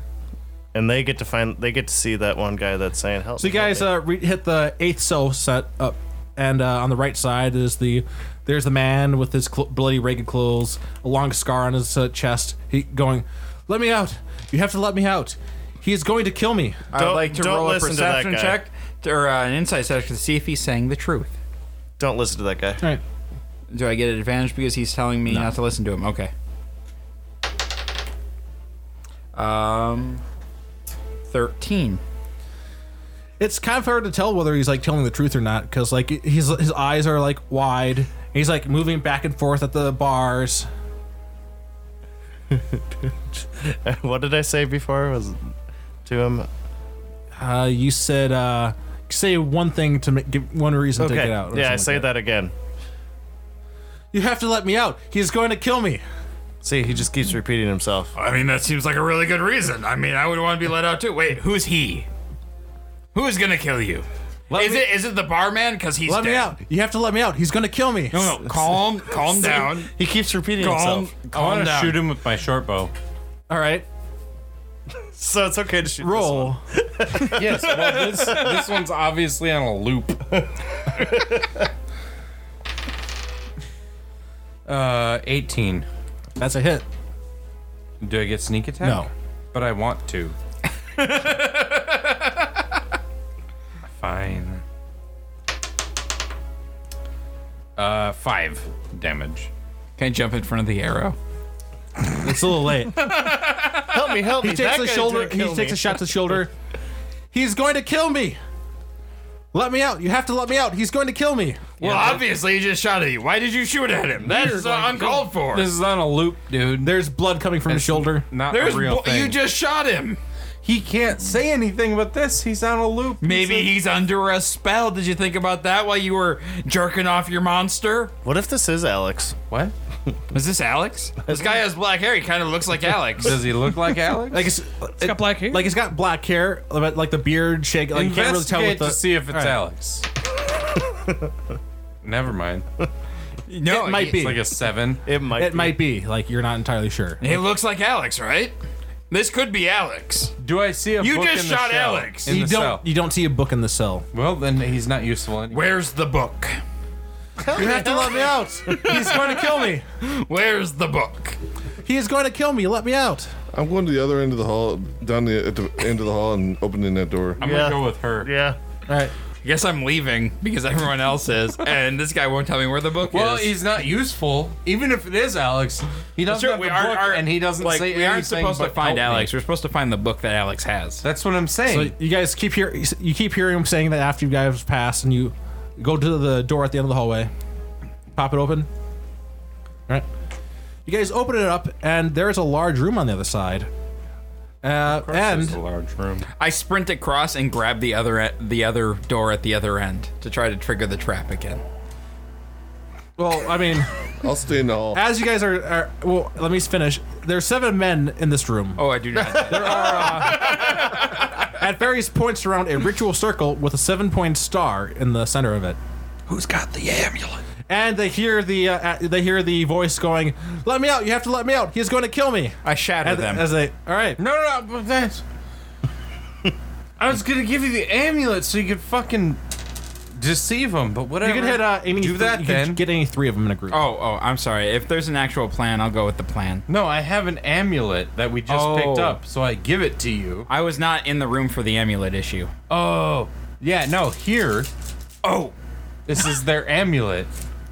[SPEAKER 7] And they get to find. They get to see that one guy that's saying help.
[SPEAKER 3] So you
[SPEAKER 7] me, help
[SPEAKER 3] guys
[SPEAKER 7] me."
[SPEAKER 3] uh, re- hit the eighth cell set up, and uh, on the right side is the there's the man with his cl- bloody ragged clothes, a long scar on his uh, chest. He going, "Let me out! You have to let me out! He is going to kill me!"
[SPEAKER 2] I would
[SPEAKER 7] Don't-
[SPEAKER 2] like to
[SPEAKER 7] don't
[SPEAKER 2] roll a
[SPEAKER 7] listen to that
[SPEAKER 2] perception
[SPEAKER 7] guy.
[SPEAKER 2] check to- or uh, an insight check to see if he's saying the truth.
[SPEAKER 7] don't listen to that guy.
[SPEAKER 3] All right,
[SPEAKER 2] Do I get an advantage because he's telling me not to listen to him? Okay. Um, thirteen.
[SPEAKER 3] it's kind of hard to tell whether he's like telling the truth or not because like his his eyes are like wide. and He's like moving back and forth at the bars.
[SPEAKER 7] what did I say before? Was to him.
[SPEAKER 3] Uh, you said uh, say one thing to make, give one reason to
[SPEAKER 7] Okay.
[SPEAKER 3] get out. or
[SPEAKER 7] yeah, I
[SPEAKER 3] something
[SPEAKER 7] say
[SPEAKER 3] like
[SPEAKER 7] that again.
[SPEAKER 3] You have to let me out. He's going to kill me.
[SPEAKER 7] See, he just keeps repeating himself.
[SPEAKER 2] I mean, that seems like a really good reason. I mean, I would want to be let out too. Wait, who's he? Who's gonna kill you?
[SPEAKER 3] Let
[SPEAKER 2] is
[SPEAKER 3] me-
[SPEAKER 2] it is it the barman? Because he's
[SPEAKER 3] Let
[SPEAKER 2] dead.
[SPEAKER 3] me out. You have to let me out. He's going to kill me.
[SPEAKER 2] No, no, calm, calm down,
[SPEAKER 7] He keeps repeating
[SPEAKER 2] calm,
[SPEAKER 7] himself.
[SPEAKER 6] I
[SPEAKER 2] Um, calm
[SPEAKER 6] want to
[SPEAKER 2] down.
[SPEAKER 6] shoot him with my short bow.
[SPEAKER 3] All right.
[SPEAKER 7] So it's okay to shoot. this one.
[SPEAKER 3] Roll.
[SPEAKER 6] Yes, well, this, this one's obviously on a loop. uh, 18.
[SPEAKER 3] That's a hit.
[SPEAKER 6] Do I get sneak attack?
[SPEAKER 3] No.
[SPEAKER 6] But I want to. Fine. Uh, five damage.
[SPEAKER 2] Can't jump in front of the arrow.
[SPEAKER 3] It's a little late.
[SPEAKER 7] Help me, help me.
[SPEAKER 3] He takes
[SPEAKER 7] that
[SPEAKER 3] a
[SPEAKER 7] guy's
[SPEAKER 3] shoulder.
[SPEAKER 7] gonna
[SPEAKER 3] He
[SPEAKER 7] kill
[SPEAKER 3] takes
[SPEAKER 7] me.
[SPEAKER 3] a shot to the shoulder. He's going to kill me. Let me out. You have to let me out. He's going to kill me.
[SPEAKER 2] Well, obviously he just shot at you. Why did you shoot at him? That's uh, uncalled for.
[SPEAKER 6] This is on a loop, dude.
[SPEAKER 3] There's blood coming from his shoulder.
[SPEAKER 6] Not
[SPEAKER 2] There's
[SPEAKER 6] a real
[SPEAKER 2] bo-
[SPEAKER 6] thing.
[SPEAKER 2] you just shot him.
[SPEAKER 6] he can't say anything but this. He's on a loop.
[SPEAKER 2] Maybe he's under a spell. Did you think about that while you were jerking off your monster?
[SPEAKER 7] What if this is Alex?
[SPEAKER 6] What?
[SPEAKER 2] Is this Alex? This guy has black hair. He kind of looks like Alex.
[SPEAKER 6] Does he look like Alex?
[SPEAKER 3] Like it's,
[SPEAKER 4] It's got black hair.
[SPEAKER 3] like it's got black hair, but like the beard shake. Like you can't really tell what
[SPEAKER 6] Investigate
[SPEAKER 3] the.
[SPEAKER 6] to see if it's
[SPEAKER 3] Alright.
[SPEAKER 6] Alex. Never mind.
[SPEAKER 2] no,
[SPEAKER 3] it might
[SPEAKER 2] he-
[SPEAKER 3] be.
[SPEAKER 6] It's like a seven.
[SPEAKER 7] It might.
[SPEAKER 3] it
[SPEAKER 7] be.
[SPEAKER 3] might be like you're not entirely sure.
[SPEAKER 2] He looks like Alex, right? This could be Alex.
[SPEAKER 6] Do I see a
[SPEAKER 2] You
[SPEAKER 6] book
[SPEAKER 2] just
[SPEAKER 6] in the
[SPEAKER 2] shot
[SPEAKER 6] shell?
[SPEAKER 2] Alex.
[SPEAKER 6] In
[SPEAKER 3] you
[SPEAKER 6] the
[SPEAKER 3] don't.
[SPEAKER 6] cell?
[SPEAKER 3] You don't see a book in the cell.
[SPEAKER 6] Well, then he's not useful anyway.
[SPEAKER 2] Where's the book?
[SPEAKER 3] You have to let me out. He's going to kill me.
[SPEAKER 2] Where's the book?
[SPEAKER 3] He is going to kill me. Let me out.
[SPEAKER 5] I'm going to the other end of the hall, down the, at the end of the hall, and opening that door.
[SPEAKER 6] I'm
[SPEAKER 7] Yeah.
[SPEAKER 6] gonna go with her.
[SPEAKER 7] Yeah.
[SPEAKER 3] All right.
[SPEAKER 2] I guess I'm leaving because everyone else is, and this guy won't tell me where the book
[SPEAKER 6] Well,
[SPEAKER 2] is.
[SPEAKER 6] he's not useful, even if it is Alex. He doesn't
[SPEAKER 2] Sure,
[SPEAKER 6] have
[SPEAKER 2] we
[SPEAKER 6] the
[SPEAKER 2] are-
[SPEAKER 6] book,
[SPEAKER 2] are-
[SPEAKER 6] and he doesn't
[SPEAKER 2] like,
[SPEAKER 6] say
[SPEAKER 2] we
[SPEAKER 6] anything.
[SPEAKER 2] aren't supposed to
[SPEAKER 6] but
[SPEAKER 2] find
[SPEAKER 6] help me.
[SPEAKER 2] Alex. We're supposed to find the book that Alex has.
[SPEAKER 6] That's what I'm saying.
[SPEAKER 3] So you guys keep hear. You keep hearing him saying that after you guys pass, and you go to the door at the end of the hallway, pop it open. All right. You guys open it up, and there is a large room on the other side. Uh,
[SPEAKER 6] This is a
[SPEAKER 3] and
[SPEAKER 6] large room.
[SPEAKER 2] I sprint across and grab the other e- the other door at the other end to try to trigger the trap again.
[SPEAKER 3] well, I mean,
[SPEAKER 5] I'll stay in the hall.
[SPEAKER 3] as you guys are, are well, let me finish. There's seven men in this room.
[SPEAKER 2] Oh, I do not.
[SPEAKER 3] At various points around a ritual circle with a seven-point star in the center of it.
[SPEAKER 2] Who's got the amulet?
[SPEAKER 3] And they hear the uh, uh, they hear the voice going, "Let me out! You have to let me out! He's going to kill me!"
[SPEAKER 2] I shatter
[SPEAKER 3] As,
[SPEAKER 2] them.
[SPEAKER 3] as they, all right,
[SPEAKER 6] No, no, no, but that's. I was gonna give you the amulet so you could fucking deceive him, but whatever.
[SPEAKER 3] you can hit uh, any.
[SPEAKER 6] Do
[SPEAKER 3] th-
[SPEAKER 6] that
[SPEAKER 3] you
[SPEAKER 6] then.
[SPEAKER 3] Can get any three of them in a group.
[SPEAKER 2] oh, oh, I'm sorry. If there's an actual plan, I'll go with the plan.
[SPEAKER 6] no, I have an amulet that we just picked
[SPEAKER 2] Oh.
[SPEAKER 6] up, so I give it to you.
[SPEAKER 2] I was not in the room for the amulet issue.
[SPEAKER 6] Oh, yeah, no, here.
[SPEAKER 2] Oh,
[SPEAKER 6] This is their amulet.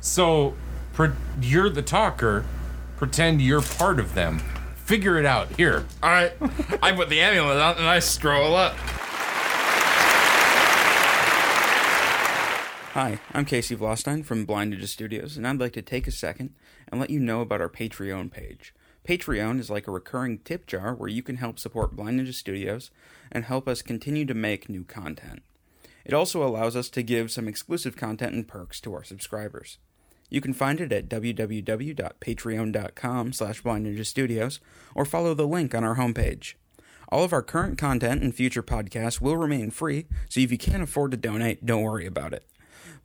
[SPEAKER 6] So, pre- you're the talker. Pretend you're part of them. Figure it out. Here.
[SPEAKER 2] all right. I put the amulet on and I stroll up.
[SPEAKER 8] Hi, I'm Casey Vlostein from Blind Ninja Studios, and I'd like to take a second and let you know about our Patreon page. Patreon is like a recurring tip jar where you can help support Blind Ninja Studios and help us continue to make new content. It also allows us to give some exclusive content and perks to our subscribers. You can find it at www.patreon.com slash Blind Ninja Studios or follow the link on our homepage. All of our current content and future podcasts will remain free, so if you can't afford to donate, don't worry about it.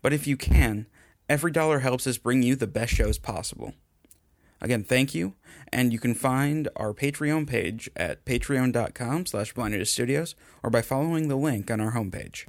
[SPEAKER 8] But if you can, every dollar helps us bring you the best shows possible. Again, thank you, and you can find our Patreon page at patreon.com slash Blinded Studios or by following the link on our homepage.